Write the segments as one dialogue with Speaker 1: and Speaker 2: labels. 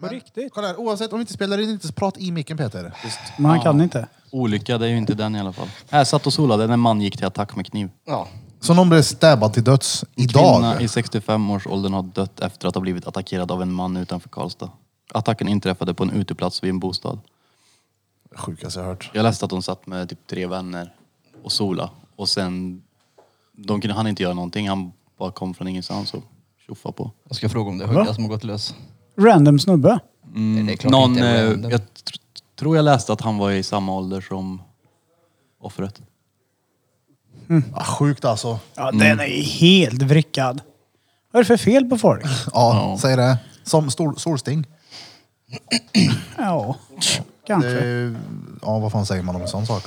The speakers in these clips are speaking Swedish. Speaker 1: Men,
Speaker 2: riktigt?
Speaker 1: Kolla här, oavsett om vi inte spelar in, inte prata i micken Peter. Just.
Speaker 2: Men han kan inte.
Speaker 3: Olycka, det är ju inte den i alla fall. Jag satt och solade när man gick till attack med kniv.
Speaker 4: Ja.
Speaker 1: Så någon blev stabbad till döds
Speaker 3: Kvinna
Speaker 1: idag.
Speaker 3: i 65-årsåldern har dött efter att ha blivit attackerad av en man utanför Karlstad. Attacken inträffade på en uteplats vid en bostad.
Speaker 1: Sjukaste jag hört.
Speaker 3: Jag läste att hon satt med typ tre vänner och sola. Och sen, de kunde, han inte göra någonting. Han bara kom från ingenstans och tjoffade på.
Speaker 4: Jag ska fråga om det är Hugga som har gått lös.
Speaker 2: Random snubbe.
Speaker 4: Det är klart
Speaker 3: Någon,
Speaker 4: inte är
Speaker 3: eh,
Speaker 4: random.
Speaker 3: jag tr- tror jag läste att han var i samma ålder som offret.
Speaker 1: Ja, sjukt alltså.
Speaker 2: Ja,
Speaker 3: Mm.
Speaker 2: den är helt vrickad. Vad är det för fel på folk?
Speaker 1: Ja, säg det. Som sol, solsting.
Speaker 2: Ja, kanske.
Speaker 1: Eh, Ja, vad fan säger man om en sån sak?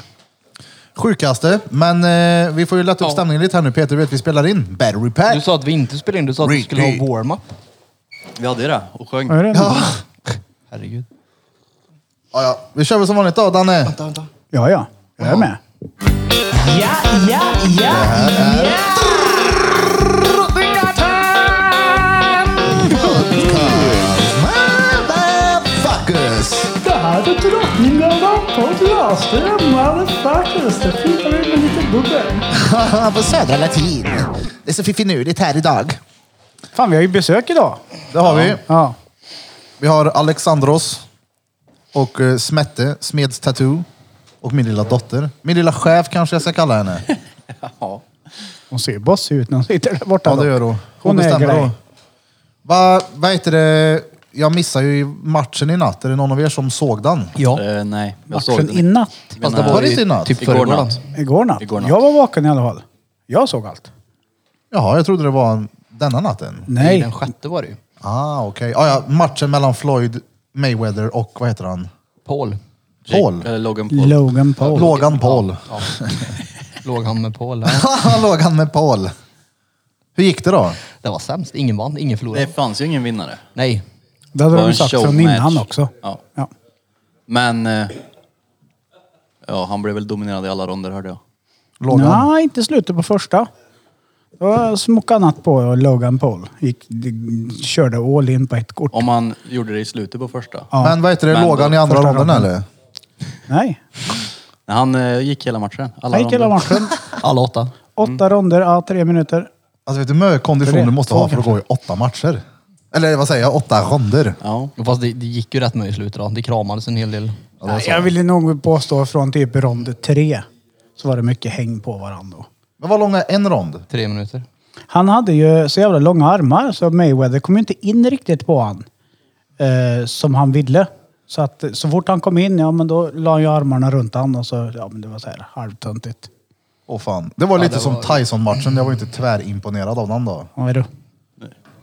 Speaker 1: Sjukaste, men eh, vi får ju lätta upp
Speaker 4: Ja.
Speaker 1: stämningen lite här nu Peter. Du vet, vi spelar in Battery
Speaker 4: Du
Speaker 1: Pack.
Speaker 4: sa att vi inte spelade in, du sa att vi skulle ha
Speaker 1: Riktigt.
Speaker 4: warm-up.
Speaker 3: Vi hade det och sjöng.
Speaker 2: Vad är det?
Speaker 1: Ja,
Speaker 4: Herregud.
Speaker 1: ja, ja. Vi kör väl som vanligt då, Danne.
Speaker 4: Vänta, vänta.
Speaker 2: Ja, ja. Jag är med.
Speaker 5: Ja, ja, ja, ja!
Speaker 1: Motherfuckers!
Speaker 2: Det här är Drottninggatan podcast. Det är motherfuckers. Det flyttar vi med lite bubbel.
Speaker 1: på Södra Latin. Det är så fiffinurigt här idag.
Speaker 2: Fan, vi har ju besök idag.
Speaker 1: Det har vi.
Speaker 2: Ja.
Speaker 1: Vi har Alexandros och eh, Smette, Smeds Tattoo. Och min lilla dotter. Min lilla chef kanske jag ska kalla henne.
Speaker 2: Hon ser bossig ut när hon sitter där borta.
Speaker 1: Ja,
Speaker 2: då.
Speaker 1: det gör hon.
Speaker 2: Hon
Speaker 1: Hon bestämmer
Speaker 2: äger dig.
Speaker 1: då. Va, vad heter det? Jag missade ju matchen i natt. Är det någon av er som såg den?
Speaker 4: Ja.
Speaker 3: Eh, nej, jag såg
Speaker 2: Matchen
Speaker 3: den.
Speaker 2: i natt.
Speaker 3: Men,
Speaker 1: Fast det
Speaker 3: eh,
Speaker 1: var inte i natt.
Speaker 4: Typ
Speaker 3: Igår
Speaker 4: förrgår då.
Speaker 3: natt.
Speaker 2: Igår natt.
Speaker 3: Igår natt.
Speaker 2: Jag var vaken i alla fall. Jag såg allt.
Speaker 1: Jaha, jag trodde det var denna natten.
Speaker 4: Nej.
Speaker 2: Nej.
Speaker 4: Den sjätte var det ju.
Speaker 1: Ah, okej. Ah, ja, matchen mellan Floyd Mayweather och vad heter han?
Speaker 4: Paul.
Speaker 3: Jake-
Speaker 1: Paul.
Speaker 3: eller Logan Paul.
Speaker 2: Logan Paul.
Speaker 1: Logan Paul.
Speaker 4: Ja. Låg han med Paul här.
Speaker 1: Låg han med Paul. Hur gick det då?
Speaker 4: Det var sämst. Ingen vann, ingen förlorade.
Speaker 3: Det fanns ju ingen vinnare.
Speaker 4: Nej.
Speaker 2: Det hade
Speaker 3: var
Speaker 2: de
Speaker 3: en
Speaker 2: sagt från
Speaker 3: showmatch.
Speaker 2: innan också.
Speaker 3: Ja.
Speaker 2: Ja.
Speaker 3: Men... Eh, ja, han blev väl dominerad i alla ronder hörde jag.
Speaker 1: Logan.
Speaker 2: Nej, inte slutet på första. Då smockade han natt på och Logan Paul. Gick, d- körde all in på ett kort.
Speaker 3: Om han gjorde det i slutet på första.
Speaker 2: Ja.
Speaker 1: Men vad heter det?
Speaker 3: Men
Speaker 1: Låg han
Speaker 3: då-
Speaker 1: i andra
Speaker 2: första
Speaker 1: ronden
Speaker 2: ronden.
Speaker 1: eller?
Speaker 2: Nej,
Speaker 3: Nej, Han eh, gick hela matchen. Alla
Speaker 2: han gick hela
Speaker 3: ronder. Mm.
Speaker 2: matchen.
Speaker 4: Alla åtta.
Speaker 2: Åtta ronder, ja, tre minuter.
Speaker 1: Alltså vet du hur mycket kondition
Speaker 2: För
Speaker 1: du
Speaker 2: det-
Speaker 1: måste
Speaker 2: två
Speaker 1: ha för att gå i åtta matcher? Eller vad säger jag? Åtta ronder.
Speaker 3: Ja.
Speaker 4: Fast det, det gick ju rätt med i slutet då. Det kramades en hel del.
Speaker 2: Nej, jag ville nog påstå från typ rond tre så var det mycket häng på varandra.
Speaker 1: Men vad lång är en rond?
Speaker 4: Tre minuter.
Speaker 2: Han hade ju så jävla långa armar så Mayweather kom ju inte in riktigt på han eh, som han ville. Så att så fort han kom in, ja men då la han ju armarna runt han och så, ja men det var så här halvtöntigt.
Speaker 1: Åh fan. Det var lite
Speaker 4: det
Speaker 1: som
Speaker 4: var-
Speaker 1: Tyson-matchen. Jag var ju inte tvärimponerad av den då.
Speaker 2: Vad är det?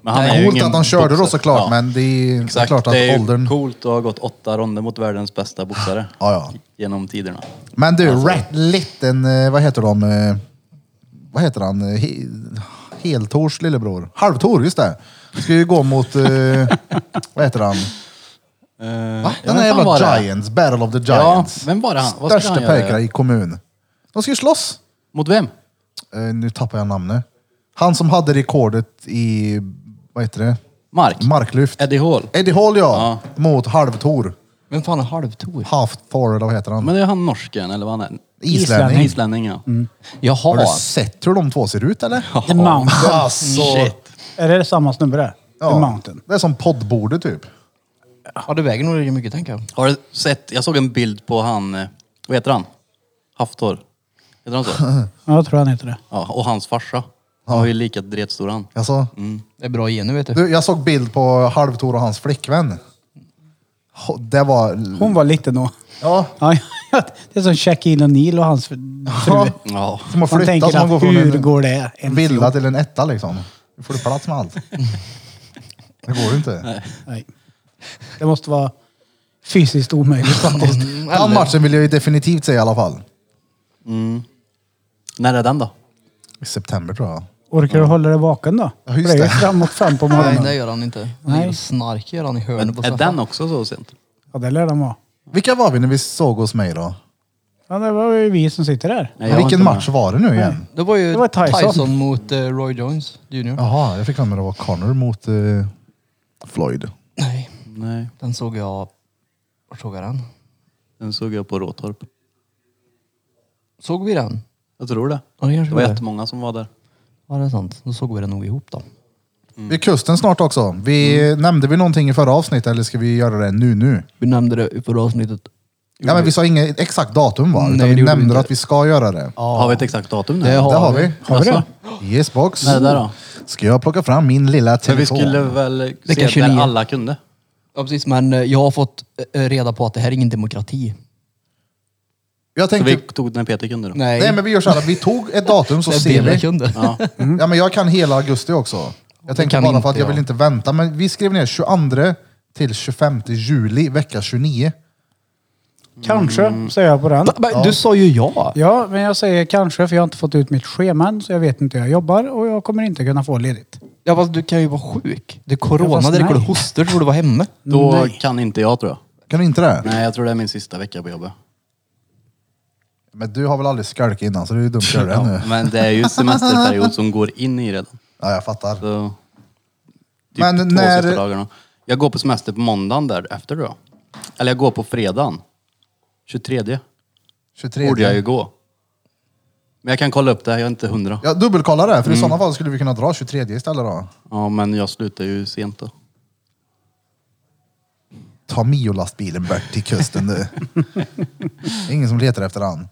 Speaker 3: Men han är ju
Speaker 1: Coolt
Speaker 3: ingen
Speaker 1: att han körde då
Speaker 3: boxare.
Speaker 1: såklart,
Speaker 3: Ja.
Speaker 1: men det är, det är
Speaker 3: Exakt,
Speaker 1: klart att
Speaker 3: det är ju
Speaker 1: åldern...
Speaker 3: coolt att ha gått åtta ronder mot världens bästa boxare.
Speaker 1: Ja, ja.
Speaker 3: Genom tiderna.
Speaker 1: Men du,
Speaker 3: Alltså-
Speaker 1: rätt liten, eh, vad heter de? eh, Vad heter han? Eh, He- Heltors lillebror? Halvtor, just det. Ska ju gå mot, eh, vad heter han? Va? Den här jävla Giants, Battle of the Giants.
Speaker 3: vem var det han- vad ska
Speaker 1: Största
Speaker 3: han göra?
Speaker 1: pekare i kommun. De ska ju slåss.
Speaker 3: Mot vem?
Speaker 1: Eh, nu tappar jag namnet. Han som hade rekordet i, vad heter det?
Speaker 3: Mark?
Speaker 1: Marklyft.
Speaker 3: Eddie Hall?
Speaker 1: Eddie Hall ja, mot Halvtor.
Speaker 4: Men fan, en halvtor.
Speaker 1: Half Thor, eller vad heter han?
Speaker 3: Men det är han norsken, eller vad han är?
Speaker 1: Islänning.
Speaker 3: Islänning, ja.
Speaker 2: Mm.
Speaker 1: Har du
Speaker 4: Jaha.
Speaker 1: sett hur de två ser ut eller?
Speaker 2: The Mountain.
Speaker 1: Alltså.
Speaker 3: Shit.
Speaker 2: Är det samma snubbe där? The Mountain.
Speaker 1: Det är som poddbordet typ.
Speaker 4: Ja, det väger nog rätt mycket tänker jag.
Speaker 3: Har du sett? Jag såg en bild på han, eh, vad heter han? Haftor? Heter han så?
Speaker 2: Ja, jag tror han heter det.
Speaker 3: Ja, och hans farsa. Han var ju lika dretstor han.
Speaker 1: Alltså,
Speaker 4: Det är bra gener vet du.
Speaker 1: du, jag såg bild på Halvtor och hans flickvän. Ho- Det var...
Speaker 2: Hon var liten då.
Speaker 1: Ja.
Speaker 2: Ja, det är som Shaquille O'Neal och hans fru.
Speaker 1: ja.
Speaker 3: Ja.
Speaker 1: Som har
Speaker 2: Man
Speaker 1: flyttat,
Speaker 2: tänker
Speaker 1: som går
Speaker 2: att
Speaker 1: från
Speaker 2: hur
Speaker 1: en
Speaker 2: går det? En
Speaker 1: villa till en etta liksom. Nu får du plats med allt. Det går inte.
Speaker 2: Nej. Det måste vara fysiskt omöjligt faktiskt.
Speaker 1: Den matchen vill jag ju definitivt säga i alla fall.
Speaker 3: Mm. När är den då?
Speaker 1: I september tror jag.
Speaker 2: Orkar du hålla dig vaken då?
Speaker 1: Ja, just
Speaker 2: För det är
Speaker 1: det.
Speaker 2: ju fram och fem på
Speaker 4: Nej, det
Speaker 2: morgonen.
Speaker 4: gör han inte.
Speaker 2: Nej.
Speaker 4: Nej. Snark gör han i hörnet på
Speaker 3: Är
Speaker 4: soffan.
Speaker 3: den också så sent?
Speaker 2: Ja, det lär den vara.
Speaker 1: Vilka var vi när vi såg hos mig då?
Speaker 2: Ja, det var ju vi som sitter där.
Speaker 3: Nej, jag var
Speaker 1: Vilken
Speaker 3: inte
Speaker 1: match var det nu igen?
Speaker 4: Det var ju
Speaker 2: Det var
Speaker 4: Tyson.
Speaker 2: Tyson.
Speaker 4: mot eh, Roy Jones Jr. Mm.
Speaker 1: Jaha, jag fick för mig det var Connor mot eh, Floyd.
Speaker 4: Nej.
Speaker 3: Nej,
Speaker 4: Den såg jag... Var såg jag den?
Speaker 3: den såg jag på Råtorp.
Speaker 4: Såg vi den?
Speaker 3: Jag tror det.
Speaker 4: Ja, det kanske
Speaker 3: Det var
Speaker 4: var det.
Speaker 3: jättemånga som var där.
Speaker 4: Ja, det är sant. Då såg vi den nog ihop då.
Speaker 1: Vid kusten snart också. Vi Nämnde vi någonting i förra avsnittet eller ska vi göra det nu nu?
Speaker 4: Vi nämnde det i förra avsnittet.
Speaker 1: Ja, men vi sa inget exakt datum va?
Speaker 4: Nej,
Speaker 1: Utan
Speaker 4: det
Speaker 1: vi
Speaker 4: gjorde vi
Speaker 1: nämnde
Speaker 4: inte.
Speaker 1: att vi ska göra det.
Speaker 3: Har vi ett exakt datum nu?
Speaker 4: Det har
Speaker 1: Det har vi.
Speaker 2: Har vi det?
Speaker 1: Yes box.
Speaker 3: Vad är det där då?
Speaker 1: Ska jag plocka fram min lilla
Speaker 3: Men vi
Speaker 1: telefon?
Speaker 3: skulle väl se
Speaker 4: Vecka
Speaker 3: där
Speaker 4: 29.
Speaker 3: alla kunde.
Speaker 4: Ja, precis. Men eh, jag har fått eh, reda på att det här är ingen demokrati.
Speaker 1: Jag
Speaker 3: Så
Speaker 1: tänkte...
Speaker 3: vi tog den Peter kunde då.
Speaker 4: Nej.
Speaker 1: Nej men vi gör så här, att vi tog ett datum så
Speaker 4: det är
Speaker 1: ser
Speaker 4: Birra
Speaker 1: vi.
Speaker 4: kunde.
Speaker 3: Ja.
Speaker 1: Ja men jag kan hela augusti också. Jag tänkte
Speaker 4: kan
Speaker 1: bara för
Speaker 4: inte
Speaker 1: att jag vill
Speaker 4: jag.
Speaker 1: inte vänta. Men vi skrev ner 22 till 25 juli, vecka 29.
Speaker 2: Kanske,
Speaker 1: Mm.
Speaker 2: säger jag på den.
Speaker 4: Men Du sa ju ja.
Speaker 2: Ja, men jag säger kanske för jag har inte fått ut mitt schema än, så jag vet inte hur jag jobbar och jag kommer inte kunna få ledigt.
Speaker 4: Ja fast du kan ju vara sjuk. Det är
Speaker 2: Ja,
Speaker 4: corona,
Speaker 2: fast
Speaker 4: det räcker du
Speaker 2: nej.
Speaker 4: hostar så får du vara hemma.
Speaker 3: Då kan inte jag tror jag.
Speaker 1: Kan du inte det?
Speaker 3: Nej, jag tror det är min sista vecka på jobbet.
Speaker 1: Men du har väl aldrig skalk innan så det är ju dumt att göra det
Speaker 3: Ja,
Speaker 1: nu.
Speaker 3: men det är ju semesterperiod som går in i redan.
Speaker 1: Ja jag fattar.
Speaker 3: Så, typ
Speaker 1: Men
Speaker 3: men två
Speaker 1: när-
Speaker 3: när... sista dagarna. Jag går på semester på måndagen därefter då. Eller jag går på fredagen. 23
Speaker 1: 23.
Speaker 3: borde jag ju gå. Men jag kan kolla upp det, jag är inte hundra.
Speaker 1: Ja, dubbelkolla det, för i sådana fall skulle vi kunna dra 23 istället då.
Speaker 3: Ja, men jag slutar ju sent då.
Speaker 1: Ta Mio-lastbilen bort till kusten du. Det är Ingen som letar efter han.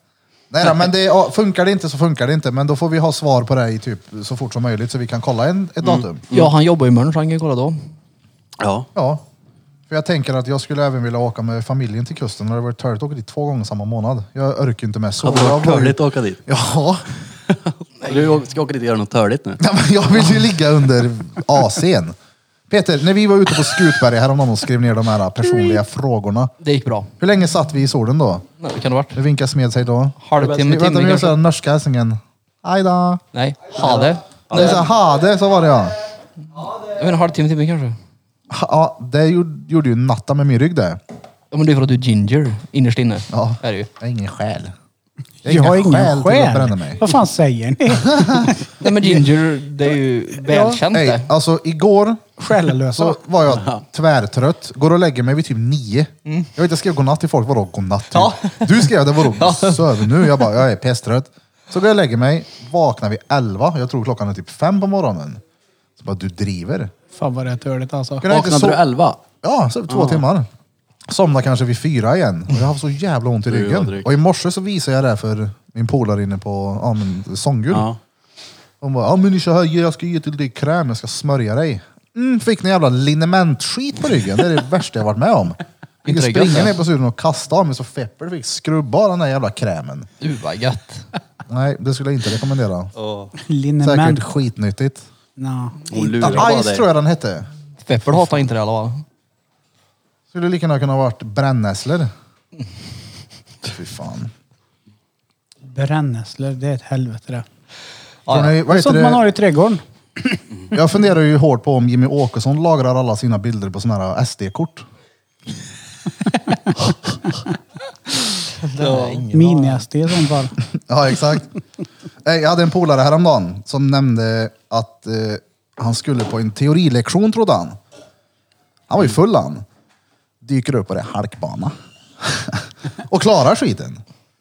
Speaker 1: Nej då, men det, ja, funkar det inte så funkar det inte. Men då får vi ha svar på det här i typ så fort som möjligt så vi kan kolla en, ett datum.
Speaker 4: Ja han jobbar imorgon så han kan kolla då.
Speaker 3: Ja.
Speaker 1: Ja. För jag tänker att jag skulle även vilja åka med familjen till kusten. Det hade varit törligt att åka dit två gånger samma månad. Jag orkar inte med så.
Speaker 3: Hade det varit
Speaker 1: Jag var ju-
Speaker 3: törligt att åka dit?
Speaker 1: Ja,
Speaker 3: Du ska åka dit och göra något törligt nu.
Speaker 1: Nej, men jag vill ju ligga under AC'n. Peter, när vi var ute på Skutberg häromdagen och skrev ner de här personliga frågorna.
Speaker 4: Det gick bra.
Speaker 1: Hur länge satt vi i solen då?
Speaker 4: Nej, det kan det ha varit.
Speaker 1: Nu vinkar Smed sig då.
Speaker 4: Halvtimme,
Speaker 1: Vänta, nu
Speaker 4: timme
Speaker 1: gör så här
Speaker 4: kanske.
Speaker 1: norska hälsningen. Aj då.
Speaker 4: Nej, ha det.
Speaker 1: Det är så här, hade, så var det ja.
Speaker 4: Jag menar halvtimme, timme kanske.
Speaker 1: Ha- Ja, det gjorde, gjorde ju natta med min rygg det.
Speaker 4: Ja men det är för att du är ginger innerst inne.
Speaker 1: Ja.
Speaker 4: Är det ju.
Speaker 1: Jag har ingen själ.
Speaker 2: Jag har ingen
Speaker 1: till att bränna
Speaker 2: själ.
Speaker 1: mig.
Speaker 2: Vad fan säger ni?
Speaker 4: Nej men ginger det är ju välkänt
Speaker 1: Hej,
Speaker 4: det.
Speaker 1: alltså igår
Speaker 2: Själlösa.
Speaker 1: så var jag tvärtrött. Går och lägger mig vid typ nio. Jag vet, jag skrev godnatt till folk. Vadå godnatt? Typ.
Speaker 4: Mm. Ja.
Speaker 1: Du skrev det, vadå söv nu? Jag bara, jag är pesstrött. Så går jag och lägger mig, vaknar vid elva. Jag tror klockan är typ fem på morgonen. Så bara, du driver.
Speaker 2: Fan vad det är törligt alltså.
Speaker 1: Kunde jag inte Mm.
Speaker 3: Vaknade
Speaker 1: so-
Speaker 3: du elva?
Speaker 1: Ja, så över två timmar. Somnade kanske vid fyra igen. Och jag har haft så jävla ont i
Speaker 3: Du, vad
Speaker 1: ryggen.
Speaker 3: drygt.
Speaker 1: Och i morse så visade jag det här för min polare inne på ja, men Sånggul.
Speaker 3: Ja.
Speaker 1: Hon bara, ja men ni kör här, jag ska ge till dig kräm, jag ska smörja dig. Mm, fick ni jävla linementskit på ryggen, det är det värsta jag varit med om. Fick
Speaker 4: Inte det
Speaker 1: springa
Speaker 4: gött,
Speaker 1: ner på studion och kasta av mig så Fepper fick skrubba av den där jävla krämen.
Speaker 4: Du vad gött.
Speaker 1: Nej, det skulle jag inte rekommendera. Säkert
Speaker 2: Liniment.
Speaker 1: skitnyttigt.
Speaker 2: Nå.
Speaker 3: Hon lurar bara
Speaker 1: Ice
Speaker 3: dig.
Speaker 1: tror jag den hette.
Speaker 4: Feppel hatar inte det i alla fall.
Speaker 1: Skulle lika gärna kunna ha varit brännässlor. Fy fan.
Speaker 2: Brännässlor, det är ett helvete det.
Speaker 1: Tror ni, vad
Speaker 2: Det är
Speaker 1: heter
Speaker 2: sånt man
Speaker 1: det?
Speaker 2: har i trädgården.
Speaker 1: Jag funderar ju hårt på om Jimmy Åkesson lagrar alla sina bilder på sådana här SD-kort.
Speaker 2: Mini-SD och sånt bara.
Speaker 1: Ja, exakt. Nej, Jag hade en polare häromdagen som nämnde att eh, han skulle på en teorilektion, trodde han. Han var ju full han. Dyker upp på det halkbana. och klarar skiten.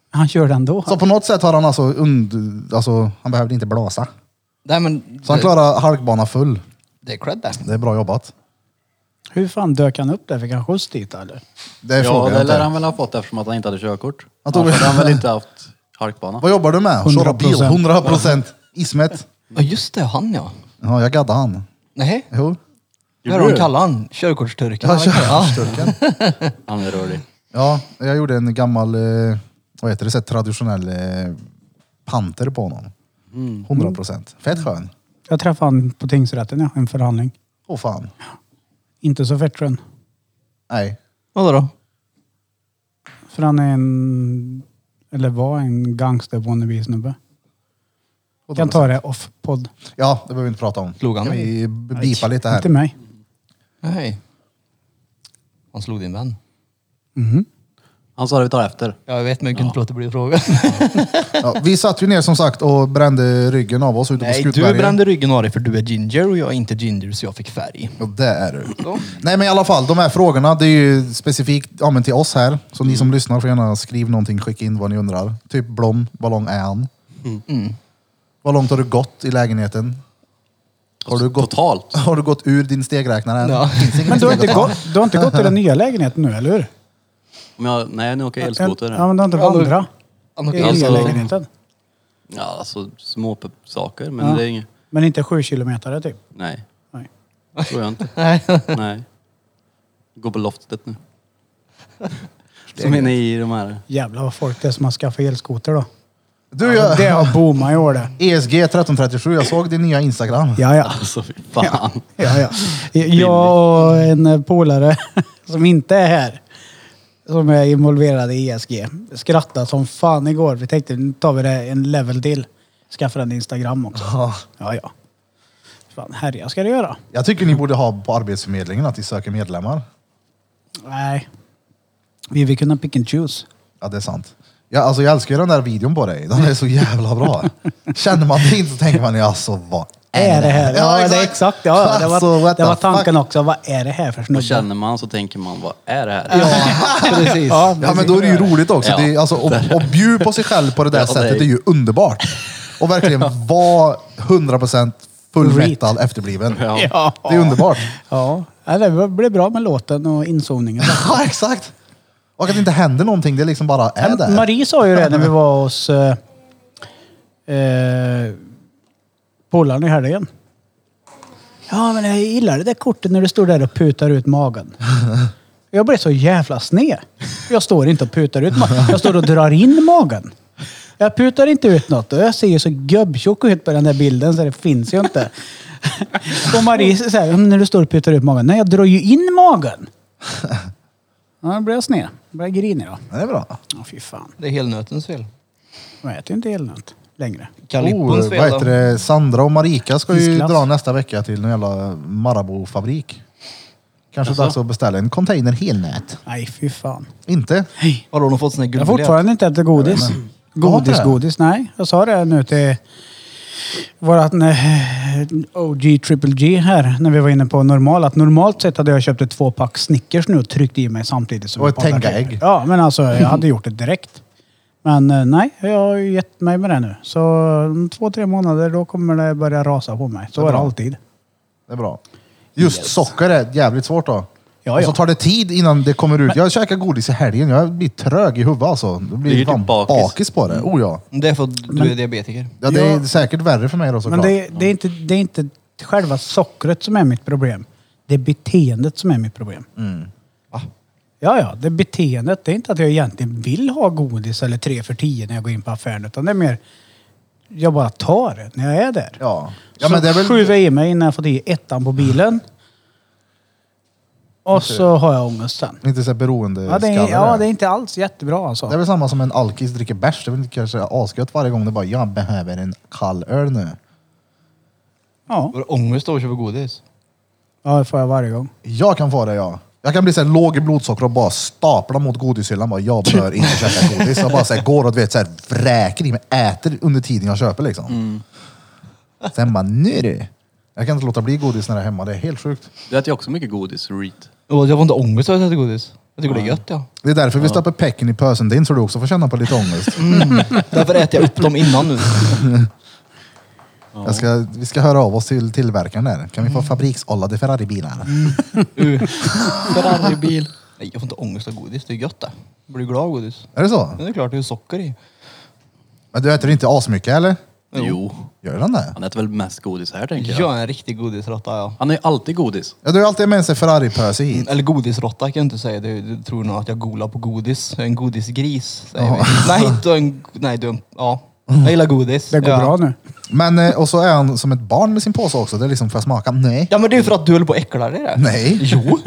Speaker 2: Han kör den då.
Speaker 1: Så på något sätt har han alltså, und- alltså han behövde inte blåsa.
Speaker 4: Nej men
Speaker 1: Så han
Speaker 4: det,
Speaker 1: klarar halkbana full.
Speaker 4: det är cred där.
Speaker 1: Det är bra jobbat.
Speaker 2: Hur fan dök han upp där? Fick han skjuts dit eller?
Speaker 1: Det
Speaker 3: Ja,
Speaker 1: frågar
Speaker 3: det
Speaker 1: jag
Speaker 3: lär
Speaker 1: inte.
Speaker 3: han väl ha fått eftersom att han inte hade körkort.
Speaker 1: Han tog-
Speaker 3: Annars hade han väl inte haft halkbana.
Speaker 1: Vad jobbar du med? Köra bil?
Speaker 2: 100%.
Speaker 1: 100 procent. Ismet.
Speaker 4: Ja just det, han ja.
Speaker 1: Ja, jag gaddade han.
Speaker 4: Nej.
Speaker 1: Jo.
Speaker 4: Vad är det de kallar han? Körkortsturken?
Speaker 1: Ja,
Speaker 4: eller vad kallar han?
Speaker 1: körkortsturken.
Speaker 3: Han är rörlig.
Speaker 1: Ja, jag gjorde en gammal, eh, vad heter det, så här traditionell eh, panter på honom.
Speaker 4: Mm.
Speaker 1: 100 procent. Fett skön.
Speaker 2: Jag träffade han på tingsrätten ja, en förhandling.
Speaker 1: Åh fan.
Speaker 2: Inte så fett skön.
Speaker 1: Nej.
Speaker 4: Vadå då?
Speaker 2: För han är en, eller var en gangster wannabe snubbe. Kan ta det off-podd.
Speaker 1: Ja, det behöver vi inte prata om.
Speaker 4: Slog han
Speaker 1: Kan
Speaker 4: mig?
Speaker 1: vi bipa lite
Speaker 2: Inte
Speaker 1: här?
Speaker 2: mig.
Speaker 4: Nej. Han slog din vän.
Speaker 2: Mhm.
Speaker 3: Han sa det, vi tar efter.
Speaker 4: Ja, jag vet, men jag kunde inte låta bli att fråga.
Speaker 1: Ja, vi satt ju ner som sagt och brände ryggen av oss ute på
Speaker 4: Nej,
Speaker 1: Skutberget.
Speaker 4: du brände ryggen av dig för du är ginger och jag är inte ginger så jag fick färg.
Speaker 1: Ja, det är du. Nej, men i alla fall, de här frågorna, det är ju specifikt ja, men till oss här. Så
Speaker 4: Mm.
Speaker 1: ni som lyssnar får gärna skriva någonting, skicka in vad ni undrar. Typ Blom, vad lång är han?
Speaker 4: Mm.
Speaker 1: Vad långt har du gått i lägenheten? Har du gått,
Speaker 3: Totalt.
Speaker 1: har du gått ur din stegräknare än?
Speaker 4: Ja.
Speaker 1: Finns ingen
Speaker 2: Men du har, inte
Speaker 1: stegräknare.
Speaker 2: gått, du har inte gått till den nya lägenheten nu, eller hur?
Speaker 3: Om jag, nej, nu åker jag elskoter.
Speaker 2: Ja, men du har inte
Speaker 4: Alltså-
Speaker 2: vandrat i den
Speaker 3: Alltså-
Speaker 2: nya lägenheten.
Speaker 3: Ja, alltså små p- saker, men
Speaker 2: Ja.
Speaker 3: det är inget...
Speaker 2: Men inte sju kilometer typ.
Speaker 3: Nej,
Speaker 2: Nej.
Speaker 3: tror jag inte. nej. Gå på loftet nu. Som inne i de här...
Speaker 2: Jävlar vad folk det är som har skaffat elskoter då. Alltså,
Speaker 1: Du, jag, E
Speaker 2: Det har boomat i år det.
Speaker 1: ESG 1337, jag såg din nya Instagram.
Speaker 2: Ja, ja.
Speaker 3: Alltså fy fan.
Speaker 2: Ja, ja. Jag och en polare som inte är här, som är involverad i ESG, skrattade som fan igår. Vi tänkte nu tar vi det en level till. Skaffa en Instagram också.
Speaker 1: Ja.
Speaker 2: Ja, ja. Fan, härja ska det göra.
Speaker 1: Jag tycker ni borde ha på Arbetsförmedlingen att ni söker medlemmar.
Speaker 2: Nej. Vi vill kunna pick and choose.
Speaker 1: Ja, det är sant. Ja, alltså, jag älskar ju den där videon på dig. Den är så jävla bra. Känner man det inte så tänker man, ja, alltså vad
Speaker 2: Är det här? Ja, det är exakt. Ja, ja. det var,
Speaker 1: Alltså, what
Speaker 2: det var
Speaker 1: the fuck?
Speaker 2: tanken också. Vad är det här för
Speaker 3: Och
Speaker 2: snubbe?
Speaker 3: känner man så tänker man, vad är det här? Ja.
Speaker 4: Precis.
Speaker 1: Ja, men då är det ju roligt också.
Speaker 3: Ja.
Speaker 1: Det är, alltså, och, och bjud på sig själv på det där
Speaker 3: Ja,
Speaker 1: sättet
Speaker 3: det är-
Speaker 1: är ju underbart. Och verkligen vara 100% full
Speaker 2: Reet.
Speaker 1: metal efterbliven.
Speaker 2: Ja.
Speaker 1: Det är underbart.
Speaker 2: Ja. ja, det blev bra med låten och insåningen.
Speaker 1: Ja, exakt. Och att det inte händer någonting, det är liksom bara är där.
Speaker 2: Marie sa ju det när vi var hos eh, eh, polaren i helgen. Ja, men jag gillar det där kortet när du står där och putar ut magen. Jag blev så jävla sned. Jag står inte och putar ut magen. Jag står och drar in magen. Jag putar inte ut något och jag ser ju så gubbtjock ut på den där bilden så det finns ju inte. Och Marie säger, "Mm, när du står och putar ut magen. Nej, jag drar ju in magen. Ja, då blir jag sned. Då blir jag grinig då.
Speaker 1: Ja, Det är bra.
Speaker 2: Ja, fy fan.
Speaker 4: Det är helnötens fel.
Speaker 2: De äter ju inte elnöt längre.
Speaker 4: Kalippons
Speaker 1: Oh, vad
Speaker 4: fel
Speaker 1: heter
Speaker 4: då.
Speaker 1: det? Sandra och Marika ska ju
Speaker 2: Isglass.
Speaker 1: dra nästa vecka till någon jävla Marabou-fabrik. Kanske dags att beställa en container helnät.
Speaker 2: Nej, fy fan.
Speaker 1: Inte?
Speaker 2: Hej.
Speaker 4: Har hon fått sån här
Speaker 2: Jag har
Speaker 4: guldbiljett?
Speaker 2: fortfarande inte ätit godis. Godis,
Speaker 1: Ja, det.
Speaker 2: godis. Nej, jag sa det nu till vårat eh, OG Triple G här när vi var inne på normal. Att normalt sett hade jag köpt ett tvåpack Snickers nu och tryckt i mig samtidigt som
Speaker 1: Och
Speaker 2: vi
Speaker 1: ett
Speaker 2: poddar.
Speaker 1: tänkaägg.
Speaker 2: Ja, men alltså jag hade gjort det direkt. Men eh, nej, jag har ju gett mig med det nu. Så om två, tre månader då kommer det börja rasa på mig. Så är det
Speaker 1: bra.
Speaker 2: alltid.
Speaker 1: Det är bra. Just socker är jävligt svårt då.
Speaker 2: Ja,
Speaker 1: och så
Speaker 2: ja.
Speaker 1: tar det tid innan det kommer ut. Jag käkar godis i helgen. Jag blir trög i huvudet alltså. Det
Speaker 3: Det är ju
Speaker 1: blir fan
Speaker 3: typ bakis.
Speaker 1: bakis på det. Oh ja.
Speaker 4: Det är för att du är diabetiker.
Speaker 1: ja det är
Speaker 2: Mm. Ja.
Speaker 1: säkert värre för mig då såklart.
Speaker 2: Men det, det, är inte, det är inte själva sockret som är mitt problem. Det är beteendet som är mitt problem. Ja, ja. Det är beteendet. Det är inte att jag egentligen vill ha godis eller tre för tio när jag går in på affären. Utan det är mer... Jag bara tar det när jag är där.
Speaker 1: Ja. ja
Speaker 2: så
Speaker 1: men det är
Speaker 2: skjuter
Speaker 1: väl... Mm.
Speaker 2: jag i mig innan jag fått i ettan på bilen. Och så har jag ångest sen.
Speaker 1: Inte så här beroende
Speaker 2: Ja det, är, ja, det är inte alls jättebra alltså.
Speaker 1: Det är väl samma som en alkis dricker bärs. Det är väl kanske asgött varje gång det bara jag behöver en kall öl nu.
Speaker 2: Ja,
Speaker 4: Var det ångest av att köpa godis?
Speaker 2: ja det får jag varje gång.
Speaker 1: Jag kan få det ja. Jag kan bli så här låg i blodsocker och bara stapla mot godishyllan. Bara, jag bör inte käka godis. Jag bara så här, går och du vet, så här, vräker i mig, äter under tiden jag köper liksom. Sen bara, nu du. Jag kan inte låta bli godis när jag är hemma. Det är helt sjukt.
Speaker 3: Du äter ju också mycket godis, Reet.
Speaker 4: Åh, Jag får inte ångest av att äta godis. Jag tycker det är gött ja.
Speaker 1: Det är därför vi stoppar pecken i pösen din så du också får känna på lite ångest.
Speaker 4: Därför äter jag upp dem innan nu.
Speaker 1: Jag ska, vi ska höra av oss till tillverkaren där. Kan vi få fabriksollade Ferrari-bilar?
Speaker 4: Uh, Ferrari-bil. Nej, jag får inte ångest av godis. Det är gött det. Jag blir glad av godis.
Speaker 1: Är det så?
Speaker 4: Men det är klart, det är ju socker i.
Speaker 1: Men du äter inte asmycket eller?
Speaker 3: Jo.
Speaker 1: Gör den det?
Speaker 3: Han äter väl mest godis här, tänker jag.
Speaker 4: Jag är en riktig godisråtta ja.
Speaker 3: Han är ju alltid godis.
Speaker 1: Ja, du har alltid med sig Ferrari-pöse hit.
Speaker 4: Eller godisråtta kan jag inte säga. Du, du tror nog att jag golar på godis. Jag är en godisgris. Säger vi. nej, du är en... Nej, du är en... Ja. Jag gillar godis.
Speaker 2: Det går
Speaker 4: ja.
Speaker 2: bra nu.
Speaker 1: Men, eh, och så är han som ett barn med sin påse också. Det är liksom, får jag smaka? Nej.
Speaker 4: Ja men det är ju för att du höll på och äcklade dig det.
Speaker 1: Nej.
Speaker 4: Jo.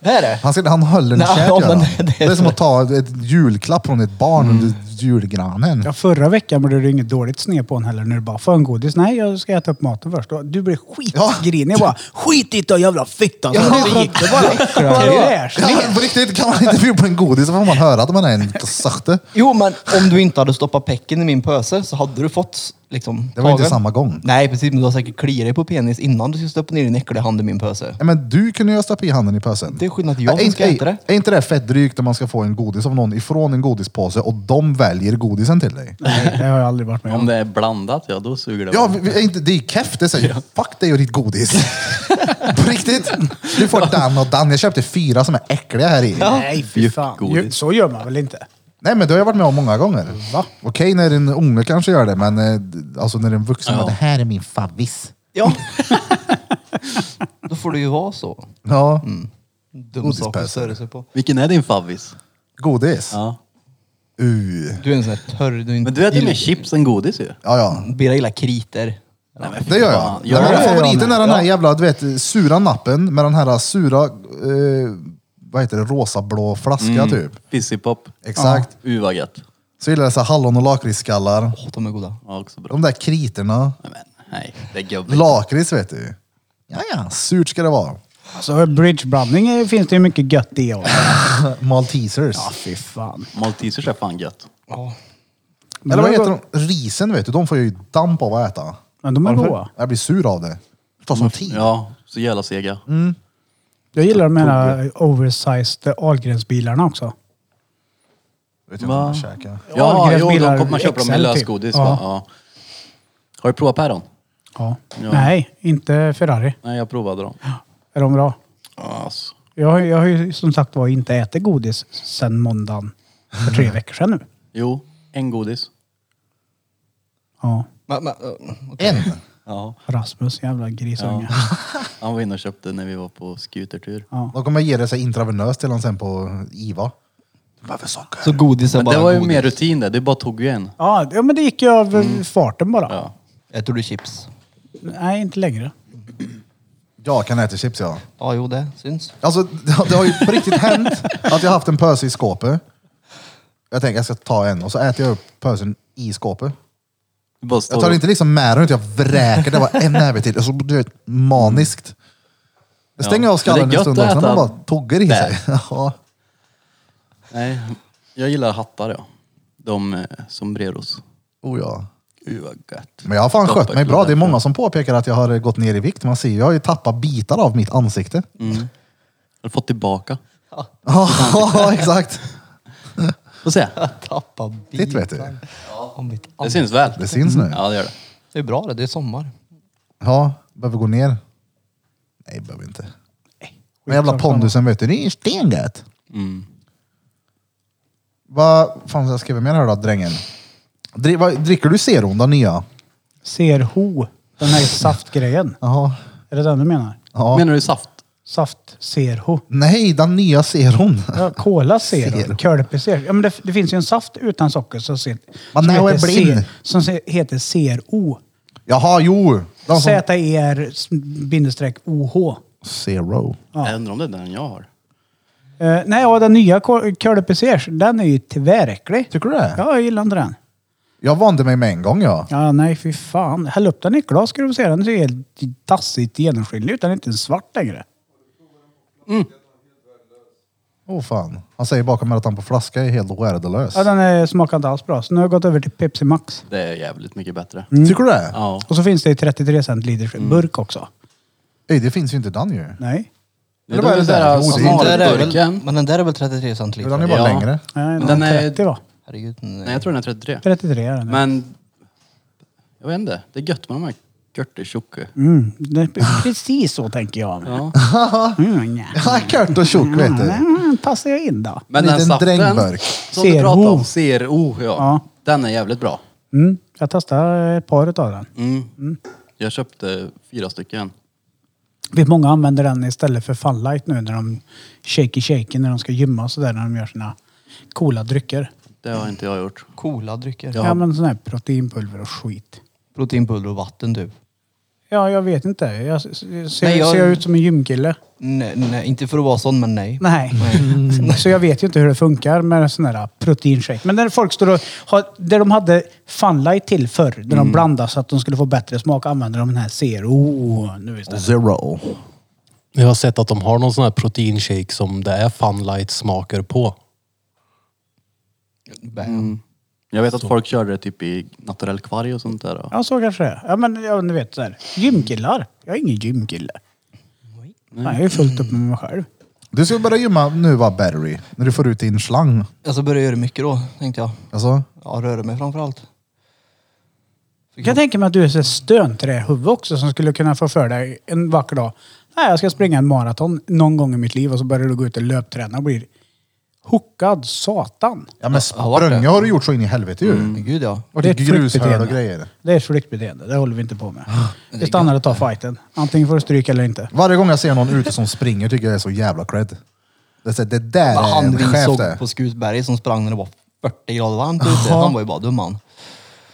Speaker 4: Det är det.
Speaker 1: Han, ska, han höll den i
Speaker 4: Nej,
Speaker 1: kärt.
Speaker 4: ja,
Speaker 1: gör han.
Speaker 4: men det- Mm. det
Speaker 1: det
Speaker 4: är
Speaker 1: är som
Speaker 4: så.
Speaker 1: att ta ett julklapp från ett barn under julgranen.
Speaker 2: Ja, förra veckan blev det inget dåligt sne på en heller när du bara, får en godis? Nej, jag ska äta upp maten först. Och Du blev skitgrinig. Jag bara, skit i det jävla fitta! Så
Speaker 1: Ja,
Speaker 2: det gick det bara. Det är
Speaker 1: Kan
Speaker 2: sne.
Speaker 1: man, på riktigt, kan man inte bjuda på en godis så får man höra att man är en sakte.
Speaker 4: Jo men om du inte hade stoppat pecken i min pöse så hade du fått liksom
Speaker 1: Det var inte
Speaker 4: tagen.
Speaker 1: samma gång.
Speaker 4: Nej precis, men du har säkert kliat dig på penis innan du skulle stoppa ner din äckliga hand i min pöse.
Speaker 1: Nej, men du kunde ju ha stoppat i handen i pösen.
Speaker 4: Det är skillnad till jag
Speaker 1: Är
Speaker 4: som
Speaker 1: inte-
Speaker 4: ska äta det.
Speaker 1: Är inte det fett drygt när man ska få en godis av någon ifrån en godispåse och de väljer godisen till dig?
Speaker 2: Nej, det har jag aldrig varit med
Speaker 3: Om
Speaker 2: om.
Speaker 3: det är blandat, ja då suger det.
Speaker 1: Ja,
Speaker 3: väl.
Speaker 1: vi- vi är inte, det är ju keff. Det säger fuck dig och ditt godis. På riktigt. Du får Dan och Dan. Jag köpte fyra som är äckliga här i.
Speaker 2: Nej, fy fan.
Speaker 3: Mjukgodis.
Speaker 2: Ju- Så gör man väl inte?
Speaker 1: Nej, men det har jag varit med om många gånger. Va? Okej, när en unge kanske gör det, men eh, d- alltså när en vuxen
Speaker 3: Ja.
Speaker 1: bara, det här är min favvis.
Speaker 4: Ja. Då får det ju vara så.
Speaker 1: Ja,
Speaker 4: Dum
Speaker 1: Godispöse.
Speaker 4: sak att störa sig på.
Speaker 3: Vilken är din favvis?
Speaker 1: godis. Ja.
Speaker 3: Ja.
Speaker 1: Uh.
Speaker 4: Du är en sån här törr. Du är inte
Speaker 3: Men du äter ju mer chips än godis ju.
Speaker 1: ja, ja.
Speaker 4: Bera gilla kriter.
Speaker 3: Nej, men fy
Speaker 1: Det gör jag.
Speaker 3: fan.
Speaker 1: Ja, men
Speaker 2: det gör jag
Speaker 1: favoriten
Speaker 2: med.
Speaker 1: är den här jävla, du vet, sura nappen med den här sura, eh, vad heter det, rosa-blå flaska typ.
Speaker 3: Fizzypop.
Speaker 1: Exakt.
Speaker 3: Uh, vad gött.
Speaker 1: Så gillar jag så här hallon och lakritsskallar.
Speaker 4: Åh, de är goda.
Speaker 3: Ja, också bra.
Speaker 1: De där kriterna.
Speaker 3: Nej, men, nej det är gubbigt.
Speaker 1: Lakrits vet du. Liksom. Ja, ja. Surt ska det vara.
Speaker 2: Alltså bridgeblandning eh, finns det ju mycket gött i också.
Speaker 1: Maltesers.
Speaker 2: Ja, fy fan.
Speaker 3: Maltesers är fan gött.
Speaker 4: Ja.
Speaker 2: Men
Speaker 1: Eller vad
Speaker 2: de är
Speaker 1: heter
Speaker 2: go-
Speaker 1: de? Risen vet du, de får jag ju damp av att äta.
Speaker 2: Men de är
Speaker 1: Varför?
Speaker 2: goda.
Speaker 1: Jag blir sur av det. Det tar som tid.
Speaker 3: Ja, så jävla sega.
Speaker 1: Mm.
Speaker 2: Jag gillar de här oversized Ahlgrensbilarna också.
Speaker 1: Vet du vad man
Speaker 3: Va?
Speaker 1: käkar?
Speaker 3: Ja, jo,
Speaker 2: Ahlgrensbilar
Speaker 3: de, man köper dem med
Speaker 2: XL typ.
Speaker 3: lösgodis.
Speaker 2: Ja.
Speaker 3: va? Ja. Har du provat päron?
Speaker 2: Ja.
Speaker 3: Ja.
Speaker 2: Nej, inte Ferrari.
Speaker 3: Nej, jag provade dem.
Speaker 2: Är de bra?
Speaker 3: Alltså.
Speaker 2: Jag, har- jag har ju som sagt var inte ätit godis sedan måndagen för tre
Speaker 1: Mm.
Speaker 2: veckor sedan nu.
Speaker 3: Jo, en godis.
Speaker 2: Ja.
Speaker 4: Men, men, eh,
Speaker 1: En.
Speaker 3: Ja.
Speaker 2: Rasmus, jävla grisunge. Ja.
Speaker 3: Han var inne och köpte när vi var på skutertur.
Speaker 1: De kommer ge det sig intravenöst till honom sen på IVA. Du behöver socker.
Speaker 4: så godis är
Speaker 3: Men
Speaker 4: bara
Speaker 3: det var ju
Speaker 4: godis.
Speaker 3: mer rutin det. Du bara tog ju en.
Speaker 2: Ja, men det gick ju av eh,
Speaker 1: Mm.
Speaker 2: farten bara.
Speaker 3: Ja.
Speaker 4: Äter du chips?
Speaker 2: Nej, inte längre.
Speaker 1: Jag kan äta chips ja.
Speaker 4: Ja, jo det syns.
Speaker 1: Alltså det har, det har ju på riktigt hänt att jag har haft en pöse i skåpet. Jag tänker jag ska ta en och så äter jag upp pösen i skåpet.
Speaker 3: Du bara
Speaker 1: Jag tar
Speaker 3: står
Speaker 1: inte liksom med den utan jag vräker det var en näve till. Alltså, du vet, maniskt. Det stänger
Speaker 3: Ja.
Speaker 1: jag av
Speaker 3: Men
Speaker 1: skallen
Speaker 3: det är
Speaker 1: en stund
Speaker 3: gött att
Speaker 1: också när man
Speaker 3: äta
Speaker 1: bara tuggar i sig. Ja.
Speaker 3: Nej, jag gillar hattar ja. De eh, sombreros.
Speaker 1: Oh, ja.
Speaker 3: Gud vad gött.
Speaker 1: Men jag har fan
Speaker 3: Toppa
Speaker 1: skött mig bra.
Speaker 3: klodden.
Speaker 1: Det är många som påpekar att jag har gått ner i vikt. Man ser ju, jag har ju tappat bitar av mitt ansikte.
Speaker 3: Mm. Har du fått tillbaka?
Speaker 1: Ja, exakt.
Speaker 3: Får se.
Speaker 4: Tappa bitar.
Speaker 1: Titt vet du.
Speaker 4: Om mitt
Speaker 3: Det
Speaker 4: an-
Speaker 3: syns väl?
Speaker 1: Det syns nu.
Speaker 3: Ja, det gör det.
Speaker 4: Det är bra det, det är sommar.
Speaker 1: Ja, behöver gå ner. Nej, behöver inte. Men jävla
Speaker 2: Skitsamma.
Speaker 1: pondusen vet du, det är stengött.
Speaker 3: Mm.
Speaker 1: Vad fan ska jag skriva mer här då, drängen? Dri, vad, dricker du serum, den nya?
Speaker 2: Ser ho, den här saftgrejen.
Speaker 1: Jaha.
Speaker 2: Är det den du menar?
Speaker 1: Ja.
Speaker 3: Menar du saft?
Speaker 2: Saft ser ho.
Speaker 1: Nej, den nya serum.
Speaker 2: Ja, cola
Speaker 1: Zero.
Speaker 2: Zero, Kölpe Zero. Ja, men det, det finns ju en saft utan socker som, se,
Speaker 1: Man
Speaker 2: som,
Speaker 1: är
Speaker 2: heter,
Speaker 1: blind.
Speaker 2: C- som se, heter CRO.
Speaker 1: Jaha, jo. Den som...
Speaker 2: Z-E-R E bindestreck OH.
Speaker 1: Zero.
Speaker 3: Jag undrar om det är den jag har.
Speaker 2: Eh, nej, ja, den nya Kölpe Zero, den är ju tväräcklig.
Speaker 1: Tycker du det?
Speaker 2: Ja, jag gillar inte den.
Speaker 1: Jag vande mig med en gång, ja.
Speaker 2: Ja, nej, fy fan. Häll upp den i ett glas ska du se. Den ser helt tassigt genomskinlig ut. Den är inte ens svart längre.
Speaker 1: Åh fan. Han säger bakom mig att han på flaska är helt värdelös.
Speaker 2: Ja, den är, smakar inte alls bra. Så nu har jag gått över till Pepsi Max.
Speaker 3: Det är jävligt mycket bättre.
Speaker 1: Mm. Tycker du det?
Speaker 3: Ja.
Speaker 2: Och så finns det i 33 centiliters
Speaker 3: Mm.
Speaker 2: burk också.
Speaker 1: Ej, det finns ju inte den ju.
Speaker 2: Nej.
Speaker 1: Eller vad är det
Speaker 3: den
Speaker 1: där?
Speaker 3: där
Speaker 1: Godis.
Speaker 4: Den där är väl,
Speaker 3: smalburken?
Speaker 4: men den där är väl 33
Speaker 1: Den är
Speaker 4: centiliter?
Speaker 1: bara längre.
Speaker 2: nej
Speaker 3: Men den är-
Speaker 2: 30 va?
Speaker 4: Herregud.
Speaker 3: Nej, jag tror den är 33.
Speaker 2: 33 är den.
Speaker 3: Men... Jag vet inte. Det är gött med de här körte tjocka.
Speaker 2: Mm, det är precis så tänker jag. med.
Speaker 3: Ja.
Speaker 2: Mm, nja.
Speaker 1: Ja, Kört och tjock vet du.
Speaker 2: Mm, passar jag in då?
Speaker 3: Men
Speaker 1: En
Speaker 3: den
Speaker 1: liten
Speaker 3: saften
Speaker 1: drängburk.
Speaker 3: som du
Speaker 2: CRO.
Speaker 3: pratade om, CRO, ja.
Speaker 2: Ja.
Speaker 3: Den är jävligt bra.
Speaker 2: Mm, jag testar ett par utav den.
Speaker 3: Mm. Jag köpte fyra stycken.
Speaker 2: Vet många använder den istället för Funlight nu när de shaky shaky när de ska gymma och sådär när de gör sina coola drycker.
Speaker 3: Det har inte jag gjort.
Speaker 4: Coola drycker.
Speaker 2: Ja, men sån här proteinpulver och skit.
Speaker 4: Proteinpulver och vatten typ.
Speaker 2: Ja, jag vet inte. Jag s- s- ser,
Speaker 4: Nej, jag-
Speaker 2: ser jag ut som en gymkille?
Speaker 4: Nej, nej, inte för att vara sån, men nej.
Speaker 2: Nej. Så jag vet ju inte hur det funkar med sån här proteinshake. Men när folk står och har, det de hade funlight till förr, när
Speaker 4: Mm.
Speaker 2: de blandade så att de skulle få bättre smak, använder de den här zero nu istället.
Speaker 1: Zero.
Speaker 6: Jag har sett att de har någon sån här proteinshake som det är funlight smaker på.
Speaker 4: Bam.
Speaker 3: Jag vet att folk körde det typ i naturell kvarg och sånt där. då.
Speaker 2: Ja, så kanske det är. Ja, men ja, ni vet så här. Gymkillar. Jag är ingen gymkille. Nej, jag är ju fullt upp med mig själv.
Speaker 1: Du ska börja gymma nu va, Battery? När du får ut din slang.
Speaker 4: Alltså började göra mycket då, tänkte jag.
Speaker 1: Alltså,
Speaker 4: Ja, röra mig framförallt.
Speaker 2: Jag kan tänka mig att du är så här stönträ-huvud också som skulle kunna få för dig en vacker dag. Nej, jag ska springa en maraton någon gång i mitt liv och så börjar du gå ut och löpträna och blir hookad satan.
Speaker 1: ja men
Speaker 4: Ja, vart det? Mm.
Speaker 1: sprunga har du gjort så in i helvete ju.
Speaker 4: Men gud ja.
Speaker 1: Och
Speaker 2: Det
Speaker 1: det
Speaker 2: är
Speaker 1: är
Speaker 2: ett flyktbeteende.
Speaker 1: grushöl och grejer.
Speaker 2: Det är ett flyktbeteende, det håller vi inte på med. Vi stannar och tar fighten. Antingen får du stryk eller inte.
Speaker 1: Varje gång jag ser någon ute som springer tycker jag det är så jävla cred. Det, är så här, det där
Speaker 4: Men
Speaker 1: är
Speaker 4: han
Speaker 1: en
Speaker 4: vi
Speaker 1: chef
Speaker 4: såg
Speaker 1: det.
Speaker 4: på Skutsberg som sprang när det var 40 grader varmt ute. Han var ju bara dum han.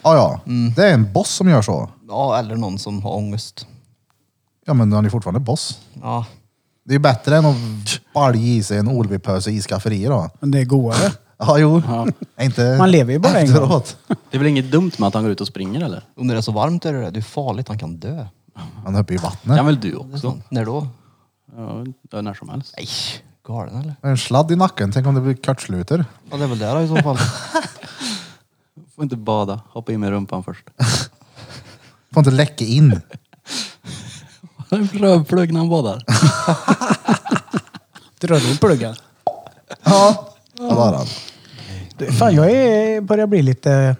Speaker 1: Ja, ja.
Speaker 4: Mm.
Speaker 1: Det är en boss som gör så.
Speaker 4: Ja, eller någon som har ångest.
Speaker 1: Ja, men han är fortfarande boss.
Speaker 4: Ja,
Speaker 1: Det är ju bättre än att balja i sig en Olvipöse i skafferiet då.
Speaker 2: Men det är godare.
Speaker 1: Ja, jo. Inte
Speaker 2: Man lever ju bara en gång.
Speaker 1: efteråt.
Speaker 3: Det är väl inget dumt med att han går ut och springer eller?
Speaker 4: om det är så varmt är det det. Det är farligt, han kan dö.
Speaker 1: Han är uppe i
Speaker 3: Nej.
Speaker 1: vattnet.
Speaker 3: Kan väl du
Speaker 4: Det är
Speaker 3: också?
Speaker 4: sant. När då?
Speaker 3: Ja, dö när som helst.
Speaker 4: Nej, galen eller?
Speaker 1: En sladd i nacken. Tänk om det blir kortsluter.
Speaker 4: Ja, det är väl det då i så fall.
Speaker 3: Får inte bada. Hoppa in med rumpan först.
Speaker 1: Får inte läcka in.
Speaker 3: Han är rövplugg när han badar.
Speaker 2: Drar du pluggen?
Speaker 1: Ja. Ja, det har han.
Speaker 2: Du, Fan, jag är, börjar bli lite...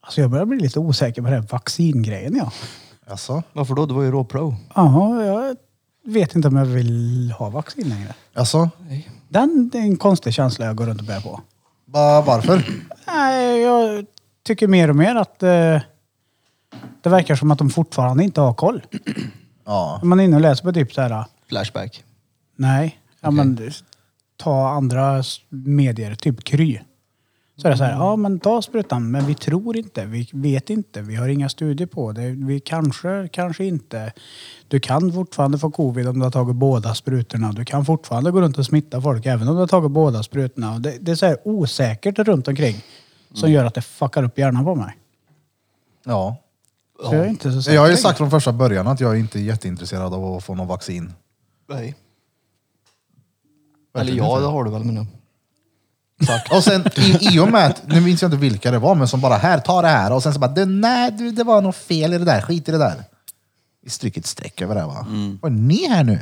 Speaker 2: Alltså jag börjar bli lite osäker på den här vaccingrejen ja.
Speaker 1: Jaså?
Speaker 4: Varför då? Du var ju råpro.
Speaker 2: Ja, jag vet inte om jag vill ha vaccin längre.
Speaker 1: Jaså?
Speaker 2: Den det är en konstig känsla jag går runt och bär på.
Speaker 1: Va- Varför?
Speaker 2: Nej, jag tycker mer och mer att eh, det verkar som att de fortfarande inte har koll.
Speaker 1: Ja.
Speaker 2: Om man är inne och läser på typ så här,
Speaker 4: Flashback.
Speaker 2: nej, ja, men, ta andra s- medier, typ Kry. Så är det så
Speaker 1: Mm.
Speaker 2: här, ja men ta sprutan, men vi tror inte, vi vet inte, vi har inga studier på det, vi kanske, kanske inte. Du kan fortfarande få covid om du har tagit båda sprutorna, du kan fortfarande gå runt och smitta folk även om du har tagit båda sprutorna. Och Det, det är så här osäkert runt omkring
Speaker 1: Mm.
Speaker 2: som gör att det fuckar upp hjärnan på mig.
Speaker 1: Ja.
Speaker 2: Så jag är inte så säker.
Speaker 1: Jag har ju
Speaker 2: längre.
Speaker 1: sagt från första början att jag inte är jätteintresserad av att få någon vaccin.
Speaker 4: Nej. Eller
Speaker 1: Verkligen
Speaker 4: ja,
Speaker 1: inte.
Speaker 4: det har du väl men nu.
Speaker 1: Och sen i, i och med att, nu minns jag inte vilka det var, men som bara här, ta det här. Och sen så bara, du, nej du, det var nog fel i det där, skit i det där. Vi stryker ett streck över det va.
Speaker 4: Mm.
Speaker 1: Vad är ni här nu?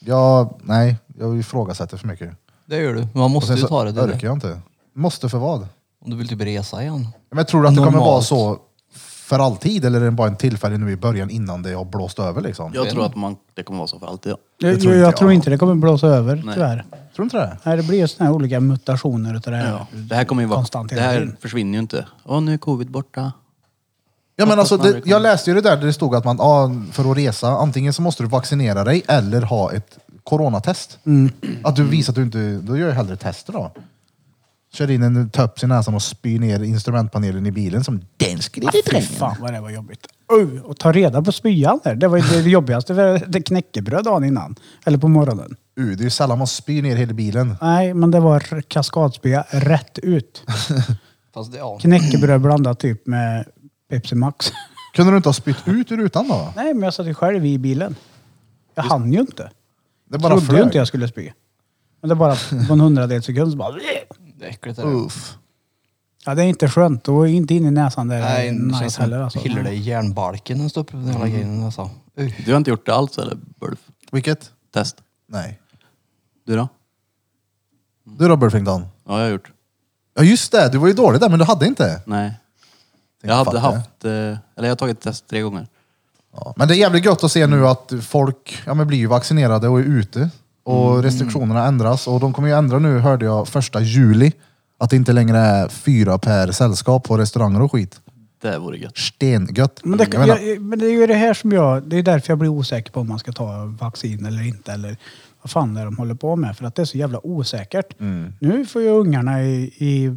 Speaker 1: Ja, nej, jag ifrågasätter för mycket.
Speaker 4: Det gör du. Men Man
Speaker 1: Och
Speaker 4: måste
Speaker 1: sen
Speaker 4: ju ta
Speaker 1: så
Speaker 4: det. det är
Speaker 1: orkar
Speaker 4: det.
Speaker 1: jag inte. Måste för vad?
Speaker 4: Om du vill typ resa igen.
Speaker 1: Men tror du att det kommer vara
Speaker 4: Normalt.
Speaker 1: så för alltid eller är det bara en tillfälle nu i början innan det har blåst över liksom?
Speaker 3: Jag tror att man, det kommer vara så för alltid. Ja.
Speaker 2: Jag,
Speaker 1: tror
Speaker 2: jag,
Speaker 1: inte
Speaker 2: jag
Speaker 1: jag.
Speaker 2: tror inte det kommer blåsa över
Speaker 3: Nej.
Speaker 2: tyvärr.
Speaker 1: Tror du inte det?
Speaker 2: Nej, det blir ju såna här olika mutationer utav det här.
Speaker 3: Ja. Det här kommer ju vara...
Speaker 2: Konstant
Speaker 3: Det
Speaker 2: hela
Speaker 3: här
Speaker 2: tiden.
Speaker 3: försvinner ju inte. Åh, nu är covid borta.
Speaker 1: Ja, men alltså,
Speaker 3: Hoppas man
Speaker 1: det,
Speaker 3: aldrig
Speaker 1: jag läste ju det där där det stod att man, ja, för att resa, antingen så måste du vaccinera dig eller ha ett coronatest.
Speaker 2: Mm.
Speaker 1: Att du visar att du inte, då gör jag hellre tester då. Kör in en töps i näsan och spyr ner instrumentpanelen i bilen som den skulle
Speaker 2: Ah, fy fan vad det var jobbigt. Oj, och ta reda på spyan där. Det var ju det jobbigaste. För det knäckebröd dagen innan. Eller på morgonen.
Speaker 1: Uh, det är ju sällan man spyr ner hela bilen.
Speaker 2: Nej, men det var kaskadspya rätt ut.
Speaker 4: Fast det, ja.
Speaker 2: Knäckebröd blandat typ med Pepsi Max.
Speaker 1: Kunde du inte ha spytt ut ur rutan då?
Speaker 2: Nej, men jag satt ju själv i bilen. Jag hann ju inte.
Speaker 1: Det
Speaker 2: Jag
Speaker 1: bara
Speaker 2: trodde ju
Speaker 1: flög.
Speaker 2: inte jag skulle spy. Men det bara på en hundradels sekund så bara...
Speaker 4: Det är äckligt. Är det.
Speaker 1: Uff.
Speaker 2: Ja, det är inte skönt. Och inte in i näsan där. Nej,
Speaker 4: Nej, det känns
Speaker 2: nice
Speaker 4: som
Speaker 2: heller alltså. Mm.
Speaker 4: pillar dig i järnbalken när du står upp med den hela grejen. Alltså. Usch.
Speaker 3: Du har inte gjort det alls eller? Bulf?
Speaker 1: Vilket?
Speaker 3: Test.
Speaker 1: Nej.
Speaker 3: Du då?
Speaker 1: Du då Burfington?
Speaker 3: Ja, jag har gjort.
Speaker 1: Ja just det, du var ju dålig där men du hade inte.
Speaker 3: Nej.
Speaker 1: Tänk,
Speaker 3: Jag
Speaker 1: fuck
Speaker 3: hade
Speaker 1: det.
Speaker 3: haft... eh, Eller jag har tagit test tre gånger.
Speaker 1: Ja, men det är jävligt gött att se nu att folk ja, men blir ju vaccinerade och är ute. Och
Speaker 2: Mm.
Speaker 1: restriktionerna ändras. Och de kommer ju ändra nu, hörde jag, första juli. Att det inte längre är fyra per sällskap på restauranger och skit.
Speaker 3: Det vore gött.
Speaker 1: Stengött.
Speaker 2: Men det,
Speaker 1: Jag menar,
Speaker 2: jag, men det är ju det här som jag... Det är därför jag blir osäker på om man ska ta vaccin eller inte. Eller vad
Speaker 1: Mm.
Speaker 2: fan är de håller på med. För att det är så jävla osäkert. Nu får ju ungarna i, i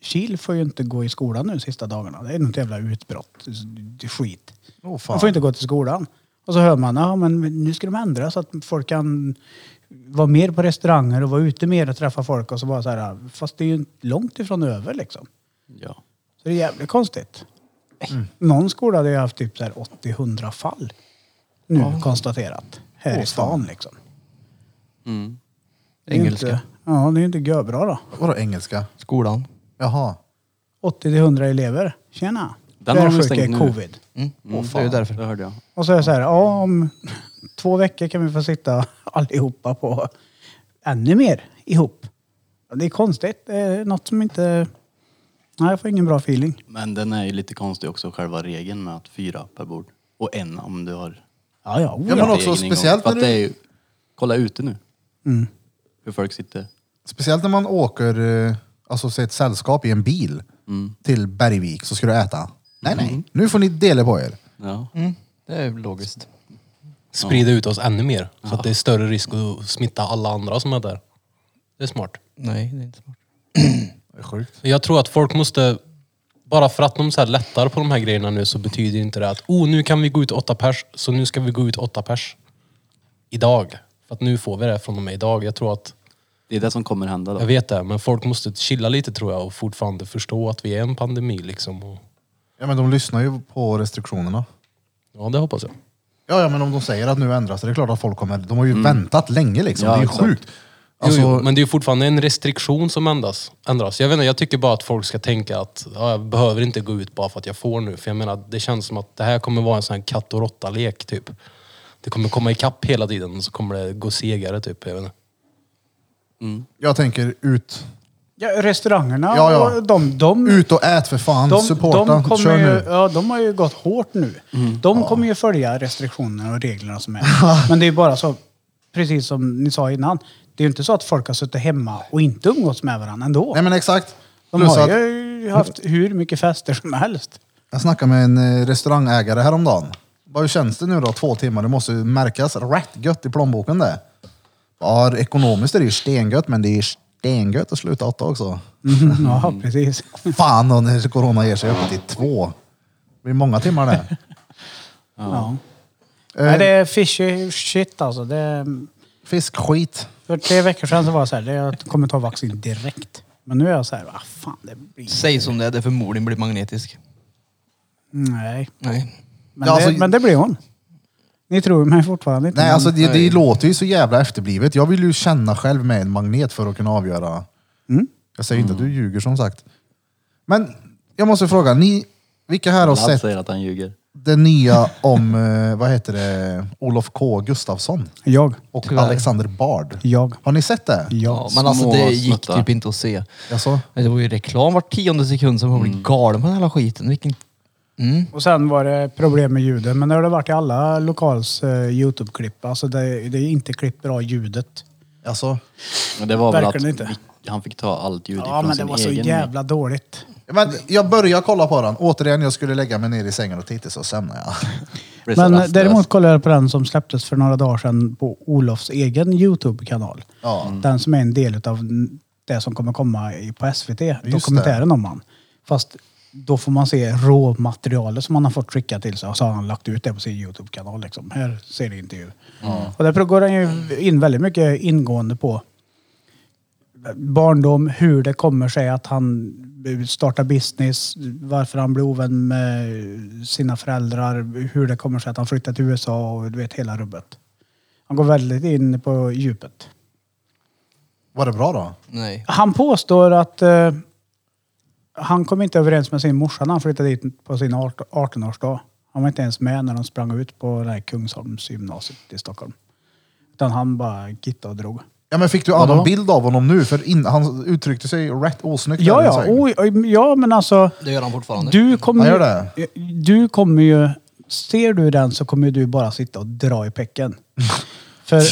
Speaker 2: Kil får ju inte gå i skolan nu sista dagarna. Det är något jävla utbrott. Det är skit.
Speaker 1: Åh, fan.
Speaker 2: man får inte gå till skolan. Och så hör man, ja men nu ska de ändra så att folk kan vara mer på restauranger och vara ute mer och träffa folk och så bara så här, fast det är ju långt ifrån över liksom.
Speaker 3: Ja.
Speaker 2: Så det är jävligt konstigt. Någon skola hade ju haft typ så här 80-100 fall nu konstaterat. Här i stan liksom.
Speaker 3: Mm.
Speaker 2: Det är ju
Speaker 4: Engelska.
Speaker 2: Inte, ja, det är ju inte görbra då.
Speaker 1: Vadå engelska?
Speaker 4: Skolan.
Speaker 1: Jaha.
Speaker 2: 80-100 elever. Tjena!
Speaker 3: Den
Speaker 2: Den
Speaker 3: har
Speaker 2: har
Speaker 3: de
Speaker 2: sjuka
Speaker 3: stängt
Speaker 2: är
Speaker 3: nu.
Speaker 2: covid.
Speaker 4: Mm.
Speaker 3: Mm,
Speaker 4: det är ju därför.
Speaker 3: Det hörde jag.
Speaker 2: Och så är det så här, ja om två veckor kan vi få sitta allihopa på ännu mer ihop. Ja, Det är konstigt. Det är något som inte... Nej, jag får ingen bra feeling.
Speaker 3: Men den är ju lite konstig också, själva regeln med att fyra per bord. Och en om du har
Speaker 2: Ja,
Speaker 1: Ja,
Speaker 2: ja.
Speaker 1: men
Speaker 3: egen
Speaker 1: också
Speaker 3: ingång.
Speaker 1: speciellt
Speaker 3: För
Speaker 1: när
Speaker 3: att det är
Speaker 1: du,
Speaker 3: ju, kolla ute nu
Speaker 2: Mm.
Speaker 3: hur folk sitter.
Speaker 1: speciellt när man åker, eh, alltså säg ett sällskap i en bil
Speaker 2: Mm.
Speaker 1: till Bergvik så ska du äta. Nej, nej. Nu får ni dela på er.
Speaker 3: Ja.
Speaker 4: Mm. Det är ju logiskt.
Speaker 6: Sprida ut oss ännu mer. Så att det är större risk att smitta alla andra som är där. Det är smart.
Speaker 4: Nej, det är inte smart.
Speaker 1: Det är sjukt.
Speaker 6: Jag tror att folk måste... Bara för att de så här lättar på de här grejerna nu så betyder inte det att oh, nu kan vi gå ut åtta pers, så nu ska vi gå ut åtta pers. Idag. För att nu får vi det från och med idag. Jag tror att...
Speaker 3: Det är det som kommer hända
Speaker 6: Jag
Speaker 3: då.
Speaker 6: vet det, men folk måste chilla lite tror jag och fortfarande förstå att vi är en pandemi liksom. Och,
Speaker 1: Ja, men de lyssnar ju på restriktionerna.
Speaker 6: ja, det hoppas jag.
Speaker 1: Ja, ja, men om de säger att nu ändras det, det är klart att folk kommer. De har ju
Speaker 2: Mm.
Speaker 1: väntat länge liksom.
Speaker 3: Ja,
Speaker 1: det är ju
Speaker 3: exakt.
Speaker 1: sjukt. Alltså,
Speaker 6: jo, jo, men det är ju fortfarande en restriktion som ändras. ändras. Jag, vet inte, jag tycker bara att folk ska tänka att ja, jag behöver inte gå ut bara för att jag får nu. För jag menar, det känns som att det här kommer vara en sån här katt och råtta-lek typ. Det kommer komma ikapp hela tiden och så kommer det gå segare typ. Jag vet inte.
Speaker 1: Jag tänker ut,
Speaker 2: Ja, restaurangerna,
Speaker 1: Ja, ja.
Speaker 2: och De, de,
Speaker 1: ut och ät för fan.
Speaker 2: de,
Speaker 1: Supporta,
Speaker 2: de, kommer
Speaker 1: kör
Speaker 2: ju,
Speaker 1: nu. Mm.
Speaker 2: ja, de har ju gått hårt nu. De kommer ju följa restriktionerna och reglerna som är. Men det är ju bara så, precis som ni sa innan, det är ju inte så att folk har suttit hemma och inte umgåtts med varandra ändå.
Speaker 1: Nej men exakt.
Speaker 2: De
Speaker 1: Plus
Speaker 2: har
Speaker 1: att,
Speaker 2: ju haft hur mycket fester som helst.
Speaker 1: Jag snackade med en eh, restaurangägare häromdagen. Bara, hur känns det nu då? Två timmar, det måste ju märkas rätt gött i plånboken det. Ja, ekonomiskt är det ju stengött, men det är stengött att sluta åtta också. Mm.
Speaker 2: Ja, precis.
Speaker 1: Fan, och när corona ger sig upp till två. Det blir många timmar Eh, det.
Speaker 2: Ja. Nej, det är fishy shit alltså. Det,
Speaker 1: Fiskskit.
Speaker 2: för tre veckor sedan så var jag så här, det- jag kommer ta vaccin direkt. Men nu är jag så här, ah, fan det blir...
Speaker 4: Säg som det är, det är förmodligen blir magnetisk.
Speaker 2: Nej.
Speaker 4: Nej.
Speaker 2: Men,
Speaker 1: Ja,
Speaker 2: det,
Speaker 1: alltså-
Speaker 2: men det blir hon. Ni tror mig fortfarande inte.
Speaker 1: Nej,
Speaker 2: men-
Speaker 1: alltså det, det
Speaker 4: Nej.
Speaker 1: låter ju så jävla efterblivet. Jag vill ju känna själv med en magnet för att kunna avgöra.
Speaker 2: Mm.
Speaker 1: Jag säger inte att du ljuger som sagt. Men jag måste fråga, ni, vilka här har
Speaker 3: Ladd
Speaker 1: sett
Speaker 3: säger att han ljuger.
Speaker 1: det nya om, eh, vad heter det, Olof K Gustafsson
Speaker 2: Jag.
Speaker 1: och
Speaker 4: Tyvärr.
Speaker 1: Alexander Bard.
Speaker 2: Jag.
Speaker 1: Har ni sett det?
Speaker 4: Ja,
Speaker 2: Jag.
Speaker 4: men alltså
Speaker 3: små
Speaker 4: det gick
Speaker 3: snuttar.
Speaker 4: typ inte att se.
Speaker 1: Alltså,
Speaker 4: Det var ju reklam var tionde sekund som man blev
Speaker 2: Mm.
Speaker 4: galen på den hela skiten. Vilken... Mm.
Speaker 2: Och sen var det problem med ljudet. Men det har det varit i alla lokals eh, Youtube-klipp. Alltså det, det är inte klippt bra ljudet.
Speaker 1: alltså.
Speaker 3: Men det var väl att
Speaker 2: Verkligen inte.
Speaker 3: vi- han fick ta allt ljud
Speaker 2: Ja,
Speaker 3: ifrån
Speaker 2: men det
Speaker 3: sin
Speaker 2: var så
Speaker 3: egen
Speaker 2: jävla dåligt.
Speaker 1: Men jag börjar kolla på den. Återigen, jag skulle lägga mig ner i sängen och titta så somnade jag.
Speaker 3: mick.
Speaker 2: Men eh,
Speaker 3: Rastlös.
Speaker 2: däremot kollade jag på den som släpptes för några dagar sedan på Olofs egen Youtube-kanal.
Speaker 1: Ja.
Speaker 2: Den som är en del av det som kommer komma i- på SVT,
Speaker 1: det.
Speaker 2: dokumentären om han. Fast då får man se råmaterialet som han har fått skicka till sig och så har han lagt ut det på sin Youtube-kanal. Liksom. Här ser ni intervju. Och där går han ju in väldigt mycket ingående på barndom, hur det kommer sig att han startar business, varför han blir ovän med sina föräldrar, hur det kommer sig att han flyttar till USA och du vet hela rubbet. Han går väldigt in på djupet.
Speaker 1: Var det bra då?
Speaker 4: Nej.
Speaker 2: Han påstår att eh, han kom inte överens med sin morsa när han flyttade dit på sin 18- 18-årsdag. Han var inte ens med när de sprang ut på det här Kungsholmsgymnasiet i Stockholm. Utan han bara gittade och drog.
Speaker 1: Ja, men fick du annan
Speaker 2: Vadå?
Speaker 1: bild av honom nu? För in, han uttryckte sig rätt osnyggt. där
Speaker 2: Ja,
Speaker 1: i
Speaker 2: ja.
Speaker 1: sängen.
Speaker 2: Oj, oj, ja, men alltså.
Speaker 4: Det gör han fortfarande.
Speaker 2: Du kommer,
Speaker 1: Han
Speaker 2: ju-
Speaker 1: gör
Speaker 2: du kommer ju... Ser du den så kommer du bara sitta och dra i pecken. För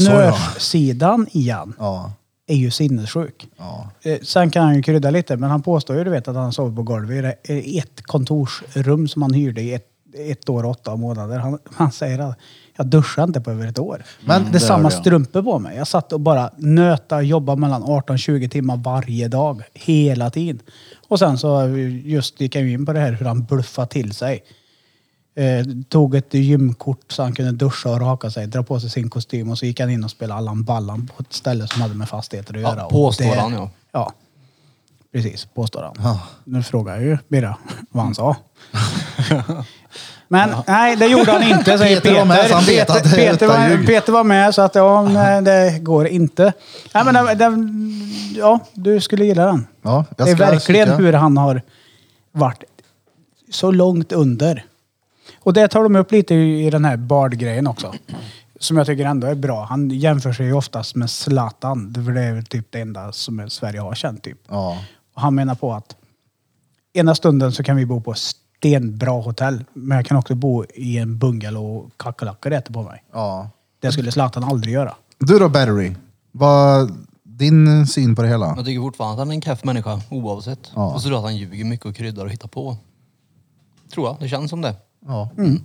Speaker 2: entreprenörssidan igen
Speaker 1: ja.
Speaker 2: är ju sinnessjuk.
Speaker 1: ja.
Speaker 2: Eh, Sen kan han ju krydda lite, men han påstår ju du vet, att han sov på golvet i det- i ett kontorsrum som han hyrde i ett, ett år och åtta månader. Han, han säger att Jag duschade inte på över ett år. Mm,
Speaker 1: Men-
Speaker 2: det är samma
Speaker 3: hörde jag.
Speaker 2: strumpor på mig. Jag satt och bara nöta och jobbade mellan 18-20 timmar varje dag. Hela tiden. Och sen så eh, just gick jag in på det här hur han bluffade till sig. Eh, tog ett gymkort så han kunde duscha och raka sig, dra på sig sin kostym och så gick han in och spelade Allan Ballan på ett ställe som hade med fastigheter att
Speaker 4: Ja,
Speaker 2: göra. Och
Speaker 4: påstår
Speaker 2: det-
Speaker 4: han, ja.
Speaker 2: Ja, precis. Påstår han.
Speaker 1: Ja.
Speaker 2: Nu frågar jag ju Birra vad han sa. Men nej, det gjorde han inte, säger
Speaker 1: Peter
Speaker 2: Peter.
Speaker 1: var med, så han vet att det är
Speaker 2: Peter, Peter,
Speaker 1: utan
Speaker 2: var,
Speaker 1: ljug.
Speaker 2: Peter var med, så att ja, nej, det går inte. Nej, men den, den, ja, du skulle gilla den.
Speaker 1: Ja, jag
Speaker 2: det är
Speaker 1: ska
Speaker 2: verkligen
Speaker 1: kika.
Speaker 2: hur han har varit så långt under. Och det tar de upp lite i i den här Bard-grejen också. Som jag tycker ändå är bra. Han jämför sig ju oftast med Zlatan. För det är väl typ det enda som Sverige har känt typ.
Speaker 1: Ja.
Speaker 2: Och han menar på att ena stunden så kan vi bo på stenbra hotell. Men jag kan också bo i en bungalow och kackerlackor äter på mig.
Speaker 1: ja.
Speaker 2: Det skulle Zlatan aldrig göra.
Speaker 1: Du då Battery, vad din syn på det hela?
Speaker 4: Jag tycker fortfarande att han är en keff människa oavsett.
Speaker 1: Ja.
Speaker 4: Och så tror jag att han ljuger mycket och kryddar och hittar på. Tror jag, det känns som det.
Speaker 1: Ja.
Speaker 4: Mm.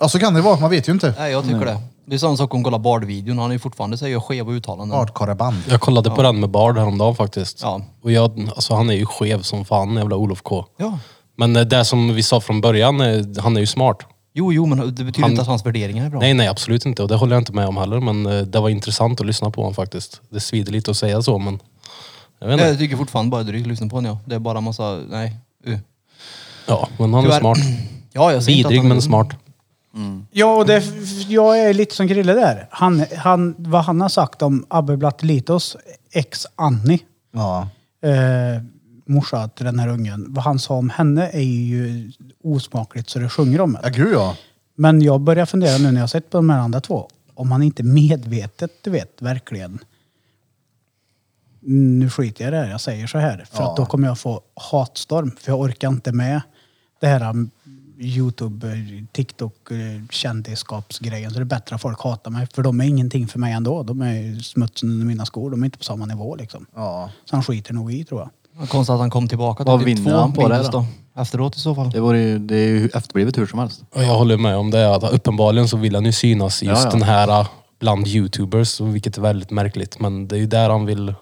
Speaker 1: ja, så kan det vara. Man vet ju inte.
Speaker 4: Nej, jag tycker det. Det är samma sak om kollar Bard-videon. Han är ju fortfarande så här, gör skeva uttalanden.
Speaker 1: Artkoreband.
Speaker 6: Jag kollade på den med Bard häromdagen faktiskt.
Speaker 4: Ja.
Speaker 6: Och jag, alltså, han är ju skev som fan, jävla Olof K.
Speaker 4: Ja.
Speaker 6: Men eh, det som vi sa från början, eh, han är ju smart.
Speaker 4: Jo, jo, men det betyder
Speaker 6: Han-
Speaker 4: inte att hans värderingar är bra.
Speaker 6: Nej, nej, absolut inte. Och det håller jag inte med om heller. Men eh, det var intressant att lyssna på honom faktiskt. Det svider lite att säga så, men... Jag vet
Speaker 4: Nej,
Speaker 6: inte.
Speaker 4: jag tycker fortfarande bara drygt lyssna på honom. Ja. Det är bara massa, nej. Uh.
Speaker 6: Ja, men han är
Speaker 4: Tyvärr.
Speaker 6: smart.
Speaker 4: Ja, jag ser inte att
Speaker 6: Vidrig
Speaker 4: han är
Speaker 6: men
Speaker 4: dum.
Speaker 6: smart.
Speaker 2: Ja, och det, f- jag är lite som Grille där. Han, han, vad han har sagt om Abbe Blattelitos ex Annie,
Speaker 1: Ja.
Speaker 2: eh, morsa till den här ungen. Vad han sa om henne är ju osmakligt så det sjunger om
Speaker 1: ja,
Speaker 2: det.
Speaker 1: gud ja.
Speaker 2: Men jag börjar fundera nu när jag sett på de här andra två. Om han inte medvetet, du vet, verkligen. Nu skiter jag i det här, jag säger så här. För att då kommer jag få hatstorm. För jag orkar inte med det här um, Youtube, eh, TikTok, eh, kändisskapsgrejen. Så det är bättre att folk hatar mig. För de är ingenting för mig ändå. De är ju smutsen under mina skor. De är inte på samma nivå liksom.
Speaker 1: Ja.
Speaker 2: Så han skiter nog i tror jag.
Speaker 4: Konstigt att han kom tillbaka. typ
Speaker 3: Vad
Speaker 4: Det blev
Speaker 3: vinner
Speaker 4: två
Speaker 3: han på det
Speaker 4: Beatles
Speaker 3: då?
Speaker 4: Efteråt i så fall.
Speaker 3: Det, var ju, det är ju efterblivet hur som helst.
Speaker 6: Och jag håller med om det. Att uppenbarligen så vill han ju synas i just
Speaker 3: Ja, ja.
Speaker 6: den här eh, bland youtubers, vilket är väldigt märkligt. Men det är ju där han vill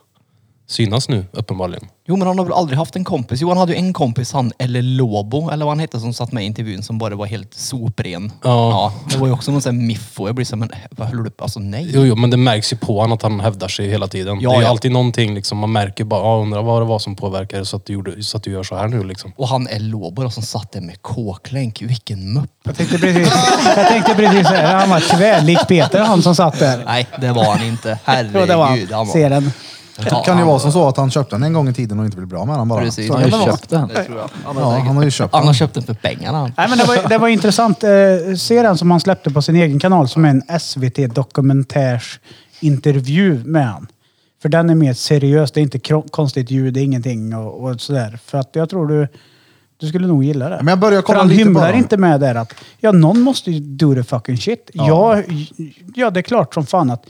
Speaker 6: synas nu, uppenbarligen.
Speaker 4: Jo, men han har väl aldrig haft en kompis. Jo, han hade ju en kompis, han eller Lobo, eller vad han hette, som satt med i intervjun som bara var helt sopren.
Speaker 6: Ja.
Speaker 4: det var ju också någon sån här miffo. Jag blir så här, men vad håller du på Alltså nej.
Speaker 6: Jo, jo, men det märks ju på honom att han hävdar sig hela tiden.
Speaker 4: Ja,
Speaker 6: det är ju
Speaker 4: ja.
Speaker 6: alltid någonting liksom, man märker bara, ah, undrar vad det var som påverkade så att du, gjorde, så att du gör så här nu liksom.
Speaker 4: Och han är Lobo då, som satt där med kåklänk. Vilken mupp.
Speaker 2: Jag tänkte precis, jag tänkte precis säga Han var tvärlik Peter, han som satt där.
Speaker 4: Nej, det var han inte.
Speaker 2: Ja,
Speaker 4: Herregud.
Speaker 2: det var han. Ser den.
Speaker 1: Det kan ju vara som så att han köpte den en gång i tiden och inte ville bli av med den bara.
Speaker 4: Precis.
Speaker 1: Så
Speaker 4: Han
Speaker 1: kan
Speaker 4: har
Speaker 1: det
Speaker 4: ju
Speaker 1: vara.
Speaker 4: köpt den. Det tror jag. Han har
Speaker 1: Ja,
Speaker 4: säkert-
Speaker 1: han har ju köpt
Speaker 4: han
Speaker 1: den.
Speaker 4: har köpt den för pengarna. han.
Speaker 2: Nej, men det, var, det var intressant. Eh, serien som han släppte på sin egen kanal som är en SVT-dokumentärsintervju med han. För den är mer seriös. Det är inte kro- konstigt ljud, det är ingenting och, och sådär. För att jag tror du, du skulle nog gilla det.
Speaker 1: Men jag börjar kolla
Speaker 2: För han
Speaker 1: lite på
Speaker 2: hymlar
Speaker 1: dem.
Speaker 2: inte med där att ja, någon måste ju do the fucking shit. Ja. ja, det är klart som fan att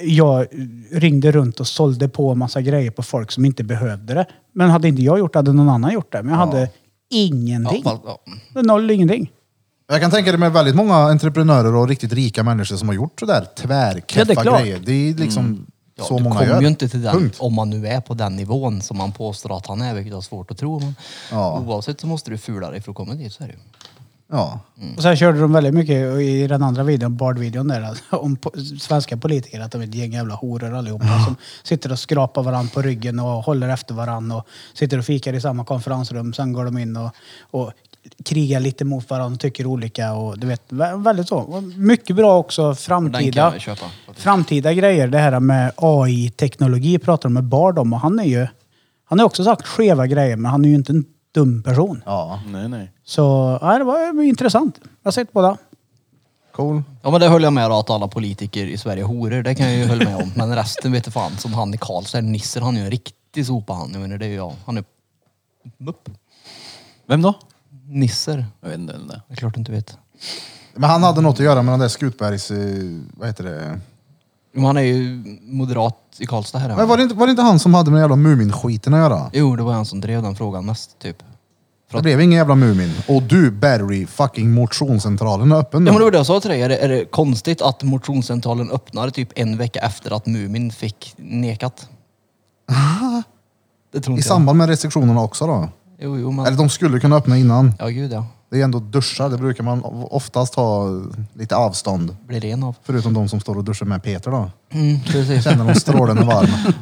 Speaker 2: jag ringde runt och sålde på en massa grejer på folk som inte behövde det. Men hade inte jag gjort det hade någon annan gjort det. Men jag hade ingenting.
Speaker 4: Ja, ja.
Speaker 2: Noll ingenting.
Speaker 1: Jag kan tänka det med väldigt många entreprenörer och riktigt rika människor som har gjort sådär
Speaker 2: Ja, det är
Speaker 1: tvärkeffa
Speaker 2: klart.
Speaker 1: grejer. Det är liksom
Speaker 4: Mm. Ja,
Speaker 1: så
Speaker 4: du
Speaker 1: många
Speaker 4: kommer
Speaker 1: gör.
Speaker 4: ju inte till den,
Speaker 1: Punkt.
Speaker 4: om man nu är på den nivån som man påstår att han är, vilket jag har svårt att tro. Men
Speaker 1: Ja.
Speaker 4: Oavsett så måste du fula dig för att komma dit, så är det ju.
Speaker 1: Ja.
Speaker 4: Mm.
Speaker 2: Och sen körde de väldigt mycket i den andra videon, Bard-videon där, alltså, om po svenska politiker, att de är ett gäng jävla horor allihopa som sitter och skrapar varandra på ryggen och håller efter varandra och sitter och fikar i samma konferensrum. Sen går de in och, och krigar lite mot varandra och tycker olika och du vet, vä- väldigt så. Och Mycket bra också
Speaker 4: Den kan
Speaker 2: framtida,
Speaker 4: jag köpa, faktiskt.
Speaker 2: framtida grejer. Det här med AI-teknologi pratar de med Bard om och han är ju, han har också sagt skeva grejer men han är ju inte en dum person.
Speaker 1: ja,
Speaker 3: Nej, nej.
Speaker 2: Så ja, det var intressant. Jag har sett båda.
Speaker 1: cool.
Speaker 4: Ja men det höll jag med om, att alla politiker i Sverige är horor, det kan jag ju hålla med om. Men resten vet du fan, som han i Karlstad, Nisser, han är ju en riktig sopa han. Jag menar det är ju jag. Han är mupp.
Speaker 3: Vem då?
Speaker 4: Nisser.
Speaker 3: Jag vet inte. vem det är.
Speaker 4: Det är klart du inte vet.
Speaker 1: Men han hade något att göra med den där Skutbergs, eh, vad heter det?
Speaker 4: Men han är ju moderat i Karlstad här. är han.
Speaker 1: Men var det, inte, var det inte han som hade med den jävla Mumin-skiten att göra?
Speaker 4: Jo, det var han som drev den frågan mest typ.
Speaker 1: Det blev ingen jävla Mumin. Och du Barry, fucking motionscentralen är öppen nu.
Speaker 4: Ja, men det var det jag sa till dig. Är det, är det konstigt att motionscentralen öppnade typ en vecka efter att Mumin fick nekat? Det tror
Speaker 1: I
Speaker 4: inte jag.
Speaker 1: samband med restriktionerna också då?
Speaker 4: Jo, jo, men...
Speaker 1: Eller de skulle kunna öppna innan.
Speaker 4: Ja, gud ja.
Speaker 1: Det är ändå duschar, det brukar man oftast ha lite avstånd.
Speaker 4: Blir ren av.
Speaker 1: Förutom de som står och duschar med Peter då.
Speaker 4: Mm, precis.
Speaker 1: Känner de strålen är varm.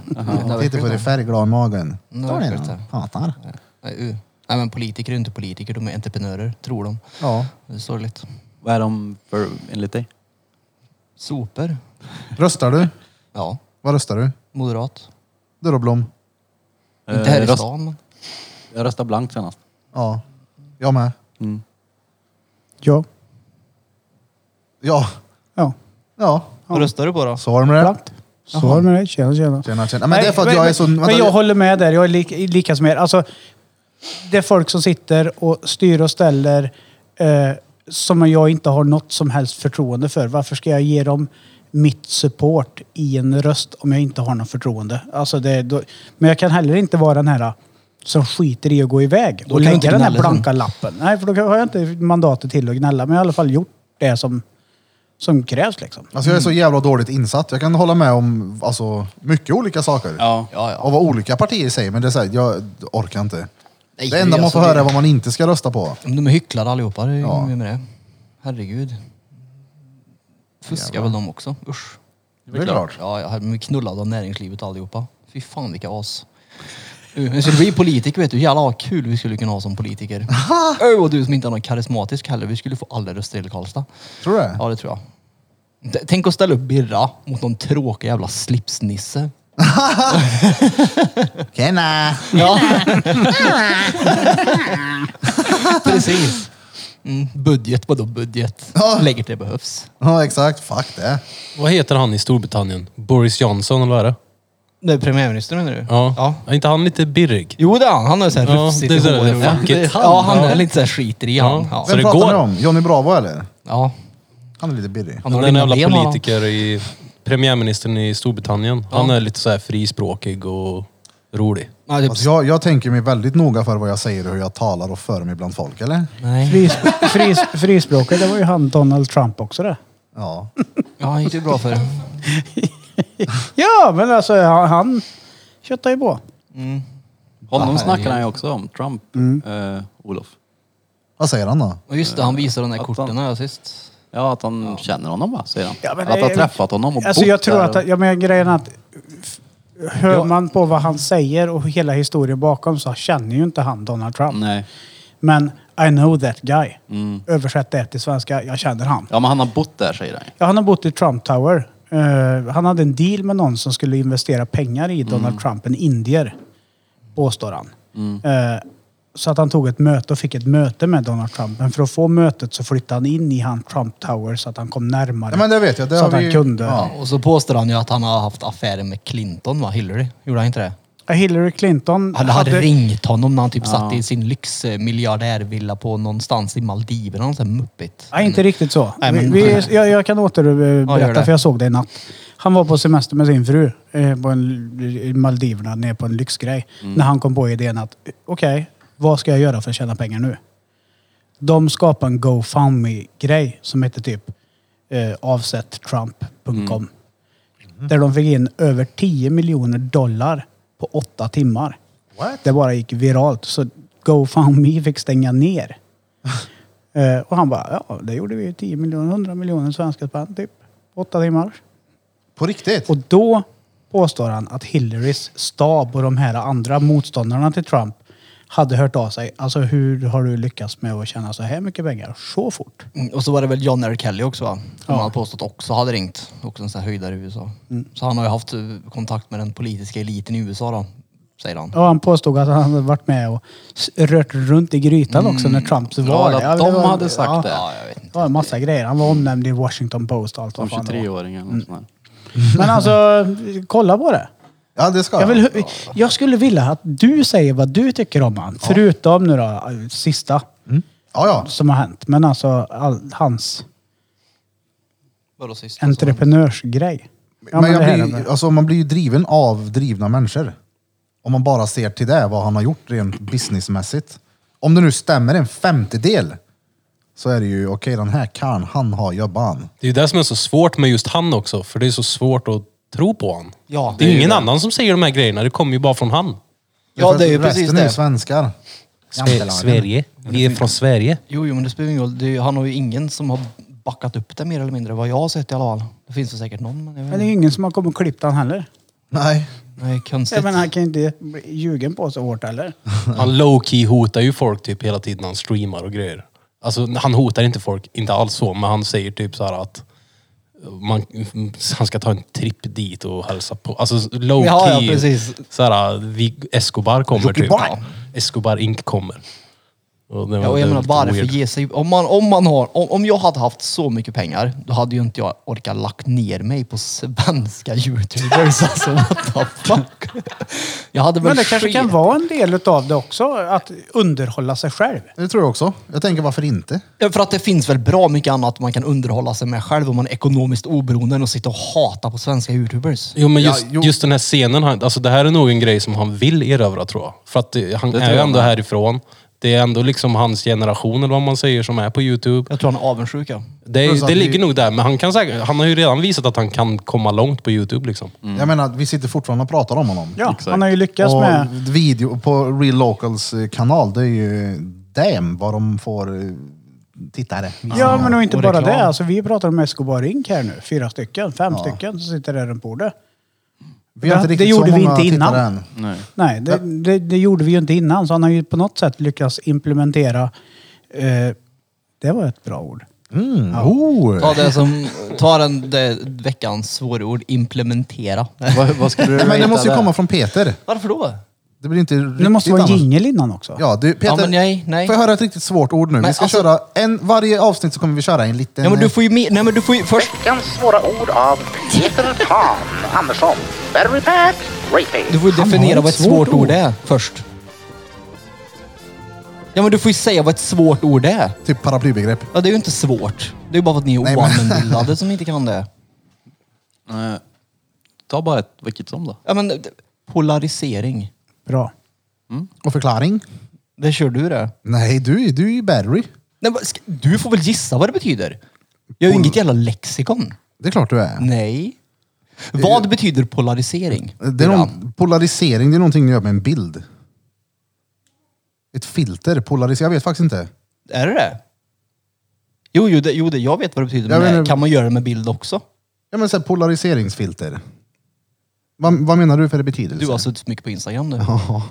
Speaker 4: Ja,
Speaker 1: Titta på det typ färgglada magen.
Speaker 4: Ja,
Speaker 1: Står det
Speaker 4: exakt.
Speaker 1: någon? Pratar.
Speaker 4: Nej, u. Nej, men politiker är inte politiker. De är entreprenörer, tror de.
Speaker 1: Ja.
Speaker 4: Det är sorgligt.
Speaker 3: Vad är de för enligt dig?
Speaker 4: Sopor?
Speaker 1: Röstar du?
Speaker 4: Ja.
Speaker 1: Vad röstar du?
Speaker 4: Moderat.
Speaker 1: Du då Blom?
Speaker 4: Inte här
Speaker 3: Eh,
Speaker 4: i
Speaker 3: röst-
Speaker 4: stan. men-
Speaker 3: Jag röstade blankt senast.
Speaker 1: Ja. Jag med.
Speaker 3: Mm.
Speaker 2: Ja.
Speaker 1: Ja.
Speaker 2: Ja.
Speaker 1: Ja.
Speaker 4: Vad röstar du på då?
Speaker 1: Så var det med det.
Speaker 2: Blankt. Så var det med det. Tjena, tjena.
Speaker 1: Tjena, tjena. Men det är för att jag är så...
Speaker 2: Men,
Speaker 1: Vänta,
Speaker 2: men jag håller med där. Jag är lika, lika som er. Alltså, det är folk som sitter och styr och ställer eh, som jag inte har något som helst förtroende för. Varför ska jag ge dem mitt support i en röst om jag inte har något förtroende? Alltså det, är då, men jag kan heller inte vara den här eh, som skiter i att gå iväg
Speaker 4: Då
Speaker 2: och
Speaker 4: kan du
Speaker 2: lägga
Speaker 4: inte
Speaker 2: den här
Speaker 4: gnälla sen.
Speaker 2: blanka lappen. Nej, för då har jag inte mandatet till att gnälla. Men jag har i alla fall gjort det som, som krävs liksom.
Speaker 1: Alltså jag är så jävla dåligt insatt. Jag kan hålla med om alltså, mycket olika saker.
Speaker 3: Ja.
Speaker 4: Ja, ja.
Speaker 1: Och vad olika partier säger, men det är så här, jag orkar inte.
Speaker 4: Nej,
Speaker 1: det enda man
Speaker 4: alltså,
Speaker 1: får höra
Speaker 4: det-
Speaker 1: är vad man inte ska rösta på.
Speaker 4: De är hycklare allihopa, det är
Speaker 1: Ja.
Speaker 4: ja. med det. Herregud. Fuskar väl de också? Usch.
Speaker 1: Det är klart.
Speaker 4: Ja, jag hade blivit knullad av näringslivet allihopa. Fy fan vilka as. Uh, Men skulle bli politiker vet du, jävlar vad kul vi skulle kunna ha som politiker. Ö, och du som inte är någon karismatisk heller, vi skulle få alla röster i Karlstad.
Speaker 1: Tror du det?
Speaker 4: Ja, det tror jag. T- Tänk att ställa upp Birra mot någon tråkig jävla slipsnisse.
Speaker 1: Tjena!
Speaker 4: Ja. Precis. Mm, budget, vadå budget? Lägger till det behövs.
Speaker 1: Ja, exakt. Fuck det.
Speaker 6: Vad heter han i Storbritannien? Boris Johnson eller vad är det?
Speaker 4: Det är premiärministern menar du?
Speaker 6: Ja. Är inte han lite birrig?
Speaker 4: Jo det är han, han har såhär
Speaker 6: Ja,
Speaker 4: rufsigt
Speaker 6: det är
Speaker 4: hår.
Speaker 6: så där,
Speaker 4: och fan.
Speaker 6: fuck it.
Speaker 4: Ja, han är lite såhär skiter i han. Ja.
Speaker 6: Så
Speaker 1: Vem
Speaker 6: det
Speaker 1: pratar
Speaker 6: går?
Speaker 1: ni om? Johnny Bravo eller?
Speaker 4: ja.
Speaker 1: Han är lite birrig.
Speaker 4: Han
Speaker 6: Han
Speaker 4: har
Speaker 6: är en
Speaker 4: lite ben,
Speaker 6: jävla
Speaker 4: har han.
Speaker 6: politiker i... Premiärministern i Storbritannien. Han
Speaker 4: Ja.
Speaker 6: är lite så här frispråkig och rolig.
Speaker 4: Ja, det är
Speaker 1: Alltså, jag, jag tänker mig väldigt noga för vad jag säger och hur jag talar och för mig bland folk, eller?
Speaker 4: Nej.
Speaker 2: Fris, fris, frispråket, det var ju han Donald Trump också det.
Speaker 1: Ja.
Speaker 4: Ja, gick det bra för.
Speaker 2: Ja, men alltså han, han köttar ju på.
Speaker 3: Honom
Speaker 4: Ah,
Speaker 3: snackar
Speaker 4: herregud.
Speaker 3: han ju också om, Trump,
Speaker 2: Mm.
Speaker 3: eh, Olof.
Speaker 1: Vad säger han då?
Speaker 4: Och just det, han visade de där
Speaker 3: Att
Speaker 4: korten
Speaker 3: han-
Speaker 4: här sist.
Speaker 3: Ja, att han känner honom va, säger han.
Speaker 2: Ja, men
Speaker 3: att han
Speaker 2: det-
Speaker 3: träffat honom och
Speaker 2: Alltså
Speaker 3: bott
Speaker 2: jag tror
Speaker 3: där
Speaker 2: att, ja men grejen är att f- hör man på vad han säger och hela historien bakom så känner ju inte han Donald
Speaker 3: och...
Speaker 2: Trump.
Speaker 3: Nej. Mm.
Speaker 2: Men I know that guy. Översätt det till svenska, jag känner han.
Speaker 3: Ja, men han har bott där säger han ju.
Speaker 2: Ja, han har bott i Trump Tower. Eh, han hade en deal med någon som skulle investera pengar i Donald
Speaker 4: Mm.
Speaker 2: Trump, en indier, påstår han. Eh, så att han tog ett möte och fick ett möte med Donald Trump. Men för att få mötet så flyttade han in i han Trump Tower så att han kom närmare.
Speaker 1: Ja, men det vet jag. Det
Speaker 2: så
Speaker 1: har
Speaker 2: att han
Speaker 1: vi-
Speaker 2: kunde.
Speaker 1: ja.
Speaker 4: Och så påstår han ju att han har haft affärer med Clinton va, Hillary? Gjorde han inte det?
Speaker 2: Ja, Hillary Clinton
Speaker 4: Han hade, ringt honom när han typ satt i sin lyxmiljardärvilla på någonstans i Maldiverna. något sånt här Muppigt.
Speaker 2: Nej, inte riktigt så.
Speaker 4: Mm. Nej, men-
Speaker 2: vi, vi, jag, jag kan
Speaker 4: Ja,
Speaker 2: återberätta,
Speaker 4: gör det.
Speaker 2: för jag såg det i natt. Han var på semester med sin fru eh, på en, i Maldiverna, nere på en lyxgrej.
Speaker 4: Mm.
Speaker 2: När han kom på idén att, eh, okej, vad ska jag göra för att tjäna pengar nu? De skapade en GoFundMe-grej som hette typ eh, avsätttrump.com. Där de fick in över 10 miljoner dollar på åtta timmar.
Speaker 1: What?
Speaker 2: Det bara gick viralt. Så GoFundMe fick stänga ner. Eh, och han bara, ja det gjorde vi ju 10 miljoner, 100 miljoner svenska spänn typ. Åtta timmar.
Speaker 1: På riktigt?
Speaker 2: Och då påstår han att Hillarys stab och de här andra motståndarna till Trump hade hört av sig. Alltså hur har du lyckats med att tjäna så här mycket pengar så fort?
Speaker 4: Mm, Och så var det väl John R. Kelly också va? Som han hade påstått också hade ringt. Också en sån här höjdare i USA. Så han har ju haft eh, kontakt med den politiska eliten i USA då, säger han.
Speaker 2: Ja, han påstod att han hade varit med och s- rört runt i grytan också när Trump så var
Speaker 3: Mm. Ja,
Speaker 2: det.
Speaker 3: att
Speaker 2: det
Speaker 3: de
Speaker 2: var-
Speaker 3: hade sagt
Speaker 2: ja,
Speaker 3: det.
Speaker 4: Ja, jag vet inte.
Speaker 2: Det var en massa grejer. Han var omnämnd i Washington Post och allt
Speaker 3: Som
Speaker 2: vad fan det var.
Speaker 3: 23-åring
Speaker 1: Mm.
Speaker 3: eller något sånt där.
Speaker 2: Men alltså, kolla på det.
Speaker 1: Ja, det ska
Speaker 2: Jag,
Speaker 1: jag.
Speaker 2: vill, hu- jag skulle vilja att du säger vad du tycker om han. Förutom nu då, sista
Speaker 1: Ja, ja.
Speaker 2: som har hänt. Men alltså all, hans
Speaker 4: Vadå sist?
Speaker 2: entreprenörsgrej. Ja,
Speaker 1: men
Speaker 2: men det här
Speaker 1: jag
Speaker 2: är
Speaker 1: blir,
Speaker 2: det.
Speaker 1: alltså, man blir ju driven av drivna människor. Om man bara ser till det, vad han har gjort rent businessmässigt. Om det nu stämmer en femtedel så är det ju okej, den här karln, han har jobban.
Speaker 6: Det är ju det som är så svårt med just han också, för det är så svårt att tro på han.
Speaker 4: Ja,
Speaker 6: det är
Speaker 4: det är
Speaker 6: ingen
Speaker 4: ju det.
Speaker 6: annan som säger de här grejerna, det kommer ju bara från han.
Speaker 4: Ja, det är ju
Speaker 1: Resten
Speaker 4: precis
Speaker 1: är ju
Speaker 4: det.
Speaker 1: svenskar.
Speaker 7: Sve- Sverige. Vi är från Sverige.
Speaker 4: Jo, jo, men det spelar ingen roll. Det är, ju- han har ju ingen som har backat upp det mer eller mindre. Vad jag har sett i alla fall. Det finns väl säkert någon, men jag vet
Speaker 2: Men det är
Speaker 4: inte.
Speaker 2: ingen som har kommit och klippt han heller.
Speaker 1: Nej.
Speaker 4: Nej, konstigt.
Speaker 2: Jag menar, han kan ju inte bli ljugen på så hårt heller.
Speaker 6: Han low-key hotar ju folk typ hela tiden när han streamar och grejer. Alltså han hotar inte folk, inte alls så, men han säger typ så här att man, han ska ta en tripp dit och hälsa på. Alltså low-key.
Speaker 4: Ja, ja, precis.
Speaker 6: Så här, vi, Escobar kommer typ.
Speaker 1: Escobar.
Speaker 6: Escobar Inc kommer. Och det var-
Speaker 4: Ja, och
Speaker 6: det
Speaker 4: jag
Speaker 6: var
Speaker 4: menar
Speaker 6: lite
Speaker 4: varför
Speaker 6: weird.
Speaker 4: ge sig? Om, man, om, man har, om, om jag hade haft så mycket pengar, då hade ju inte jag orkat lagt ner mig på svenska youtubers. alltså what the fuck. Jag hade väl
Speaker 2: Men det kanske
Speaker 4: skit-
Speaker 2: kan vara en del utav det också, att underhålla sig själv.
Speaker 1: Det tror jag också. Jag tänker varför inte?
Speaker 4: Ja, För att det finns väl bra mycket annat man kan underhålla sig med själv om man är ekonomiskt oberoende än att sitta och hata på svenska youtubers.
Speaker 6: Jo men just,
Speaker 1: Ja, jo.
Speaker 6: just den här scenen, han- alltså det här är nog en grej som han vill erövra tror jag. För att det, han
Speaker 3: Det
Speaker 6: är
Speaker 3: tror
Speaker 6: ju
Speaker 3: jag
Speaker 6: ändå
Speaker 3: med.
Speaker 6: härifrån. Det är ändå liksom hans generation eller vad man säger som är på Youtube.
Speaker 4: Jag tror han är avundsjuk. Ja.
Speaker 6: Det, är,
Speaker 1: Plus att
Speaker 6: det ligger
Speaker 1: vi-
Speaker 6: nog där, men han, kan säkert, han har ju redan visat att han kan komma långt på Youtube liksom.
Speaker 1: Jag menar, vi sitter fortfarande och pratar om honom.
Speaker 2: Mm. Ja,
Speaker 3: Exakt.
Speaker 2: han har ju lyckats
Speaker 1: och
Speaker 2: med...
Speaker 1: video på Real Locals eh, kanal, det är ju damn vad de får eh, tittare.
Speaker 2: Ja, men och inte
Speaker 4: och
Speaker 2: bara
Speaker 4: reklam.
Speaker 2: det. Alltså, vi pratar om Escobar Inc här nu. Fyra stycken, fem stycken som sitter där runt bordet.
Speaker 1: vi har inte
Speaker 2: det
Speaker 1: riktigt
Speaker 2: gjorde
Speaker 1: så
Speaker 2: vi
Speaker 1: många
Speaker 2: inte innan.
Speaker 1: tittare än.
Speaker 3: Nej.
Speaker 2: Nej, det, det, det gjorde vi ju inte innan. Så han har ju på något sätt lyckats implementera... Eh, det var ett bra ord.
Speaker 1: Mm. Oh.
Speaker 4: Ta det som, ta den det, veckans svårord, implementera.
Speaker 3: Vad, vad skulle du
Speaker 1: Nej, men det
Speaker 3: rata
Speaker 1: måste ju komma från Peter.
Speaker 4: Varför då?
Speaker 1: Det blir inte riktigt
Speaker 2: Det måste vara
Speaker 1: annars.
Speaker 2: jingel innan också.
Speaker 1: Ja, du, Peter,
Speaker 4: Ja, men nej, nej.
Speaker 1: får jag höra ett riktigt svårt ord nu?
Speaker 4: Men
Speaker 1: vi ska
Speaker 4: alltså-
Speaker 1: köra en, varje avsnitt så kommer vi köra en liten...
Speaker 4: Ja, men du
Speaker 1: eh,
Speaker 4: får ju med, nej men du får ju först...
Speaker 8: Veckans svåra ord av Peter Pan Andersson. Battery pack, rating.
Speaker 4: Du får ju definiera vad ett svårt ord är först. Ja men du får ju säga vad ett svårt ord är.
Speaker 1: Typ paraplybegrepp.
Speaker 4: Ja det är ju inte svårt. Det är ju bara för att ni är
Speaker 1: Nej, men-
Speaker 4: oanvändbildade som inte kan det.
Speaker 3: Nej. Ta bara ett, vilket som då.
Speaker 4: Ja men d- polarisering.
Speaker 2: Bra.
Speaker 1: Och förklaring?
Speaker 4: Det kör du det.
Speaker 1: Nej, du, du är ju Barry.
Speaker 4: Nej, men ska- du får väl gissa vad det betyder? Jag har ju inget jävla lexikon.
Speaker 1: Det är klart du
Speaker 4: Mm.
Speaker 1: är.
Speaker 4: Nej. Vad betyder polarisering?
Speaker 1: Det är någon, polarisering, det är någonting du gör med en bild. Ett filter, polarisering. Jag vet faktiskt inte.
Speaker 4: Är det det? Jo, jo, det, jo det, jag vet vad det betyder.
Speaker 1: Jag
Speaker 4: Men
Speaker 1: menar-
Speaker 4: kan man göra det med bild också?
Speaker 1: Ja men så här, polariseringsfilter. Vad, vad menar du för betydelse?
Speaker 4: Du har suttit för mycket på Instagram nu.
Speaker 1: Ja,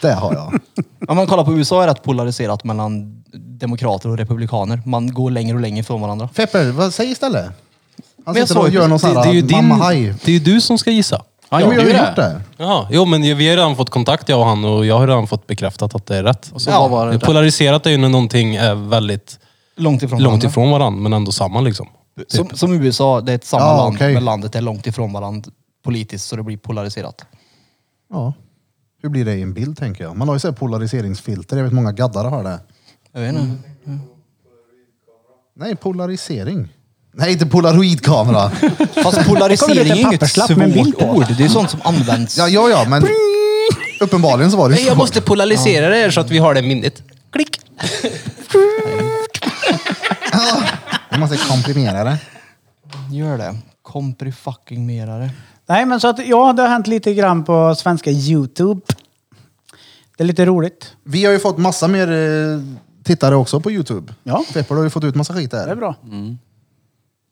Speaker 1: det har jag.
Speaker 4: Om man kollar på USA är det rätt polariserat mellan demokrater och republikaner. Man går längre och längre från varandra.
Speaker 1: Pepper, vad, säg istället. Han
Speaker 6: jag
Speaker 1: sitter
Speaker 6: sa
Speaker 1: och
Speaker 6: ju
Speaker 1: gör någon
Speaker 6: precis-
Speaker 1: sån
Speaker 6: det är ju
Speaker 1: här
Speaker 6: din-
Speaker 1: mamma haj.
Speaker 6: Det är ju du som ska gissa.
Speaker 1: Ja, men jag har
Speaker 3: gjorde
Speaker 1: ju gjort det.
Speaker 6: Ja, jo men vi har redan fått kontakt jag och han och jag har redan fått bekräftat att det är rätt.
Speaker 3: Och så ja. var det där.
Speaker 6: Polariserat är ju när någonting är väldigt
Speaker 4: Långt ifrån
Speaker 6: långt
Speaker 4: varandra.
Speaker 6: ifrån varandra men ändå samma liksom.
Speaker 4: Som, som USA, det är ett samma
Speaker 1: Ja,
Speaker 4: land,
Speaker 1: okej.
Speaker 4: men landet är långt ifrån varandra politiskt så det blir polariserat.
Speaker 1: Ja. Hur blir det i en bild tänker jag? Man har ju så här polariseringsfilter. Jag vet många gaddare har det.
Speaker 4: Jag vet inte.
Speaker 1: Mm. Nej, polarisering. Nej, inte polaroidkamera.
Speaker 4: Fast polarisering är ju inget svårt
Speaker 2: papperslapp med en bild på.
Speaker 4: ord. Det är ju sånt som används.
Speaker 1: ja, ja, ja, men uppenbarligen så var det ju så.
Speaker 6: polarisera det här så att vi har det minnet. Klick!
Speaker 1: Man måste komprimera det.
Speaker 4: Gör det. Kompri fucking merare.
Speaker 2: Nej, men så att ja, det har hänt lite grann på svenska Youtube. Det är lite roligt.
Speaker 1: Vi har ju fått massa mer eh, tittare också på Youtube.
Speaker 2: Ja.
Speaker 1: Pepper, du har ju fått ut massa skit där.
Speaker 2: Det är bra.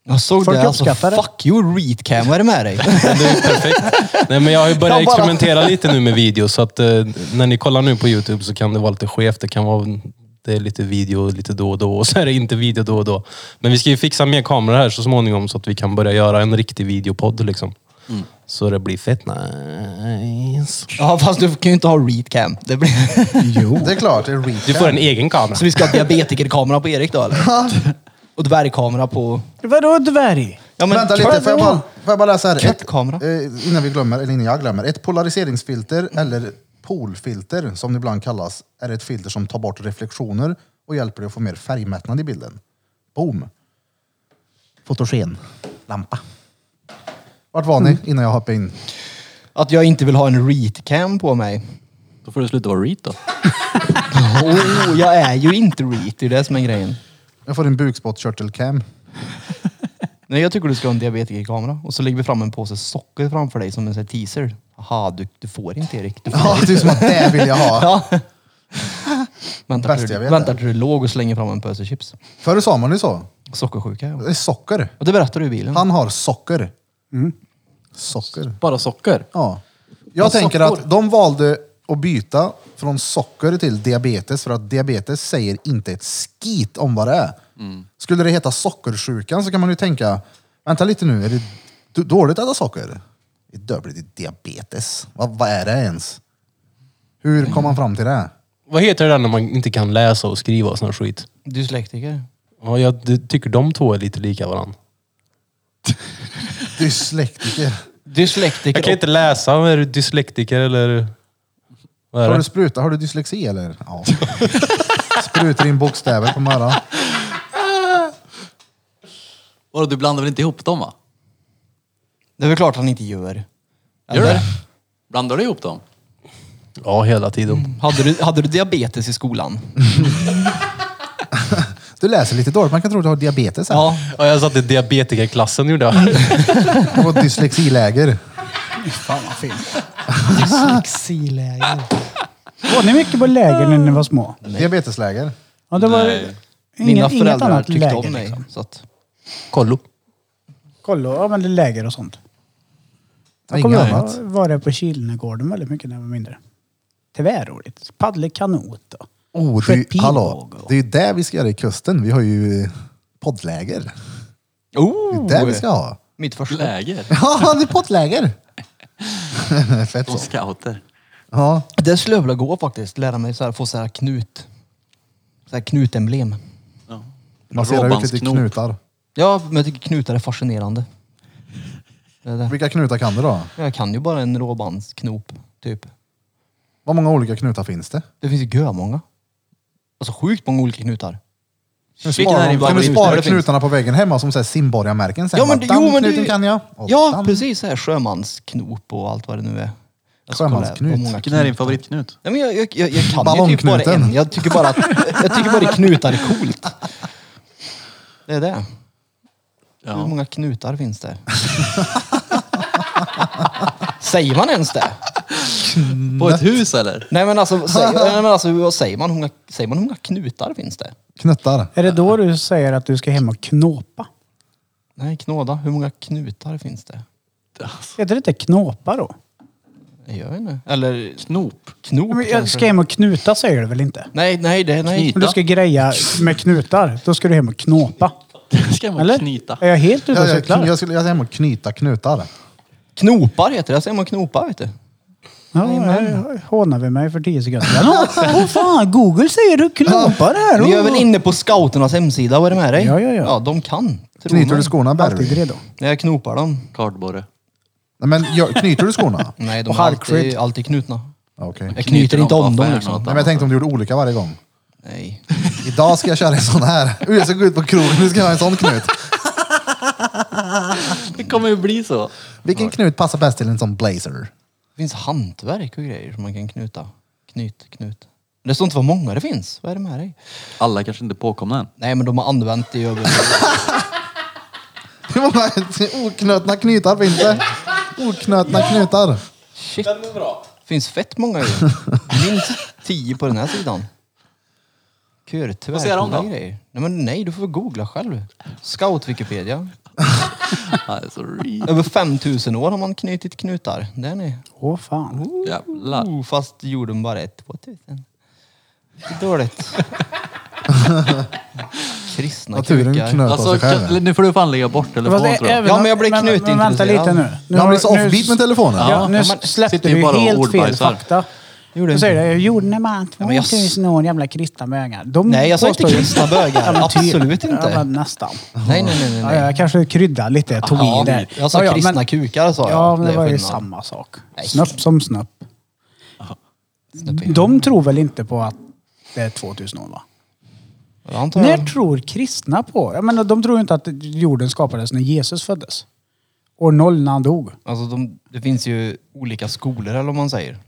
Speaker 4: Jag såg
Speaker 2: Folk
Speaker 4: det. Alltså,
Speaker 2: uppskattar det.
Speaker 4: fuck you readcam, vad är det med dig?
Speaker 6: Nej men jag har ju börjat
Speaker 4: Jag bara-
Speaker 6: experimentera lite nu med video så att eh, när ni kollar nu på Youtube så kan det vara lite skevt. Det kan vara det är lite video lite då och då och så är det inte video då och då. Men vi ska ju fixa mer kameror här så småningom så att vi kan börja göra en riktig videopodd liksom. Så det blir fett nice.
Speaker 4: ja, fast du kan ju inte ha readcam. Det blir...
Speaker 1: Jo. Det är klart, det är
Speaker 6: Du
Speaker 1: recap.
Speaker 6: får en egen kamera.
Speaker 4: Så vi ska ha diabetikerkamera på Erik då eller? Och dvärgkamera på...
Speaker 2: Vadå dvärg?
Speaker 4: Ja, men
Speaker 1: Vänta lite, får jag bara, får jag bara läsa här? Ett-
Speaker 4: Kattkamera.
Speaker 1: eh, innan vi glömmer, eller innan jag glömmer. Ett polariseringsfilter, eller polfilter som det ibland kallas, är ett filter som tar bort reflektioner och hjälper dig att få mer färgmättnad i bilden. Boom! Fotogen. Lampa.
Speaker 4: Mm.
Speaker 1: Vart var ni innan jag hoppade in?
Speaker 4: Att jag inte vill ha en readcam på mig.
Speaker 3: Då får du sluta vara reet då.
Speaker 4: Oh, jag är ju inte reet, det är det som är grejen.
Speaker 1: Jag får en bukspottkörtelcam.
Speaker 4: Nej, jag tycker du ska ha en diabetikerkamera. Och så lägger vi fram en påse socker framför dig som en sån här teaser. Aha, du, du får inte Erik. Du får
Speaker 1: Ja, det är som att det vill jag ha.
Speaker 4: Ja. vänta
Speaker 1: Bäst
Speaker 4: till
Speaker 1: jag
Speaker 4: du,
Speaker 1: vet
Speaker 4: vänta
Speaker 1: det.
Speaker 4: till du låg och slänger fram en påse chips.
Speaker 1: Förr sa man ju så.
Speaker 4: Sockersjuka. ja.
Speaker 1: Det är socker.
Speaker 4: Och det berättar du i bilen.
Speaker 1: Han har socker.
Speaker 4: Mm.
Speaker 1: Socker.
Speaker 3: Bara socker?
Speaker 1: Ja. Jag
Speaker 3: Och
Speaker 1: tänker
Speaker 3: sockor.
Speaker 1: att de valde att byta från socker till diabetes för att diabetes säger inte ett skit om vad det är.
Speaker 3: Mm.
Speaker 1: Skulle det heta sockersjukan så kan man ju tänka, vänta lite nu, är det d- dåligt att äta socker? Det är dåligt, det är diabetes. Vad, vad är det ens? Hur kom man fram till det?
Speaker 6: Vad heter det där när man inte kan läsa och skriva och sån här skit?
Speaker 4: Dyslektiker.
Speaker 6: Ja, jag d- tycker de två är lite lika varandra.
Speaker 1: Dyslektiker.
Speaker 4: Dyslektiker.
Speaker 6: Jag kan inte läsa, är du dyslektiker eller? Vad är
Speaker 1: Har du
Speaker 6: det?
Speaker 1: spruta? Har du dyslexi eller? Ja. Sprutar in bokstäver på morgonen.
Speaker 3: Vadå, du blandar väl inte ihop dem va?
Speaker 4: Det är väl klart han inte gör.
Speaker 3: Gör du
Speaker 4: Eller?
Speaker 3: det? Blandar du ihop dem?
Speaker 6: Ja, hela tiden.
Speaker 4: Hade du, hade du diabetes i skolan?
Speaker 1: Du läser lite dåligt, man kan tro att du har diabetes. här.
Speaker 4: Ja.
Speaker 6: Ja, jag satt i diabetikerklassen gjorde jag.
Speaker 1: Du har dyslexiläger.
Speaker 2: Fan vad fint.
Speaker 4: Dyslexiläger.
Speaker 2: Var ni mycket på läger när ni var små?
Speaker 1: Diabetesläger.
Speaker 2: Ja, det var
Speaker 3: Nej.
Speaker 2: ingen,
Speaker 4: Mina
Speaker 2: inget
Speaker 4: föräldrar
Speaker 2: annat
Speaker 4: tyckte
Speaker 2: läger.
Speaker 4: om mig.
Speaker 2: Liksom.
Speaker 4: Så att,
Speaker 6: Kollo.
Speaker 2: Kolla, ja, men det är läger och sånt. Jag
Speaker 1: Inget
Speaker 2: kommer ihåg,
Speaker 1: annat.
Speaker 2: jag var det på Kilnegården väldigt mycket när jag var mindre. Det var roligt. Paddla kanot och
Speaker 1: Oh, det, är ju-
Speaker 2: Sköt pilbåge
Speaker 1: hallå,
Speaker 2: och-
Speaker 1: det är ju det vi ska göra i kusten. Vi har ju eh, poddläger.
Speaker 4: oh,
Speaker 1: Det är det vi ska ha.
Speaker 4: Mitt första.
Speaker 3: Läger?
Speaker 1: Ja, det är poddläger. Fett
Speaker 3: Som
Speaker 1: så.
Speaker 3: scouter?
Speaker 1: Ja,
Speaker 4: Det skulle jag vilja gå faktiskt. Lära mig så här, få så här knut. Så här knutemblem.
Speaker 3: Ja.
Speaker 1: massera ut lite
Speaker 3: Råbandsknop.
Speaker 1: knutar.
Speaker 4: Ja, men jag tycker knutar är fascinerande. Det är det.
Speaker 1: Vilka knutar kan du då?
Speaker 4: Jag kan ju bara en råbandsknop, typ.
Speaker 1: Vad många olika knutar finns det?
Speaker 4: Det finns ju många. Alltså sjukt många olika knutar.
Speaker 1: Kan vi
Speaker 3: Vilken är din
Speaker 1: spara, kan vi
Speaker 3: favorit?
Speaker 1: spara
Speaker 4: Det finns.
Speaker 1: knutarna på väggen hemma som så här simborgarmärken sen?
Speaker 4: Ja men,
Speaker 1: Bara,
Speaker 4: det-
Speaker 1: "Den
Speaker 4: jo, men
Speaker 1: knuten
Speaker 4: det,
Speaker 1: kan jag. Och
Speaker 4: Ja
Speaker 1: den.
Speaker 4: precis, så här, sjömansknop och allt vad det nu är. Jag ska kolla
Speaker 1: Sjömansknut.
Speaker 4: vad många
Speaker 3: Vilken är din
Speaker 4: knutar-
Speaker 3: favoritknut?
Speaker 4: Ja, men jag, jag, jag, jag kan ju typ bara
Speaker 1: Ballongknuten.
Speaker 4: en. Jag tycker bara, att, jag tycker bara knutar är coolt. Det är det. Hur
Speaker 3: Ja.
Speaker 4: många knutar finns det? Säger man ens det?
Speaker 3: På ett hus eller?
Speaker 4: Nej men alltså, säg, nej, men alltså vad säger man? Hur många, säger man hur många knutar finns det?
Speaker 1: Knuttar.
Speaker 2: Är det då du säger att du ska hem och knåpa?
Speaker 4: Nej, knåda. Hur många knutar finns det?
Speaker 2: Heter det inte knåpa då?
Speaker 4: Jag vet inte. Eller
Speaker 3: Knop?
Speaker 4: knop
Speaker 2: Men jag
Speaker 4: kanske.
Speaker 2: ska hem och knuta säger du väl inte?
Speaker 4: Nej, nej, det, nej.
Speaker 2: Om du ska greja med knutar, då ska du hem och knåpa.
Speaker 3: Ska man
Speaker 2: Eller?
Speaker 3: knyta?
Speaker 2: Är jag helt ute och
Speaker 1: Jag, jag,
Speaker 2: cyklar?
Speaker 1: jag, skulle- jag ska hem och knyta knutar.
Speaker 4: Knopar heter det. Jag säger man knopar, vet du.
Speaker 2: Ja, här hånar vi mig för tio sekunder. Ja, Åh fan, Google säger du knåpar här.
Speaker 4: Vi är väl inne på scouternas hemsida. Vad är det med dig?
Speaker 2: Ja, ja, ja.
Speaker 4: Ja, de kan. tror
Speaker 1: Knyter
Speaker 4: man.
Speaker 1: du skorna
Speaker 2: Alltid
Speaker 1: Barry?
Speaker 2: redo.
Speaker 4: Nej, jag knopar dem.
Speaker 3: Kardborre?
Speaker 1: Nej, men jag, knyter du skorna?
Speaker 4: Nej, de
Speaker 1: Och
Speaker 4: är alltid,
Speaker 1: halkskydd?
Speaker 4: alltid knutna.
Speaker 1: Okej.
Speaker 4: Jag knyter, inte om
Speaker 3: bara
Speaker 4: dem
Speaker 3: för
Speaker 4: liksom.
Speaker 3: något
Speaker 1: Nej, men jag tänkte om du gjorde olika varje gång.
Speaker 4: Nej.
Speaker 1: Idag ska jag köra en sån här. Uh, Jag ska gå ut på krogen, nu ska jag ha en sån knut.
Speaker 3: Det kommer ju bli så.
Speaker 1: Vilken knut passar bäst till en sån blazer?
Speaker 4: Det finns hantverk och grejer som man kan knuta. Knyt, knut. Det står inte vad många det finns. Vad är det med dig?
Speaker 3: Alla kanske inte är påkomna än.
Speaker 4: Nej, men de har använt det i över...
Speaker 1: Hur många oknutna knutar finns det? Oknutna knutar.
Speaker 4: Shit. Finns fett många ju. Minst tio på den här sidan. Kör,
Speaker 3: Vad säger de då?
Speaker 4: tvärcoola grejer. Nej, men nej, du får väl googla själv. Scout Wikipedia.
Speaker 3: Nej, sorry.
Speaker 4: Över 5000 år har man knutit knutar. Där ni.
Speaker 2: Åh fan.
Speaker 3: Jävlar.
Speaker 4: Oh, fast jorden bara ett 2000. Det är dåligt. Kristna
Speaker 1: Naturen
Speaker 4: krukar.
Speaker 1: knöt av
Speaker 3: Alltså,
Speaker 1: sig själv.
Speaker 3: kan- nu får du fan lägga bort telefonen tror jag.
Speaker 4: Ja, men jag blir
Speaker 2: Men vänta
Speaker 4: knutintresserad.
Speaker 2: lite nu. nu.
Speaker 1: Han blir så
Speaker 2: har- nu-
Speaker 1: offbeat med telefonen.
Speaker 2: Ja, nu
Speaker 3: Ja, man
Speaker 2: släppte
Speaker 3: sitter
Speaker 2: du
Speaker 3: ju bara
Speaker 2: ju
Speaker 3: och
Speaker 2: helt fel
Speaker 3: ordbajsar.
Speaker 2: fakta.
Speaker 4: Gjorde
Speaker 2: Du
Speaker 4: inte.
Speaker 2: säger det, jorden är bara
Speaker 4: men jag-
Speaker 2: 2000 år jävla kristna bögar. De
Speaker 4: Nej, jag sa inte
Speaker 2: påstår ju-
Speaker 4: kristna bögar.
Speaker 2: Ja, men typ.
Speaker 4: Absolut inte.
Speaker 2: Ja, men nästan.
Speaker 4: Nej, nej, nej. nej,
Speaker 2: Ja,
Speaker 4: nej.
Speaker 2: jag kanske kryddar lite, jag tog
Speaker 4: Ja,
Speaker 2: i där.
Speaker 4: jag sa
Speaker 2: Ja, ja,
Speaker 4: kristna
Speaker 2: men-
Speaker 4: kukar sa jag.
Speaker 2: Ja, men det
Speaker 4: är
Speaker 2: var ju
Speaker 4: skillnad.
Speaker 2: samma sak.
Speaker 4: Nej.
Speaker 2: Snöpp som snöpp.
Speaker 4: Snäpp in.
Speaker 2: De tror väl inte på att det är 2000 år va?
Speaker 4: Ja, det antar jag.
Speaker 2: När tror kristna på? Jag menar, de tror ju inte att jorden skapades när Jesus föddes. År noll när han dog.
Speaker 4: Alltså de, det finns ju olika skolor eller vad man säger.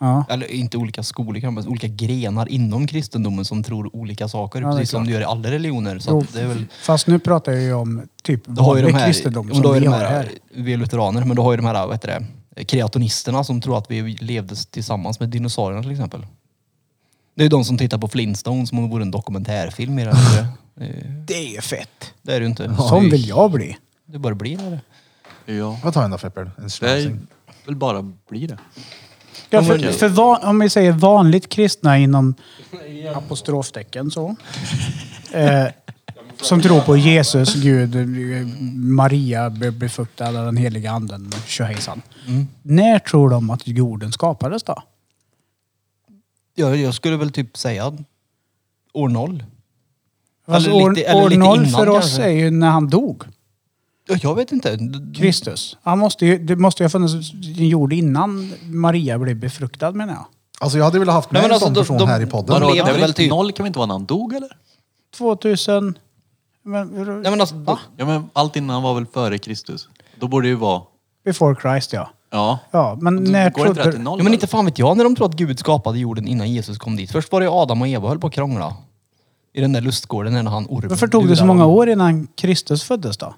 Speaker 2: Ja.
Speaker 4: Eller inte olika skolor, kan man säga, olika grenar inom kristendomen som tror olika saker.
Speaker 2: det är
Speaker 4: precis som
Speaker 2: klart.
Speaker 4: det gör i alla religioner. Så
Speaker 2: Jo,
Speaker 4: att det är väl,
Speaker 2: Fast nu pratar jag ju om typ
Speaker 4: då har ju de
Speaker 2: vanlig
Speaker 4: här,
Speaker 2: kristendom
Speaker 4: men då
Speaker 2: som
Speaker 4: har ju
Speaker 2: vi
Speaker 4: de
Speaker 2: har
Speaker 4: här,
Speaker 2: här.
Speaker 4: Vi är lutheraner, men då har ju de här, vad heter det, kreatonisterna som tror att vi levde tillsammans med dinosaurierna till exempel. Det är ju de som tittar på Flintstones som om det vore en dokumentärfilm mer eller mindre. Eh,
Speaker 2: Det är ju fett.
Speaker 4: Det är det ju inte.
Speaker 2: Sån vill jag bli.
Speaker 4: Det bara blir det.
Speaker 3: Ja.
Speaker 1: Vad tar jag då Feppel? En
Speaker 3: Det är
Speaker 1: schnäuzing.
Speaker 3: väl bara bli det.
Speaker 2: Ja, för, för van, om vi säger vanligt kristna inom apostroftecken så. Eh, som tror på Jesus, Gud, eh, Maria, be- befruktad av den heliga anden, tjohejsan. När tror de att jorden skapades då?
Speaker 4: Jag, jag skulle väl typ säga år noll.
Speaker 2: Alltså,
Speaker 4: Eller
Speaker 2: år,
Speaker 4: lite- eller
Speaker 2: år
Speaker 4: lite
Speaker 2: noll
Speaker 4: innan
Speaker 2: för oss
Speaker 4: kanske.
Speaker 2: är ju när han dog.
Speaker 4: Ja, Jag vet inte.
Speaker 2: Kristus. Han måste ju, det måste ju ha funnits en jord innan Maria blev befruktad menar jag.
Speaker 1: Alltså jag hade velat haft med
Speaker 4: Nej, men
Speaker 1: en
Speaker 4: alltså,
Speaker 1: sån
Speaker 4: de-
Speaker 1: person
Speaker 4: de-
Speaker 1: här i
Speaker 4: de
Speaker 1: podden.
Speaker 4: lever
Speaker 3: det är väl
Speaker 4: väl
Speaker 3: inte
Speaker 4: typ-
Speaker 3: noll kan vi inte vara när han dog eller?
Speaker 2: 2000... Men,
Speaker 4: Nej men alltså, då,
Speaker 3: Ja men allt innan var väl före Kristus? Då borde det ju vara...
Speaker 2: Before Christ ja.
Speaker 3: Ja.
Speaker 2: Ja, men
Speaker 3: Då
Speaker 2: när
Speaker 3: går det inte
Speaker 2: trodde...
Speaker 3: rätt till noll?
Speaker 4: ja, men
Speaker 3: eller?
Speaker 4: inte fan vet jag när de tror att Gud skapade jorden innan Jesus kom dit. Först var det ju Adam och Eva höll på att krångla. I den där lustgården när han ormen
Speaker 2: Varför tog det
Speaker 4: lurade
Speaker 2: så många
Speaker 4: dem.
Speaker 2: år innan Kristus föddes då?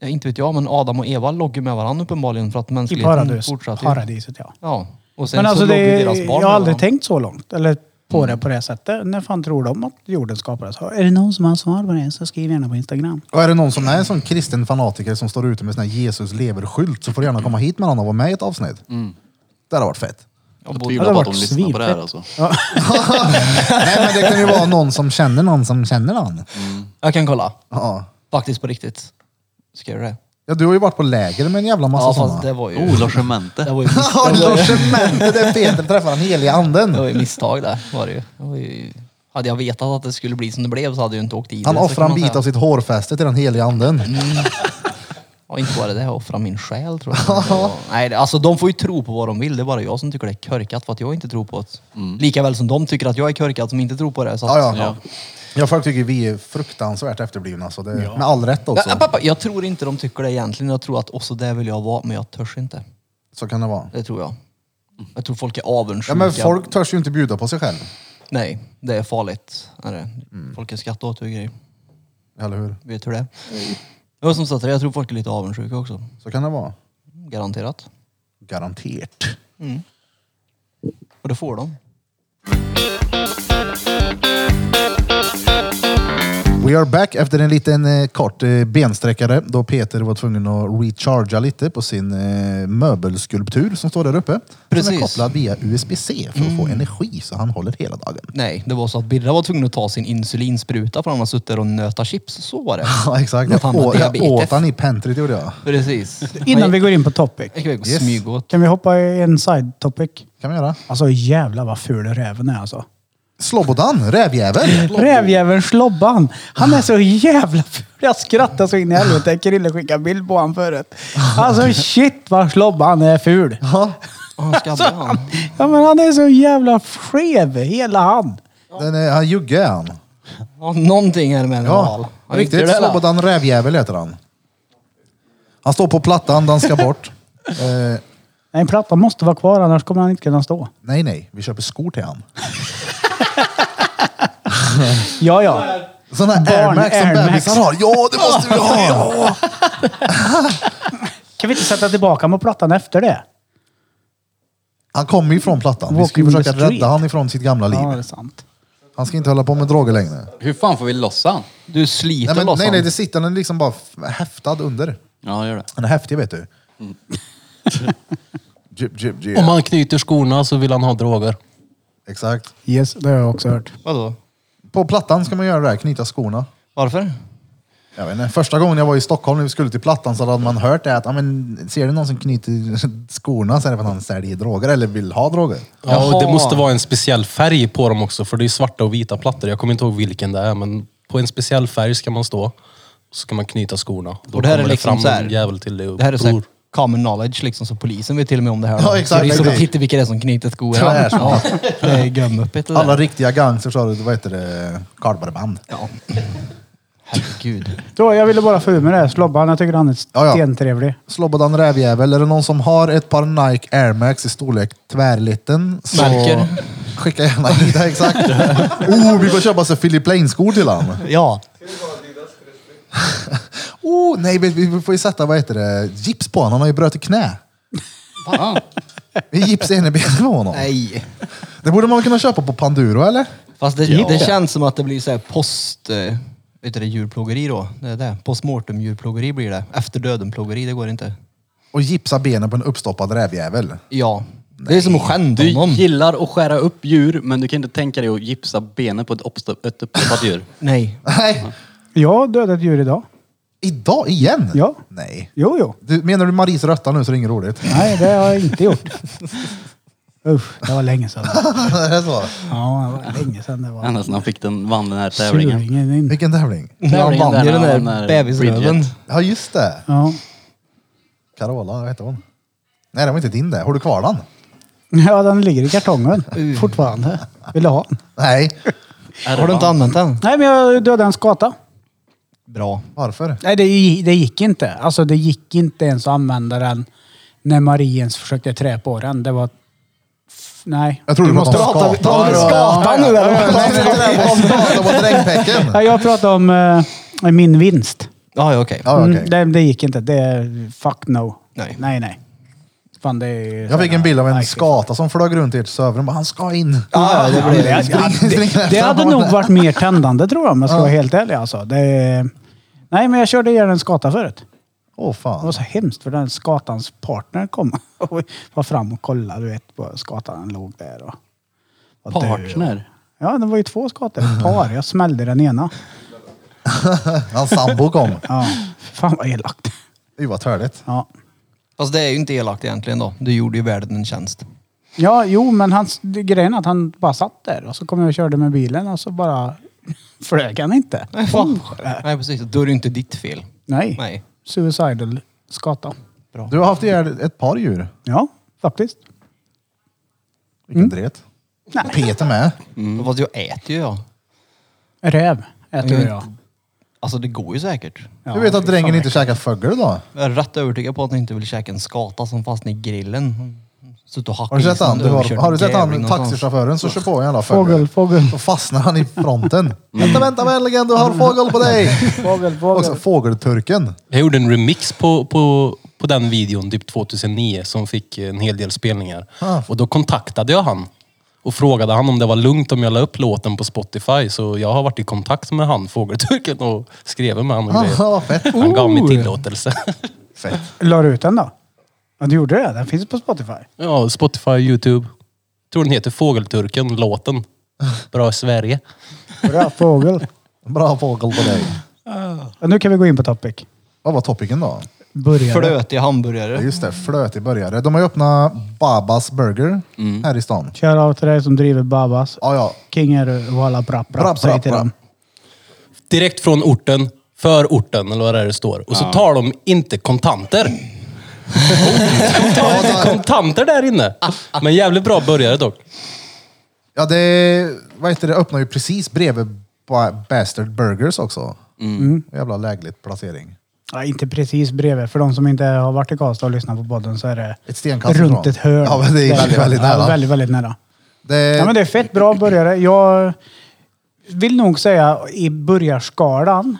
Speaker 4: Ja, inte vet jag, men Adam och Eva låg ju med varandra uppenbarligen för att
Speaker 2: I
Speaker 4: mänskligheten
Speaker 2: paradis,
Speaker 4: fortsatte. ju.
Speaker 2: paradiset ja.
Speaker 4: Ja. Och sen
Speaker 2: Men alltså
Speaker 4: så låg ju
Speaker 2: det,
Speaker 4: deras barn Mm.
Speaker 2: jag
Speaker 4: med
Speaker 2: har aldrig
Speaker 4: varandra.
Speaker 2: tänkt så långt. Eller på det på det sättet. När fan tror de att jorden skapades? Har- Är det någon som har svar på det så skriv gärna på Instagram.
Speaker 1: Och är det någon som är en sån kristen fanatiker som står ute med sån här Jesus lever-skylt så får du gärna komma hit med honom och vara med i ett avsnitt.
Speaker 4: Mm.
Speaker 1: Det hade varit fett.
Speaker 3: Jag
Speaker 2: Ja, det
Speaker 3: tvivlar
Speaker 2: har
Speaker 3: på att de
Speaker 2: varit
Speaker 3: lyssnar på det här
Speaker 2: svinfett.
Speaker 3: alltså.
Speaker 1: Nej men det kan ju vara någon som känner någon som känner någon.
Speaker 4: Jag kan kolla.
Speaker 1: Ja.
Speaker 4: Faktiskt på riktigt. Ska jag göra det?
Speaker 1: ja, du har ju varit på läger med en jävla massa
Speaker 4: Ja
Speaker 1: sådana.
Speaker 4: fast det var ju...
Speaker 3: Oh, Lars Emente.
Speaker 4: det var ju
Speaker 1: Ja,
Speaker 4: misstag.
Speaker 1: logementet där Peter träffar den heliga
Speaker 4: Det var
Speaker 1: anden.
Speaker 4: ju misstag där. Var det ju. Det var ju... Hade jag vetat att det skulle bli som det blev så hade jag ju inte åkt dit.
Speaker 1: Han
Speaker 4: Så Mm. kan
Speaker 1: offrar en
Speaker 4: man
Speaker 1: bit
Speaker 4: säga.
Speaker 1: av sitt hårfäste till den heliga anden.
Speaker 4: Ja, inte bara det, jag offrar min själ tror jag. Det var- Nej, det- alltså de får ju tro på vad de vill. Det är bara jag som tycker det är körkat för att jag inte tror på det. Lika väl som de tycker att jag är körkat som inte tror på det. Så att,
Speaker 1: Ja, ja. ja. ja folk tycker vi är fruktansvärt efterblivna, så det, med all rätt också.
Speaker 4: Men, äh, pappa, jag tror inte de tycker det egentligen. Jag tror att också där vill jag vara, men jag törs inte.
Speaker 1: Så kan det vara.
Speaker 4: Det tror jag. Jag tror folk är
Speaker 1: Ja,
Speaker 4: avundsjuka.
Speaker 1: men folk törs ju inte bjuda på sig själv,
Speaker 4: Nej, det är farligt. Är det? Folk är skratta åt och grejer.
Speaker 1: eller hur?
Speaker 4: Vet hur det är.
Speaker 1: Mm.
Speaker 4: Jag, som sagt, jag tror folk är lite avundsjuka också.
Speaker 1: Så kan det vara.
Speaker 4: Garanterat.
Speaker 1: Garanterat.
Speaker 4: Och det får de.
Speaker 1: We are back efter en liten eh, kort eh, bensträckare då Peter var tvungen att recharga lite på sin eh, möbelskulptur som står där uppe. Som är
Speaker 4: Precis. Mm.
Speaker 1: kopplad via USB-C för att få energi så han håller hela dagen.
Speaker 4: Nej, det var så att Birra var tvungen att ta sin insulinspruta för han har suttit och nötat chips. Så var det.
Speaker 1: Ja, exakt.
Speaker 4: Att
Speaker 1: Jag,
Speaker 4: han har
Speaker 1: å- jag
Speaker 4: diabetes.
Speaker 1: åt han i pantryt gjorde jag.
Speaker 4: Precis.
Speaker 2: Innan vi går in på topic.
Speaker 4: Jag gick och
Speaker 1: Yes.
Speaker 4: smygåt.
Speaker 2: Kan vi hoppa i en side topic?
Speaker 1: kan vi göra.
Speaker 2: Alltså jävla vad ful räven är alltså.
Speaker 1: Slobodan, rävjäveln.
Speaker 2: Rävjäveln Slobban. Han är så jävla ful. Jag skrattar så in i helvete. Krille skickade bild på honom förut. Alltså shit vad Slobban är ful.
Speaker 1: Ja,
Speaker 4: Han skabbade han.
Speaker 2: Ja men han är så jävla skev, hela han.
Speaker 1: den är, han jugge är han.
Speaker 4: Ja, någonting är det med den här.
Speaker 1: Ja,
Speaker 4: Han gick
Speaker 1: riktigt.
Speaker 4: till det där.
Speaker 1: Slobodan Rävjävel heter han. Han står på plattan, den ska bort. Eh,
Speaker 2: Nej, plattan måste vara kvar annars kommer han inte kunna stå.
Speaker 1: nej, nej, vi köper skor till han.
Speaker 2: Ja, ja.
Speaker 1: Sådana Air
Speaker 2: Barn
Speaker 1: Max som
Speaker 2: Air Max.
Speaker 1: bebisar har. Ja, det måste vi ha! Ja.
Speaker 2: Kan vi inte sätta tillbaka honom på plattan efter det?
Speaker 1: Han kommer ju från plattan. Vi ska
Speaker 2: Walking
Speaker 1: ju försöka
Speaker 2: the street.
Speaker 1: rädda han ifrån sitt gamla
Speaker 2: Ja, det
Speaker 1: liv.
Speaker 2: är sant.
Speaker 1: Han ska inte hålla på med droger längre.
Speaker 3: Hur fan får vi loss han?
Speaker 4: Du sliter
Speaker 1: Nej, men,
Speaker 4: loss
Speaker 1: nej, nej,
Speaker 4: han.
Speaker 1: det sitter den liksom bara f- häftad under.
Speaker 3: Ja, gör det.
Speaker 1: Han är häftig, vet du. Jip, jip, jip.
Speaker 6: Om han knyter skorna så vill han ha droger.
Speaker 1: Exakt.
Speaker 2: Yes, det har jag också hört.
Speaker 4: Vadå?
Speaker 1: På plattan ska man göra det här, knyta skorna.
Speaker 4: Varför?
Speaker 1: Jag vet inte, första gången jag var i Stockholm när vi skulle till Plattan så hade man hört det att ja, men, ser du någon som knyter skorna så är det för att han säljer droger eller vill ha droger.
Speaker 6: Ja, och det
Speaker 4: Jaha.
Speaker 6: måste vara en speciell färg på dem också, för det är svarta och vita plattor. Jag kommer inte ihåg vilken det är, men på en speciell färg ska man stå. Och så ska man knyta skorna. Då
Speaker 4: Och det här
Speaker 6: kommer
Speaker 4: är liksom
Speaker 6: fram
Speaker 4: så här-
Speaker 6: en jävel till dig och
Speaker 4: Det här är så här
Speaker 6: bror.
Speaker 4: common knowledge liksom, så polisen vet till och med om det här.
Speaker 1: Ja, exakt,
Speaker 4: Så de
Speaker 1: exakt.
Speaker 4: hittar vilka det är som knyter skor.
Speaker 1: Så här ska
Speaker 4: Ja, det är gömöppet det
Speaker 1: Alla
Speaker 4: där.
Speaker 1: riktiga gangsters har, vad heter det, kardborreband.
Speaker 4: Ja. Herregud.
Speaker 2: Så jag ville bara få ur mig det här. Slobban, jag tycker han är
Speaker 1: Ja, ja.
Speaker 2: stentrevlig.
Speaker 1: Slobodan Rävjävel, är det någon som har ett par Nike Air Max i storlek tvärliten så
Speaker 4: Märker.
Speaker 1: skicka gärna hit det, exakt. oh, vi får köpa så Philip Lane-skor till honom.
Speaker 4: Ja.
Speaker 1: Oh, nej, vi- vi får ju sätta, vad heter det, gips på honom. Han har ju brutit knä.
Speaker 4: Fan.
Speaker 1: Vi gipsar in i benet på honom.
Speaker 4: Nej.
Speaker 1: Det borde man kunna köpa på Panduro eller?
Speaker 4: Fast det,
Speaker 3: Ja.
Speaker 4: det känns som att det blir så här post... Eh, vet du det, djurplågeri då? Det är det. Postmortem djurplågeri blir det. Efter döden-plågeri, det går inte.
Speaker 1: Och gipsa benen på en uppstoppad rävjävel.
Speaker 4: Ja. Det är som att skända
Speaker 3: Du
Speaker 4: honom.
Speaker 3: gillar att skära upp djur, men du kan inte tänka dig att gipsa benen på ett uppstoppat ett uppstoppat djur.
Speaker 4: Nej.
Speaker 1: Nej,
Speaker 2: Jag dödade ett djur idag.
Speaker 1: idag igen?
Speaker 2: Ja.
Speaker 1: Nej.
Speaker 2: Jo, jo.
Speaker 1: Du, menar du Maries rötta nu så det är inget roligt?
Speaker 2: Nej, det har jag inte gjort. Usch, det var länge sedan.
Speaker 1: är det så?
Speaker 2: Ja, det var länge sedan det var.
Speaker 3: Annars när han fick den, vann den här tävlingen.
Speaker 2: Tjuringen in.
Speaker 1: Vilken tävling?
Speaker 4: När han
Speaker 3: Tävlingen
Speaker 4: vann
Speaker 3: där
Speaker 4: ju den
Speaker 3: han
Speaker 4: där
Speaker 3: vann när
Speaker 4: bebisröven.
Speaker 3: Bridget-
Speaker 1: Ja just det.
Speaker 2: Ja.
Speaker 1: Carola, vad heter hon? Nej, den var inte din det. Har du kvar den?
Speaker 2: ja, den ligger i kartongen fortfarande. Vill du ha den?
Speaker 1: Nej.
Speaker 4: Har du inte använt den?
Speaker 2: Nej, men jag dödade en skata.
Speaker 4: Bra.
Speaker 1: Varför?
Speaker 2: Nej, det, gi- det gick inte. Alltså, det gick inte ens att använda den när Marie ens försökte trä på den. Det var... F- nej.
Speaker 1: Jag tror du
Speaker 2: måste
Speaker 1: pratade om
Speaker 2: prata-
Speaker 1: skatan.
Speaker 2: prata om
Speaker 1: Ja, ja.
Speaker 2: skatan nu.
Speaker 1: Nej,
Speaker 2: eller?
Speaker 1: nej, nej, nej, nej, nej, prata om drängpäcken.
Speaker 2: Ja, jag pratar om eh, min vinst.
Speaker 4: Ja, ja okej.
Speaker 1: Ja, Ah, okej.
Speaker 2: Mm, det, det gick inte. Det är fuck no.
Speaker 4: Nej.
Speaker 2: Nej, nej. Fan, det är,
Speaker 1: Jag fick en bild av en
Speaker 2: Nej,
Speaker 1: skata som flög runt i ert sovrum. Bara, Han ska in.
Speaker 4: Ja, det
Speaker 2: Det,
Speaker 4: blir...
Speaker 2: det, det hade nog varit mer tändande tror jag om jag ska vara helt ärlig. Alltså. Det, nej, men jag körde igen en skata förut.
Speaker 1: Åh
Speaker 2: Det var
Speaker 1: fan.
Speaker 2: så hemskt för den skatans partner kom och var fram och kollade. Du vet, på skatan den låg där. Och, och du-
Speaker 3: Partner?
Speaker 2: Ja, det var ju två skator. Ett par. Jag smällde den ena.
Speaker 1: Hans sambo kom.
Speaker 2: Ja. Fan vad elakt.
Speaker 1: Det var törligt.
Speaker 2: Ja.
Speaker 4: Fast det är ju inte elakt egentligen då. Du gjorde ju världen en tjänst.
Speaker 2: Ja, jo, men hans, det- grejen är att han bara satt där och så kom jag och körde med bilen och så bara flög han inte. Oh.
Speaker 4: Nej, fan.
Speaker 1: Mm.
Speaker 4: Nej precis. Då är det ju inte ditt fel.
Speaker 2: Nej.
Speaker 4: Nej.
Speaker 2: Suicidal skata.
Speaker 1: Du har haft ihjäl ett par djur.
Speaker 2: Ja, faktiskt.
Speaker 1: Vilken
Speaker 2: Mm.
Speaker 1: dret. Peter med.
Speaker 4: Fast jag äter ju jag.
Speaker 2: Räv äter
Speaker 4: Jag
Speaker 2: jag.
Speaker 4: är inte- Alltså det går ju säkert.
Speaker 2: Ja,
Speaker 1: du vet att
Speaker 2: fy fan
Speaker 1: drängen
Speaker 2: vad
Speaker 1: inte käkar fögel då?
Speaker 4: Jag är rätt övertygad på att han inte vill käka en skata som fastnar i grillen. Suttit och hackat
Speaker 1: Har du sett
Speaker 4: i sig
Speaker 1: han?
Speaker 4: en
Speaker 1: Du har,
Speaker 4: överkörd
Speaker 1: har du sett han
Speaker 4: grävling någonstans.
Speaker 1: taxichauffören som kör på en jävla
Speaker 2: Fågel, Mm.
Speaker 1: fågel?
Speaker 2: fågel.
Speaker 1: Då fästnar han i fronten. Vänta, vänta vänligen, du har fågel på dig!
Speaker 2: Fågel,
Speaker 1: Också
Speaker 2: fågel.
Speaker 1: fågelturken.
Speaker 6: Jag gjorde en remix på, på, på den videon typ 2009 som fick en hel del spelningar.
Speaker 1: Ah.
Speaker 6: Och då kontaktade jag han och frågade han om det var lugnt om jag la upp låten på Spotify. Så jag har varit i kontakt med han, Fågelturken, och skrev med han och
Speaker 1: Ah,
Speaker 6: grejer.
Speaker 1: vad fett.
Speaker 6: Han gav mig tillåtelse.
Speaker 1: fett.
Speaker 2: La du ut den då? Ja, du gjorde det? Den finns på Spotify.
Speaker 6: Ja, Spotify, Youtube. Tror den heter Fågelturken, låten. Bra Sverige.
Speaker 2: Bra fågel.
Speaker 1: Bra fågel på dig.
Speaker 2: Ja, nu kan vi gå in på topic.
Speaker 1: Vad var topiken då?
Speaker 2: Börja.
Speaker 4: Flötig hamburgare.
Speaker 1: Ja, Just det, flötig börjare. De har ju öppnat Babas Burger
Speaker 2: Mm.
Speaker 1: här i stan.
Speaker 2: Shoutout till dig som driver Babas.
Speaker 1: Ja, ja.
Speaker 2: King är walla brapp brapp.
Speaker 1: Brapp,
Speaker 2: Säg
Speaker 1: brapp,
Speaker 2: till dem.
Speaker 1: brapp.
Speaker 6: Direkt från orten, för orten, eller vad det är det står. Och så tar de inte kontanter. De tar inte kontanter där inne. Men jävligt bra börjare dock.
Speaker 1: Ja, det, vad heter det öppnar ju precis bredvid Ba- Bastard Burgers också.
Speaker 3: Mm.
Speaker 1: Mm. Jävla lägligt placering.
Speaker 2: Ja, inte precis bredvid. För de som inte har varit i Karlstad och lyssnat på podden så är det
Speaker 1: Ett stenkast
Speaker 2: runt
Speaker 1: ifrån.
Speaker 2: ett hörn.
Speaker 1: Ja, men det är väldigt, väldigt
Speaker 2: Ja,
Speaker 1: nära.
Speaker 2: väldigt, väldigt nära.
Speaker 1: Det,
Speaker 2: Ja, men det är fett bra burgare. Jag vill nog säga i burgarskalan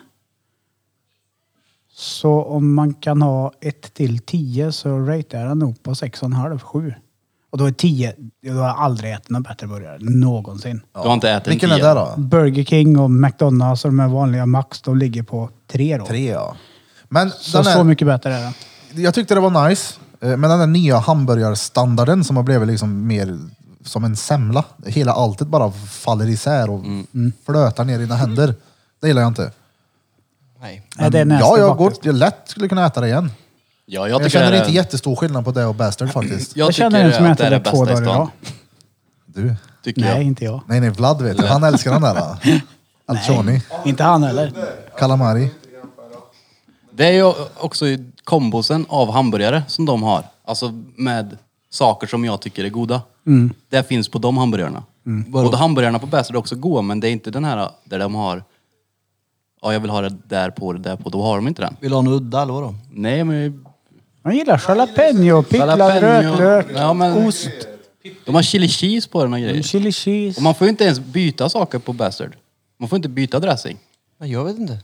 Speaker 2: så om man kan ha 1 till 10 så ratear jag den nog på 6,5-7. Och då är 10, ja, då har jag aldrig ätit någon bättre burgare någonsin.
Speaker 3: Du har inte ätit en
Speaker 1: vilken är
Speaker 3: tia.
Speaker 1: det då?
Speaker 2: Burger King och McDonalds och de här vanliga Max, de ligger på 3 då.
Speaker 1: Tre ja. Men
Speaker 2: Så,
Speaker 1: den
Speaker 2: så
Speaker 1: här,
Speaker 2: mycket bättre är den.
Speaker 1: jag tyckte det var nice. eh, Men den där nya hamburgarstandarden som har blivit liksom mer som en semla. Hela alltet bara faller isär och
Speaker 3: Mm.
Speaker 2: Mm.
Speaker 1: flötar ner i dina händer. Det gillar jag inte.
Speaker 4: Nej.
Speaker 3: Mm.
Speaker 2: Nej, det är nästa
Speaker 1: Ja, jag, går,
Speaker 2: faktiskt.
Speaker 1: jag lätt skulle kunna äta det igen.
Speaker 3: Ja,
Speaker 1: Jag,
Speaker 3: jag, tycker
Speaker 1: känner
Speaker 3: det är-
Speaker 1: inte jättestor skillnad på det och Bastard faktiskt.
Speaker 3: Jag,
Speaker 2: Jag
Speaker 3: tycker
Speaker 2: känner en som
Speaker 3: att det
Speaker 2: äter
Speaker 3: är det
Speaker 2: det två
Speaker 3: bästa i
Speaker 2: dagar
Speaker 3: stan.
Speaker 2: idag.
Speaker 3: Mm.
Speaker 1: Du.
Speaker 3: Tycker
Speaker 2: Nej,
Speaker 3: jag.
Speaker 2: inte jag.
Speaker 1: Nej, nej, Vlad vet du. Han älskar den där. Alcioni.
Speaker 2: Inte han heller.
Speaker 1: Calamari.
Speaker 3: Det är ju också i kombosen av hamburgare som de har. Alltså med saker som jag tycker är goda.
Speaker 2: Mm.
Speaker 3: Det finns på de hamburgarna. Både hamburgarna på Bastard är också goda, men det är inte den här där de har ja, jag vill ha det där på, det där på. Då har de inte den.
Speaker 4: Vill du ha en udda eller vadå?
Speaker 3: Nej, men...
Speaker 2: Man gillar jalapeno, picklad
Speaker 3: Jalapeno.
Speaker 2: rödlök,
Speaker 3: Ja, men-
Speaker 2: ost,
Speaker 3: De har chili cheese på den och grejer.
Speaker 2: chili cheese.
Speaker 3: Och man får ju inte ens byta saker på Bastard. Man får inte byta dressing.
Speaker 4: Nej, jag vet inte.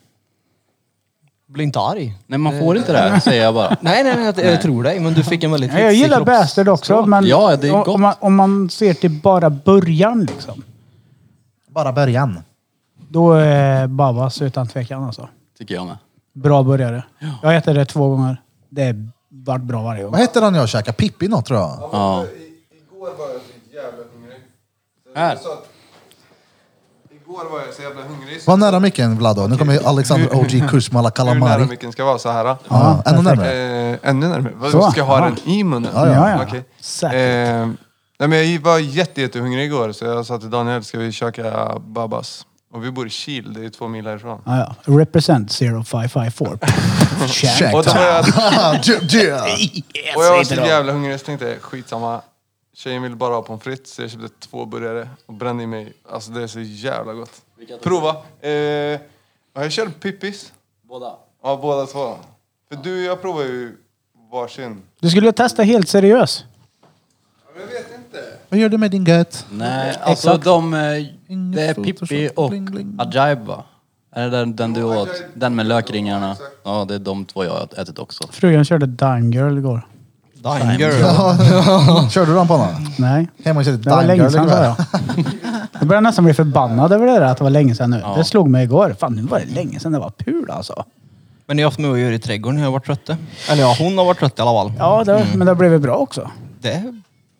Speaker 4: Bli inte arg.
Speaker 3: Nej, man får inte det här, säger jag bara.
Speaker 4: Nej, nej, nej, jag, jag tror dig. Men du fick en väldigt
Speaker 2: Ja, jag
Speaker 4: hetsig
Speaker 2: gillar
Speaker 4: kropps-
Speaker 2: Bastard också,
Speaker 4: språk.
Speaker 2: men
Speaker 3: Ja, det är
Speaker 2: om-
Speaker 3: gott.
Speaker 2: Om, man, om man ser till bara början liksom.
Speaker 1: Bara början.
Speaker 2: Då är Babas utan tvekan alltså.
Speaker 3: Tycker jag med.
Speaker 2: Bra börjare. Jag har ätit det två gånger. Det har varit bra varje gång.
Speaker 1: Vad hette han jag käkade? Pippi något tror jag.
Speaker 3: Ja.
Speaker 9: I- Igår var jag så jävla hungrig. Så
Speaker 3: Här.
Speaker 9: jag sa att- Igår var jag så jävla hungrig. Så
Speaker 1: Var nära micken Vlado. Nu kommer ju Alexander OG Kushmala
Speaker 9: hur nära
Speaker 1: Kalamari.
Speaker 9: micken ska vara så här? då?
Speaker 1: Ja, ännu närmare.
Speaker 9: Eh, ännu närmare? Vad,
Speaker 2: Så,
Speaker 9: ska jag ha
Speaker 2: aha.
Speaker 9: den i munnen?
Speaker 2: Ja, ja, ja.
Speaker 9: Okej.
Speaker 2: Säkert.
Speaker 9: Eh, nej, men jag var jätte, jättehungrig igår så jag sa till Daniel, ska vi käka babas? Och vi bor i Kil, det är två mil härifrån.
Speaker 2: Ja, ja. Represent 0554. Check.
Speaker 1: Check.
Speaker 9: Och då var jag,
Speaker 1: Ja, ja.
Speaker 9: och jag var så jävla hungrig så tänkte jag, skitsamma. Tjejen ville bara ha pommes frites så jag köpte två burgare och brände i mig. Alltså det är så jävla gott. Prova! Eh, ja, jag körde pippis.
Speaker 3: Båda.
Speaker 9: Ja, båda två. För du och jag provar ju varsin.
Speaker 2: Du skulle testa helt seriös.
Speaker 9: Jag vet inte.
Speaker 1: Vad gör du med din gött?
Speaker 3: Nej, alltså de... eh, Det är Pippi
Speaker 1: Photoshop.
Speaker 3: och
Speaker 1: Bling, bling.
Speaker 3: Ajaib va? Är det den, den du åt?
Speaker 9: Ajaib.
Speaker 3: Den med lökringarna? Ja, det är de två jag har ätit också.
Speaker 2: Frugan körde Dime Girl igår.
Speaker 4: Dime girl.
Speaker 1: Körde du den på honom?
Speaker 2: Nej.
Speaker 1: Hemma och körde
Speaker 2: Det var länge sedan sa jag.
Speaker 1: Danger. liksom.
Speaker 2: Jag börjar nästan bli förbannad över det där att det var länge sedan nu. Det slog mig igår. Fan, nu var det länge sedan det var pul alltså.
Speaker 4: Men ni har haft med att göra i trädgården. Jag har varit trött. Eller ja, hon har varit trött i alla fall.
Speaker 2: Ja, det,
Speaker 1: Mm.
Speaker 2: men det blev ju bra också.
Speaker 4: Det...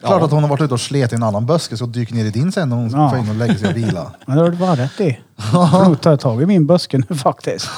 Speaker 4: Ja.
Speaker 1: Klart att hon har varit ute och slet i en annan buske så dyker ner i din sen när hon
Speaker 2: Ja.
Speaker 1: får in och lägger sig och vila.
Speaker 2: Men det har du bara rätt i. Jag får nog ta tag i min buske nu faktiskt.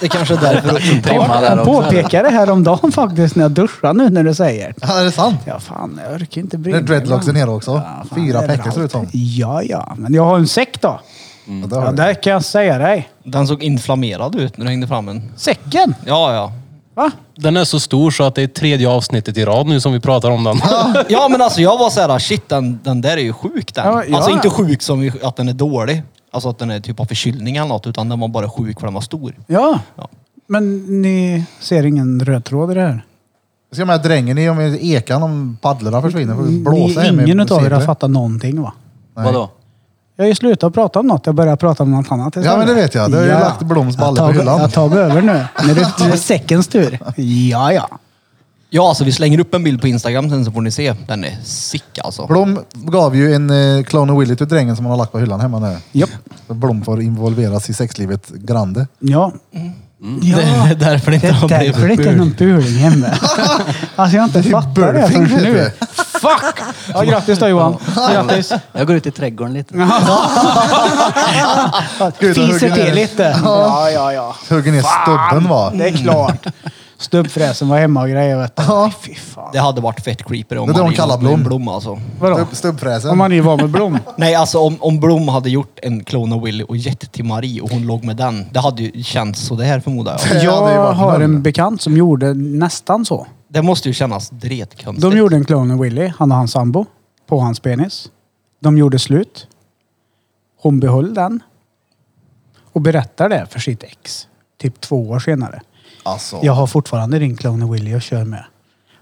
Speaker 4: Det kanske är därför hon trimmar där
Speaker 2: Jag
Speaker 4: också.
Speaker 2: påpekade det här om dagen faktiskt när jag duschade nu när du säger.
Speaker 1: Ja, är det sant?
Speaker 2: Ja, fan, jag orkar inte bry
Speaker 1: Det är dreadlocksen nere också.
Speaker 2: Ja, fan,
Speaker 1: Fyra
Speaker 2: det är
Speaker 1: peckar ser det ut
Speaker 2: allt.
Speaker 1: som.
Speaker 2: Ja, ja. Men jag har en säck då.
Speaker 1: Ja, det har
Speaker 2: Ja,
Speaker 1: du.
Speaker 2: det kan jag säga dig.
Speaker 4: Den såg inflammerad ut när du hängde fram en.
Speaker 2: Säcken!
Speaker 4: Ja, ja.
Speaker 2: Va?
Speaker 6: Den är så stor så att det är tredje avsnittet i rad nu som vi pratar om den.
Speaker 4: Ja men alltså jag var såhär, shit den, den där är ju sjuk den.
Speaker 2: Ja, ja.
Speaker 4: Alltså inte sjuk som i- att den är dålig. Alltså att den är typ av förkylning eller något. Utan den var bara sjuk för den var stor.
Speaker 2: Ja.
Speaker 4: Ja.
Speaker 2: Men ni ser ingen röd tråd i det här?
Speaker 1: Jag ska med drängen i om ekan om paddlarna försvinner. Får vi blåsa hem
Speaker 2: Ni,
Speaker 1: i
Speaker 2: Mm, ingen utav er har
Speaker 1: seglet.
Speaker 2: fattat någonting va?
Speaker 1: Nej.
Speaker 3: Vadå?
Speaker 2: Jag har ju slutat prata om något. Jag börjar prata om något annat
Speaker 1: Ja, men det vet jag. Du har ju lagt Bloms balle
Speaker 2: Jag
Speaker 1: på
Speaker 2: tar-
Speaker 1: hyllan.
Speaker 2: Jag tar över nu. När det det är säckens tur. Ja, ja.
Speaker 4: Ja alltså vi slänger upp en bild på Instagram sen så får ni se. Den är sick alltså.
Speaker 1: Blom gav ju en eh, Clone Willy till drängen som han har lagt på hyllan hemma nu.
Speaker 2: Japp.
Speaker 1: Så Blom får involveras i sexlivet grande.
Speaker 2: Ja. ja.
Speaker 4: Det är därför Mm.
Speaker 2: Det
Speaker 4: det inte
Speaker 2: är
Speaker 4: har
Speaker 2: därför det
Speaker 4: blivit
Speaker 2: inte är
Speaker 4: bur.
Speaker 2: någon buling hemma. Alltså jag har inte
Speaker 1: Det är
Speaker 2: fattat det
Speaker 1: Typ burfing,
Speaker 2: förrän
Speaker 1: heter
Speaker 2: nu.
Speaker 1: det.
Speaker 2: Fuck! Ja, grattis då Johan. Grattis.
Speaker 3: Jag går ut i trädgården lite.
Speaker 1: Gud, vad
Speaker 2: Fiser
Speaker 1: hugger ner.
Speaker 2: till lite. Ja, ja, ja.
Speaker 1: Hugger ner stubben va?
Speaker 2: Det är klart.
Speaker 1: Mm.
Speaker 2: Stubbfräsen var hemma och grejer vet du. Nej, Fy fan.
Speaker 4: Det hade varit fett creepy om
Speaker 1: Det är det
Speaker 4: han
Speaker 1: de
Speaker 4: hade
Speaker 1: kallar
Speaker 4: gjort med en
Speaker 1: Blom.
Speaker 4: Blom alltså.
Speaker 2: Vadå?
Speaker 1: Stubb, stubbfräsen.
Speaker 2: Om man nu var med Blom.
Speaker 4: Nej alltså om, om Blom hade gjort en klon av Willy och gett till Marie och hon låg med den. Det hade ju känts sådär förmodar jag.
Speaker 1: Ja, det är ju
Speaker 2: Eh, Jag
Speaker 1: bara
Speaker 2: har
Speaker 1: mördare.
Speaker 2: en bekant som gjorde nästan så.
Speaker 4: Det måste ju kännas dretkonstigt.
Speaker 2: De gjorde en klon av Willy, han och hans sambo, på hans penis. De gjorde slut. Hon behöll den. Och berättar det för sitt ex. Typ två år senare.
Speaker 1: Alltså.
Speaker 2: Jag har fortfarande din klon och Willy och kör med.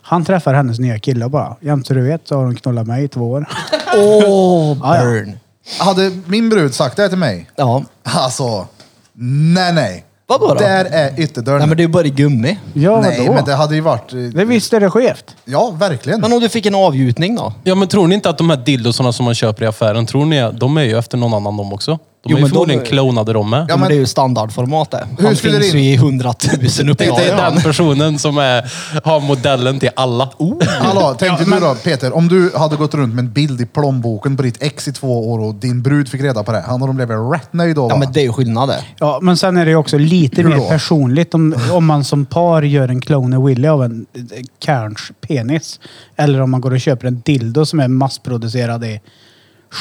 Speaker 2: Han träffar hennes nya kille och bara, jämt så du vet så har hon knullat mig i två år.
Speaker 4: Åh,
Speaker 2: ja.
Speaker 4: burn!
Speaker 1: Hade min brud sagt det här till mig?
Speaker 4: Ja.
Speaker 1: Alltså, nej nej.
Speaker 4: Vadå då?
Speaker 1: Där är ytterdörren.
Speaker 4: Nej men det är ju bara i gummi.
Speaker 2: Ja, vadå?
Speaker 1: nej men det
Speaker 2: det...
Speaker 1: hade ju varit... eh,
Speaker 2: visst är det skevt.
Speaker 1: Ja, verkligen.
Speaker 4: Men om du fick en avgjutning då?
Speaker 6: Ja men tror ni inte att de här dildosarna som man köper i affären, tror ni att de är ju efter någon annan de också? De
Speaker 4: Jo,
Speaker 6: är ju
Speaker 4: men de
Speaker 6: förmodligen
Speaker 4: är-
Speaker 6: klonade de med.
Speaker 1: Ja,
Speaker 4: Ja, men
Speaker 1: men-
Speaker 4: det är ju standardformat det.
Speaker 1: Hur
Speaker 4: Han
Speaker 1: skulle
Speaker 4: finns
Speaker 1: det-
Speaker 4: ju i hundratusen
Speaker 6: Det är
Speaker 4: upplagor.
Speaker 6: den personen som är, har modellen till alla.
Speaker 1: Hallå, tänkte du då Peter, om du hade gått runt med en bild i plånboken på ditt ex i två år och din brud fick reda på det. Han och de blev rätt nöjd då va?
Speaker 4: Ja men det är ju skillnad det.
Speaker 2: Ja, men sen är det ju också lite
Speaker 1: Hur
Speaker 2: mer
Speaker 1: då?
Speaker 2: personligt om, om man som par gör en klon och Willy av en eh, Cairns penis. Eller om man går och köper en dildo som är massproducerad i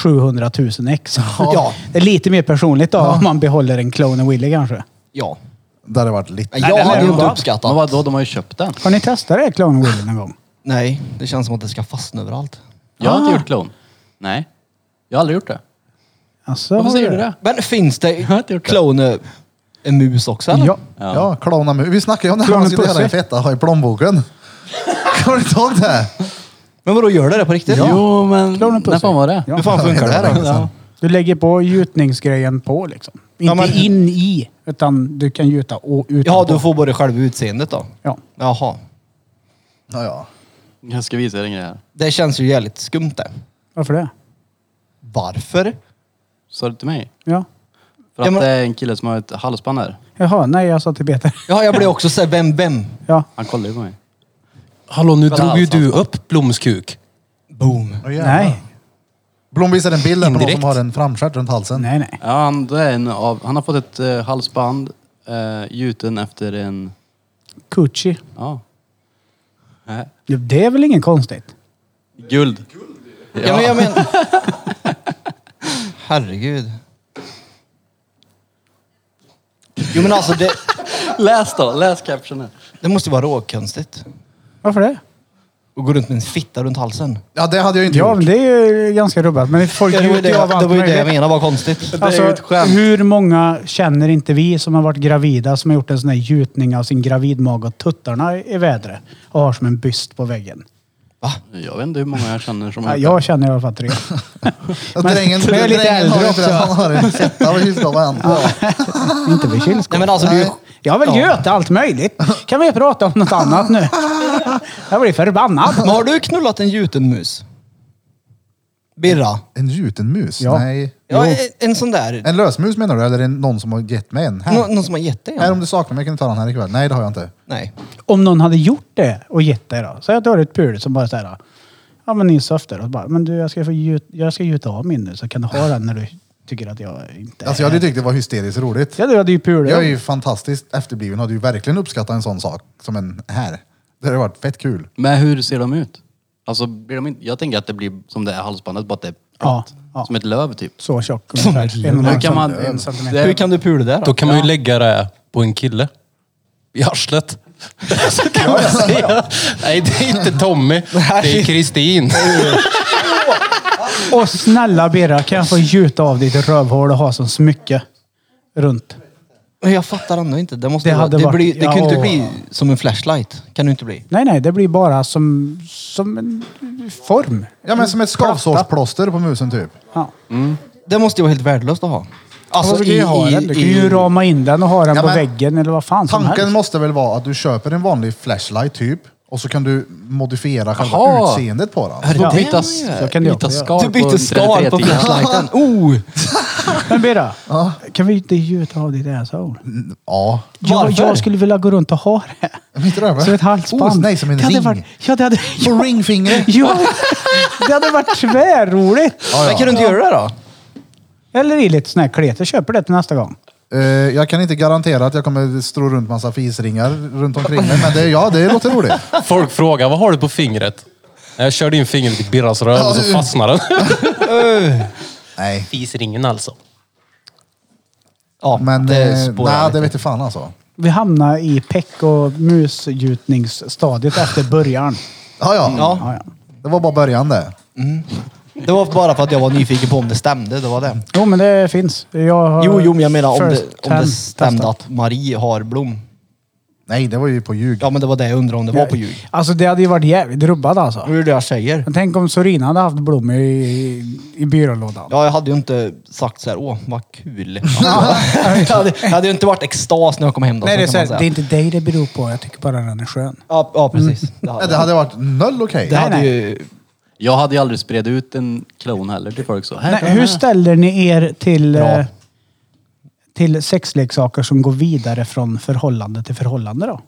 Speaker 2: 700 000 ex.
Speaker 4: Ja.
Speaker 2: Det är lite mer personligt då om man behåller en klon och Willy kanske.
Speaker 4: Ja.
Speaker 1: Det hade varit lite...
Speaker 4: Men Jag
Speaker 2: det
Speaker 4: hade
Speaker 2: är
Speaker 4: ju
Speaker 2: ju
Speaker 4: inte
Speaker 2: bra.
Speaker 4: uppskattat.
Speaker 3: Men vadå, de har ju köpt den.
Speaker 2: Har ni testat det klon och Willy någon gång?
Speaker 4: Nej, det känns som att det ska fastna överallt.
Speaker 3: Jag har inte gjort klon. Nej. Jag har aldrig gjort det.
Speaker 2: Alltså,
Speaker 3: Varför
Speaker 2: har
Speaker 3: säger
Speaker 2: du
Speaker 3: du det?
Speaker 4: Men finns det
Speaker 3: har inte gjort det.
Speaker 4: kloner En mus också eller?
Speaker 2: Ja.
Speaker 1: Ja, clowna mus. Vi snackade ju om det här.
Speaker 2: Clownen
Speaker 1: Man skulle göra
Speaker 2: Pusse.
Speaker 1: en fetta ha i plånboken. Kommer du inte ihåg det?
Speaker 4: Men vadå, gör det det på riktigt?
Speaker 3: Jo, men
Speaker 2: Clownen Pusse.
Speaker 3: när fan var det?
Speaker 2: Ja.
Speaker 4: Hur fan funkar
Speaker 1: Det här
Speaker 4: det
Speaker 1: är
Speaker 4: då?
Speaker 1: intressant.
Speaker 4: Ja.
Speaker 2: Du lägger på gjutningsgrejen på liksom. Inte
Speaker 4: men-
Speaker 2: in i, utan du kan gjuta och
Speaker 4: ja,
Speaker 2: utanpå.
Speaker 4: du får bara själva utseendet då?
Speaker 2: Ja.
Speaker 4: Jaha.
Speaker 1: Ja, ja.
Speaker 3: Jag ska visa er en grej här.
Speaker 4: Det känns ju jävligt skumt det.
Speaker 2: Varför det?
Speaker 4: Varför?
Speaker 3: Sa du till mig?
Speaker 2: Ja.
Speaker 3: För att
Speaker 4: Ja, men-
Speaker 3: det är en kille som har ett halsband där.
Speaker 2: Jaha, nej jag sa till Peter.
Speaker 4: Ja, jag blev också såhär, vem, vem?
Speaker 2: Ja.
Speaker 3: Han kollar ju på mig.
Speaker 6: Hallå, nu
Speaker 3: Men
Speaker 6: drog ju
Speaker 3: alltså.
Speaker 6: du upp Bloms kuk.
Speaker 4: Boom.
Speaker 1: Oh, jävlar.
Speaker 2: Nej.
Speaker 1: Blom visade en bild här på någon
Speaker 6: Indirekt.
Speaker 1: som har en framstjärt runt halsen.
Speaker 2: Nej, nej.
Speaker 3: Ja, han, det är en av, han har fått ett eh, halsband eh, gjuten efter en...
Speaker 2: Gucci.
Speaker 3: Ja. Nej.
Speaker 2: Det är väl ingen konstigt?
Speaker 3: Äh, Guld.
Speaker 4: Ja, men jag menar... Herregud. Jo men alltså det,
Speaker 3: Läs då, läs captionen.
Speaker 4: det måste ju vara råkonstigt.
Speaker 2: Varför det?
Speaker 4: Att gå runt med en fitta runt halsen.
Speaker 1: Ja, det hade jag ju inte
Speaker 2: Ja,
Speaker 1: gjort.
Speaker 2: men det är ju ganska rubbat. Men folk
Speaker 4: Ja, det var ju det,
Speaker 2: gjuter ju av
Speaker 4: det,
Speaker 2: allt
Speaker 4: var ju det jag
Speaker 2: möjligt.
Speaker 4: menade var konstigt.
Speaker 2: Alltså, hur många känner inte vi som har varit gravida som har gjort en sån här gjutning av sin gravidmage och tuttarna i i vädret och har som en byst på väggen?
Speaker 3: Jag vet inte hur många jag känner som
Speaker 2: Ja,
Speaker 4: Mm.
Speaker 2: jag känner i alla fall tre.
Speaker 1: Ja,
Speaker 2: men-
Speaker 1: drängen
Speaker 2: jag är lite
Speaker 1: drängen har
Speaker 2: äldre
Speaker 1: ju inte det. Han har en fetta vid kylskåpet. Ja.
Speaker 2: Inte vid kylskåpet.
Speaker 4: Nej men alltså du,
Speaker 2: Jag har väl göt allt möjligt. Kan vi prata om något annat nu? Jag blir förbannad.
Speaker 4: men har du knullat en gjuten mus? Birra?
Speaker 1: En gjuten mus?
Speaker 2: Ja.
Speaker 1: Nej.
Speaker 4: Ja, en, en sån där.
Speaker 1: En lösmus menar du? Eller är det någon som har gett mig en? Här.
Speaker 4: Nå, någon som har gett dig
Speaker 1: här
Speaker 4: en?
Speaker 1: om du saknar mig kan du ta den här ikväll. Nej, det har jag inte.
Speaker 4: Nej.
Speaker 2: Om någon hade gjort det och gett dig då. Säg att du har ett pul som bara såhär. Ja men ni söfter och bara. Men du jag ska, få gjut, jag ska gjuta av min nu så kan du ha den när du tycker att jag inte
Speaker 1: Alltså jag hade ju tyckt det var hysteriskt roligt.
Speaker 2: Ja du hade ju pul.
Speaker 1: Jag är ju fantastiskt efterbliven hade ju verkligen uppskattat en sån sak som en här. Det hade varit fett kul.
Speaker 3: Men hur ser de ut? Alltså, blir de inte, jag tänker att det blir som det här halsbandet, bara att det är
Speaker 2: Ja,
Speaker 3: platt.
Speaker 2: ja.
Speaker 3: Som ett löv typ.
Speaker 2: Så tjock ungefär. En och en halv
Speaker 3: Hur kan man...
Speaker 2: centimeter.
Speaker 3: det-
Speaker 4: Hur kan du pula det
Speaker 6: Då
Speaker 4: då?
Speaker 6: kan man ju lägga det på en kille. I arslet. Så kan man säga. Nej, det är inte Tommy. Det är Kristin.
Speaker 2: Och snälla Birra, kan jag få gjuta av ditt rövhål och ha som smycke runt?
Speaker 4: Men Jag fattar ändå inte. Det, måste
Speaker 2: Det
Speaker 4: det, vara,
Speaker 2: hade
Speaker 4: det,
Speaker 2: varit-
Speaker 4: blir, det kan ju inte
Speaker 2: ja.
Speaker 4: bli som en flashlight. Kan det inte bli.
Speaker 2: Nej, nej, det blir bara som, som en form.
Speaker 1: Ja men som ett skavsårsplåster på musen typ.
Speaker 2: Ja.
Speaker 4: Det måste ju vara helt värdelöst att ha.
Speaker 2: Alltså, du kan ju ha den. Du kan ju rama in den och ha den
Speaker 1: Ja,
Speaker 2: på
Speaker 1: men-
Speaker 2: väggen eller vad fan som
Speaker 1: Tanken
Speaker 2: helst.
Speaker 1: måste väl vara att du köper en vanlig flashlight typ och så kan du modifiera själva
Speaker 3: Jaha.
Speaker 1: utseendet på den.
Speaker 3: Du
Speaker 2: Ja.
Speaker 3: byta,
Speaker 2: Så kan du
Speaker 3: byta
Speaker 2: också göra.
Speaker 3: skal
Speaker 4: Du bytte skal på
Speaker 3: 33 timmar.
Speaker 4: flashlighten. Oh!
Speaker 2: Men Birra, kan vi inte gjuta av ditt asshole?
Speaker 1: Ja.
Speaker 2: Jag,
Speaker 4: Varför?
Speaker 2: jag skulle vilja gå runt och ha det.
Speaker 1: Mitt röva?
Speaker 2: Som ett halsband.
Speaker 1: Oh, nej, som en
Speaker 2: Det hade
Speaker 1: ring.
Speaker 2: varit- ja, det hade...
Speaker 1: På ringfingret.
Speaker 2: Ja, det hade varit tvärroligt.
Speaker 1: Ja,
Speaker 4: Men kan
Speaker 1: ja.
Speaker 4: du inte göra det då?
Speaker 2: Eller i lite sån här klet. Jag köper det till nästa gång.
Speaker 1: Eh, jag kan inte garantera att jag kommer strå runt massa fisringar runt omkring mig, men det, ja, det låter roligt.
Speaker 6: Folk frågar, vad har du på fingret? Jag körde in fingret i Birras röv och så fastnade den.
Speaker 1: Nej,
Speaker 6: Fisringen alltså.
Speaker 4: Ja,
Speaker 1: men det, eh,
Speaker 4: spårar
Speaker 1: nej,
Speaker 4: lite.
Speaker 1: det vet jag fan alltså.
Speaker 2: Vi hamnar i peck och musgjutningsstadiet efter början.
Speaker 1: Ja, ja.
Speaker 4: Ja,
Speaker 2: Mm. Ja, ja.
Speaker 1: Det var bara början det.
Speaker 4: det var bara för att jag var nyfiken på om det stämde. Det var det.
Speaker 2: Jo, men det finns. Jag har
Speaker 4: Jo, jo, men jag menar om
Speaker 2: first
Speaker 4: det, om
Speaker 2: hand
Speaker 4: det stämde
Speaker 2: testat.
Speaker 4: att Marie har Blom.
Speaker 1: Nej, det var ju på ljug.
Speaker 4: Ja, men det var det jag undrade om det var på ljug.
Speaker 2: Alltså det hade ju varit jävligt rubbat alltså.
Speaker 4: Det är det jag säger.
Speaker 2: Men tänk om Sorina hade haft blommor i, i byrålådan.
Speaker 4: Ja, jag hade ju inte sagt så här, åh, vad kul. jag, hade, jag hade ju inte varit extas när jag kom hem då.
Speaker 2: Nej, det är,
Speaker 4: kan
Speaker 2: så
Speaker 4: man
Speaker 2: här, det är
Speaker 4: säga.
Speaker 2: inte dig det beror på. Jag tycker bara den är skön.
Speaker 4: Ja, ja, precis. Det hade,
Speaker 1: Nej, det hade varit noll okej.
Speaker 4: det hade
Speaker 2: nej.
Speaker 4: ju...
Speaker 3: Jag hade ju aldrig spred ut en klon heller till folk så. Här, ta
Speaker 2: Nej,
Speaker 3: den
Speaker 2: hur
Speaker 3: här.
Speaker 2: ställer ni er till,
Speaker 4: Bra.
Speaker 2: eh, till sexleksaker som går vidare från förhållande till förhållande då?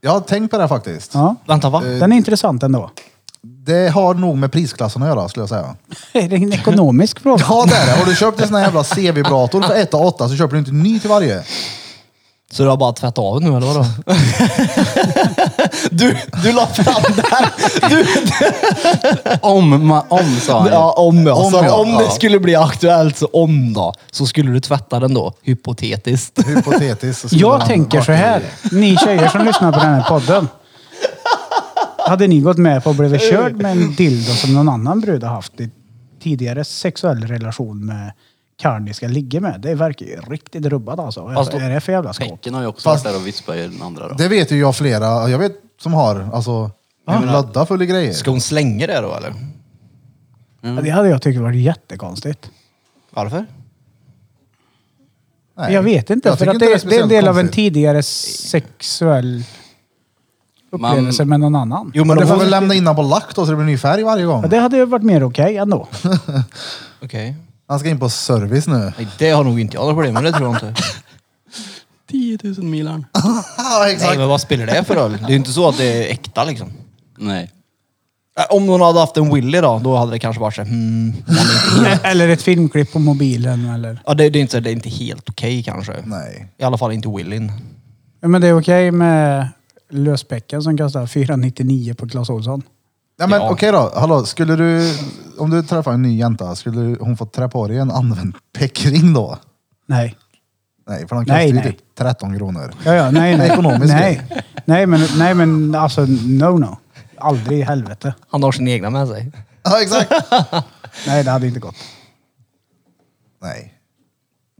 Speaker 1: Jag har tänkt på det här faktiskt.
Speaker 2: Ja.
Speaker 4: Vänta, va?
Speaker 2: Den är intressant ändå.
Speaker 1: Det har nog med prisklassen att göra skulle jag säga.
Speaker 2: Det är en ekonomisk fråga.
Speaker 1: Ja det är det. Har du köpt en sån här jävla C-vibrator för 1 8 så köper du inte en ny till varje.
Speaker 4: Så du har bara tvättat av nu eller vadå? du, du la fram det här. Du,
Speaker 3: Om, ma- om sa han ju.
Speaker 4: ja, om, alltså,
Speaker 1: Om,
Speaker 4: om,
Speaker 1: ja.
Speaker 4: det
Speaker 1: Ja.
Speaker 4: skulle bli aktuellt, så om då, så skulle du tvätta den då, hypotetiskt.
Speaker 1: Hypotetiskt. så skulle
Speaker 2: Jag
Speaker 1: man-
Speaker 2: tänker så här. Ni tjejer som lyssnar på den här podden. Hade ni gått med på att bli körd med en dildo som någon annan brud har haft i tidigare sexuell relation med karln ska ligga med. Det verkar ju riktigt rubbat alltså. Vad
Speaker 3: Fast då-
Speaker 2: är det för jävla skåp?
Speaker 3: Häcken har ju också
Speaker 1: Fast-
Speaker 3: varit där och vispat i den andra då.
Speaker 1: Det vet ju jag flera, jag vet som har, alltså, ladda full i grejer.
Speaker 4: Ska hon slänga det då eller?
Speaker 1: Mm.
Speaker 2: Ja, Det hade jag tyckt varit jättekonstigt.
Speaker 4: Varför?
Speaker 1: Nej.
Speaker 2: Jag vet inte.
Speaker 1: Jag
Speaker 2: för
Speaker 1: tycker
Speaker 2: att det,
Speaker 1: är
Speaker 2: det är en del av en
Speaker 1: speciellt
Speaker 2: tidigare sexuell upplevelse med någon annan.
Speaker 4: Jo
Speaker 1: konstigt. Men
Speaker 4: men
Speaker 1: du
Speaker 4: om
Speaker 1: får
Speaker 4: hon...
Speaker 1: väl
Speaker 4: Okej.
Speaker 1: lämna innan på lack då så det blir ny färg varje gång.
Speaker 2: Ja, det hade ju varit mer okej ändå.
Speaker 1: Han ska in på service nu.
Speaker 4: Nej, det har nog inte jag några problem med, det tror jag inte.
Speaker 3: 10 000 milaren.
Speaker 1: Ja,
Speaker 4: Nej,
Speaker 1: exakt.
Speaker 4: men vad spelar det för roll? Det är ju inte så att det är äkta liksom.
Speaker 3: Nej.
Speaker 4: Äh, Om någon hade haft en Willy då, då hade det kanske varit så här, hmm.
Speaker 2: eller ett filmklipp på mobilen. Eller.
Speaker 4: Ja, det, det, är inte, så- det är inte helt okej kanske.
Speaker 1: Nej.
Speaker 4: I alla fall inte Willyn.
Speaker 2: Ja, Men det är okej med löspäcken som kostar 499 på Clas Ohlson.
Speaker 1: Ja, men
Speaker 4: Ja.
Speaker 1: okej då. Hallå, skulle du, om du träffar en ny jänta, skulle du, hon få trä på dig en använd peckring då?
Speaker 2: Nej.
Speaker 1: Nej, för de kostar
Speaker 2: Nej,
Speaker 1: ju
Speaker 2: nej.
Speaker 1: typ 13 kronor.
Speaker 2: Ja, ja, nej, nej.
Speaker 1: Ekonomisk
Speaker 2: nej. nej, men, nej, men alltså no, no. Aldrig i helvete.
Speaker 4: Han har sina egna med sig.
Speaker 1: Ja, exakt.
Speaker 2: Nej, det hade inte gått.
Speaker 1: Nej.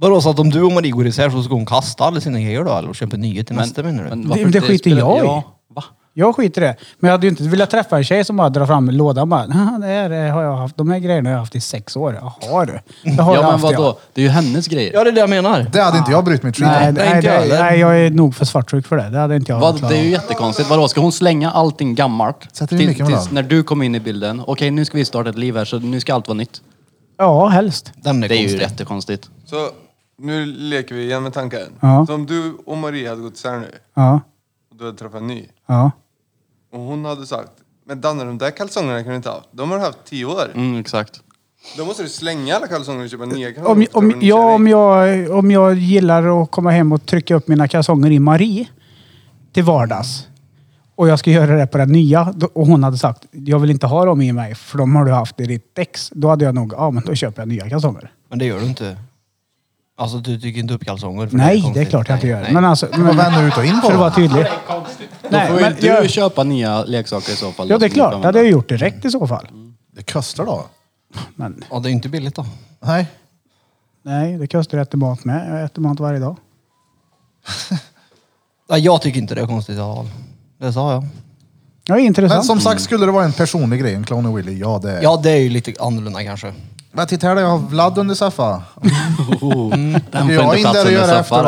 Speaker 4: Vadå, så att om du och Marie går isär så ska hon kasta alla sina grejer då? Eller köpa nya till nästa menar du?
Speaker 3: varför
Speaker 2: men det skiter
Speaker 3: spelar-
Speaker 2: jag i.
Speaker 3: Ja, va?
Speaker 2: Jag skiter i det. Men jag hade ju inte velat träffa en tjej som bara drar fram lådan och bara, "Haha, det här eh, har jag haft, de här grejerna har jag haft i sex år. Jaha du. Det har jag
Speaker 3: Ja men
Speaker 2: haft,
Speaker 3: vadå? Det är ju hennes grejer.
Speaker 4: Ja, det är det jag menar.
Speaker 1: Det hade inte jag brytt mig ett skit om.
Speaker 2: Nej,
Speaker 4: Nej,
Speaker 2: nej,
Speaker 4: inte jag
Speaker 2: nej,
Speaker 4: heller.
Speaker 2: nej, jag är nog för svartsjuk för det. Det hade inte jag
Speaker 3: Vad,
Speaker 2: klarat
Speaker 3: det är
Speaker 2: av.
Speaker 3: ju jättekonstigt. Vadå, ska hon slänga allting gammalt?
Speaker 1: Sätter vi
Speaker 3: Till-
Speaker 1: mycket med
Speaker 3: tills
Speaker 1: den?
Speaker 3: när du kommer in i bilden. Okej, nu ska vi starta ett liv här så nu ska allt vara nytt.
Speaker 2: Ja, helst.
Speaker 4: Den är
Speaker 3: Det är ju
Speaker 4: konstig.
Speaker 3: jättekonstigt.
Speaker 9: Så nu leker vi igen med tanken.
Speaker 2: Ja.
Speaker 9: Så om du och Marie hade gått isär nu
Speaker 2: Ja,
Speaker 9: och du hade träffat en ny
Speaker 2: ja.
Speaker 9: och hon hade sagt men Danne, de där kalsongerna kan du inte ha. De har du haft tio år.
Speaker 3: Mm, exakt.
Speaker 9: Då måste du slänga alla kalsonger och köpa nya kalsonger.
Speaker 2: Om,
Speaker 9: för att
Speaker 2: om,
Speaker 9: du har en
Speaker 2: ja, om,
Speaker 9: kärlek.
Speaker 2: jag, om jag gillar att komma hem och trycka upp mina kalsonger i Marie till vardags och jag ska göra det på den nya då- och hon hade sagt jag vill inte ha dem i mig för de har du haft i ditt ex. Då hade jag nog, ja men då köper jag nya kalsonger.
Speaker 4: Men det gör du inte. Alltså du tycker inte upp kalsonger? för
Speaker 2: nej, det är
Speaker 4: konstigt.
Speaker 2: klart jag inte
Speaker 4: Nej,
Speaker 2: gör.
Speaker 4: nej.
Speaker 2: Men alltså,
Speaker 1: Vad
Speaker 2: men,
Speaker 1: vänder du ut och in på
Speaker 2: för att vara
Speaker 1: då?
Speaker 2: tydlig.
Speaker 3: Då får
Speaker 2: Nej, men
Speaker 3: väl du
Speaker 2: jag,
Speaker 3: köpa nya leksaker i så fall.
Speaker 2: ja,
Speaker 3: då,
Speaker 2: det är
Speaker 3: som du
Speaker 2: klart.
Speaker 3: kan
Speaker 2: Det hade
Speaker 3: använda.
Speaker 2: jag gjort direkt i så fall.
Speaker 1: Det kostar då?
Speaker 2: Men
Speaker 4: Ja, det är ju inte billigt då.
Speaker 1: Nej.
Speaker 2: nej, det kostar att äta mat med. Jag äter mat varje dag.
Speaker 4: Ja, jag tycker inte det är konstigt i alla fall. Det sa jag.
Speaker 2: Ja,
Speaker 1: Men
Speaker 2: intressant.
Speaker 1: som sagt, skulle det vara en personlig grej, en clown och Willy, ja det är.
Speaker 4: Ja, det är ju lite annorlunda kanske.
Speaker 1: Men titta här, jag har Vlad under Saffa.
Speaker 3: Oh,
Speaker 2: Mm.
Speaker 3: den
Speaker 1: Ska
Speaker 3: får
Speaker 1: jag
Speaker 3: inte
Speaker 1: in där
Speaker 3: plats
Speaker 1: och
Speaker 3: under
Speaker 1: göra efter
Speaker 3: soffan.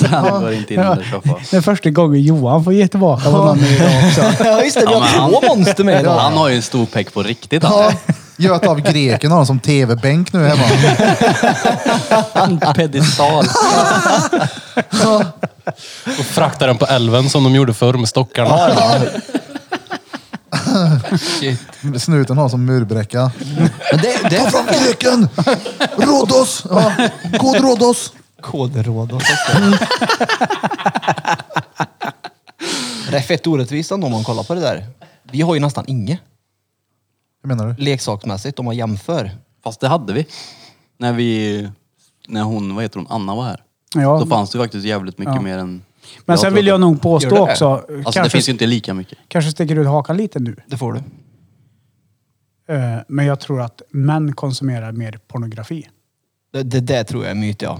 Speaker 1: då?
Speaker 3: Den går inte in under soffan.
Speaker 2: Det är första gången Johan får ge tillbaka vad någon är idag också.
Speaker 4: Ja, just det. Vi har två monster med idag.
Speaker 3: Han har ju en stor peck på riktigt.
Speaker 1: Ja,
Speaker 3: han.
Speaker 1: Göt av greken har honom som tv-bänk nu hemma.
Speaker 3: En pedestal.
Speaker 6: Och frakta den på älven som de gjorde förr med stockarna.
Speaker 1: Snuten har som murbräcka.
Speaker 4: Men det, det
Speaker 1: Ta fram greken! Rhodos! Ja, god Rhodos!
Speaker 4: kodråd och sånt Det är fett orättvist ändå om man kollar på det där. Vi har ju nästan inget
Speaker 1: Hur menar du?
Speaker 4: leksaksmässigt om man jämför.
Speaker 3: Fast det hade vi. När vi... När hon, vad heter hon, Anna var här.
Speaker 2: Ja.
Speaker 3: Då fanns det ju faktiskt jävligt mycket mer än...
Speaker 2: Men sen vill
Speaker 3: trodde.
Speaker 2: jag nog påstå
Speaker 4: Gör det?
Speaker 2: också,
Speaker 3: Alltså det
Speaker 2: kanske,
Speaker 3: finns ju inte lika mycket.
Speaker 2: kanske sticker ut hakan lite nu,
Speaker 4: Det får du.
Speaker 2: eh, men jag tror att män konsumerar mer pornografi.
Speaker 4: Det, det där tror jag är en myt ja.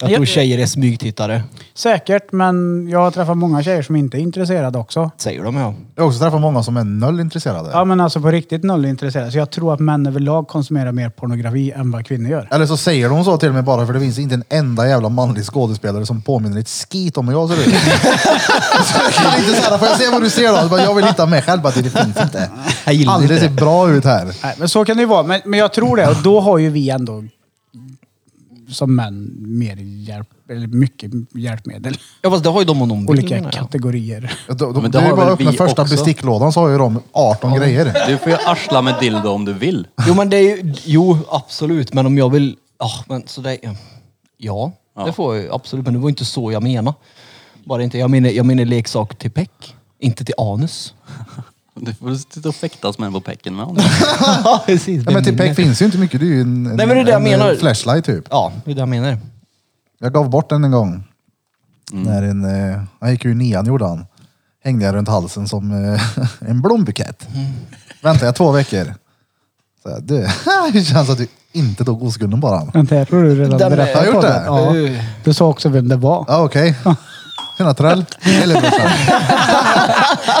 Speaker 4: Jag tror tjejer är smygtittare.
Speaker 2: Säkert, men jag har träffat många tjejer som inte är intresserade också.
Speaker 4: Säger de ja.
Speaker 1: Jag har också träffat många som är noll intresserade.
Speaker 2: Ja men alltså på riktigt noll intresserade. Så jag tror att män överlag konsumerar mer pornografi än vad kvinnor gör.
Speaker 1: Eller så säger de så till mig bara för det finns inte en enda jävla manlig skådespelare som påminner ett skit om hur jag ser ut. så jag kan inte säga, får jag se vad du ser då? Jag, bara, jag vill hitta mig själv, bara, det finns inte.
Speaker 4: Jag gillar
Speaker 1: Aldrig
Speaker 4: inte
Speaker 1: ser bra ut här.
Speaker 2: Nej, men så kan det ju vara. Men, men jag tror det. Och då har ju vi ändå som män mer hjälp, eller mycket hjälpmedel.
Speaker 4: Ja fast det har ju de och de vill
Speaker 2: Olika
Speaker 4: menar jag.
Speaker 2: kategorier.
Speaker 1: De, de,
Speaker 3: men
Speaker 1: det
Speaker 3: det
Speaker 1: är
Speaker 3: har
Speaker 1: ju bara
Speaker 3: väl
Speaker 1: att öppna
Speaker 3: vi
Speaker 1: första
Speaker 3: också.
Speaker 1: besticklådan så har ju de 18 grejer.
Speaker 3: Du får ju arsla med dildo om du vill.
Speaker 4: Jo men det är ju, jo absolut men om jag vill, ah, men så det, ja, det får jag ju absolut men det var inte så jag menade. Bara inte, jag menar, jag menar leksak till peck, inte till anus.
Speaker 3: Du får sitta och fäktas med den på pecken med honom.
Speaker 4: Ja, typ precis.
Speaker 1: Ja, men till PEC finns ju inte mycket, det är ju en, en,
Speaker 4: Nej, men det är det jag
Speaker 1: en
Speaker 4: menar.
Speaker 1: eh, flashlight typ.
Speaker 4: Ja, det är det jag menar.
Speaker 1: Jag gav bort den en gång.
Speaker 2: Mm.
Speaker 1: När en, eh, han gick ur nian gjorde han. Hängde jag runt halsen som eh,
Speaker 2: Mm.
Speaker 1: en blombukett. Väntade jag två veckor. Så jag, du, hur känns det att du inte tog oskulden bara. han.
Speaker 2: Den här tror du redan
Speaker 4: Den-
Speaker 1: Jag har
Speaker 2: berättade
Speaker 1: gjort
Speaker 2: på
Speaker 1: det.
Speaker 2: den. Ja. Du sa också vem det var.
Speaker 1: Ja, okej. Tjena Trell. Hej lillebrorsan.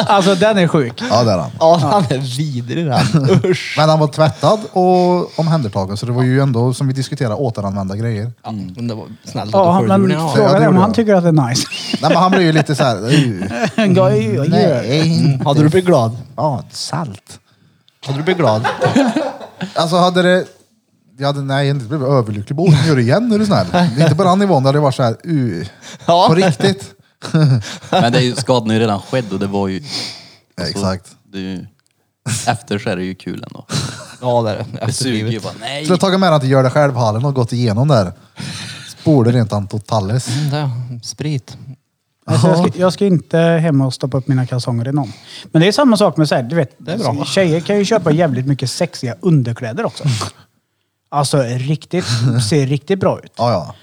Speaker 2: Alltså den är sjuk.
Speaker 1: Ja, där är han.
Speaker 4: Ja, han är vidrig den. Usch.
Speaker 1: Men han var tvättad och omhändertagen, så det var ju ändå, som vi diskuterade, återanvända grejer.
Speaker 4: Ja, men det var snällt
Speaker 2: Ja, men
Speaker 1: det
Speaker 2: frågan är om
Speaker 1: gjorde
Speaker 2: han
Speaker 1: jag.
Speaker 2: tycker att det är nice.
Speaker 1: Nej, men han blev ju lite så här... "Oj,
Speaker 2: Ja, ja, ja.
Speaker 1: Nej,
Speaker 4: Hade du blivit glad?
Speaker 1: ja, salt.
Speaker 4: Hade du blivit glad?
Speaker 1: Alltså hade det... Jag hade, nej, jag hade inte blivit överlycklig. Bo, gör det igen, är du snäll. Det är Inte på den nivån, där det var så här... Uh,
Speaker 4: Ja.
Speaker 1: På riktigt.
Speaker 3: Men det är ju, skadan är ju redan skedd och det var ju... alltså,
Speaker 1: exakt.
Speaker 3: Det är ju, efter så är det ju kul ändå.
Speaker 4: Ja, det är det.
Speaker 3: Det suger ju
Speaker 4: Efterblivet.
Speaker 3: bara. Nej!
Speaker 1: Skulle ha tagit med den till Gör det själv-hallen och gått igenom där. Spolade rent han totales.
Speaker 4: Det, sprit.
Speaker 2: Alltså, jag, ska, jag ska inte hem och stoppa upp mina kalsonger i någon. Men det är samma sak med så här, du vet, det är bra. Mm. tjejer kan ju köpa jävligt mycket sexiga underkläder också. Alltså riktigt, ser riktigt bra ut.
Speaker 1: Ja, ja.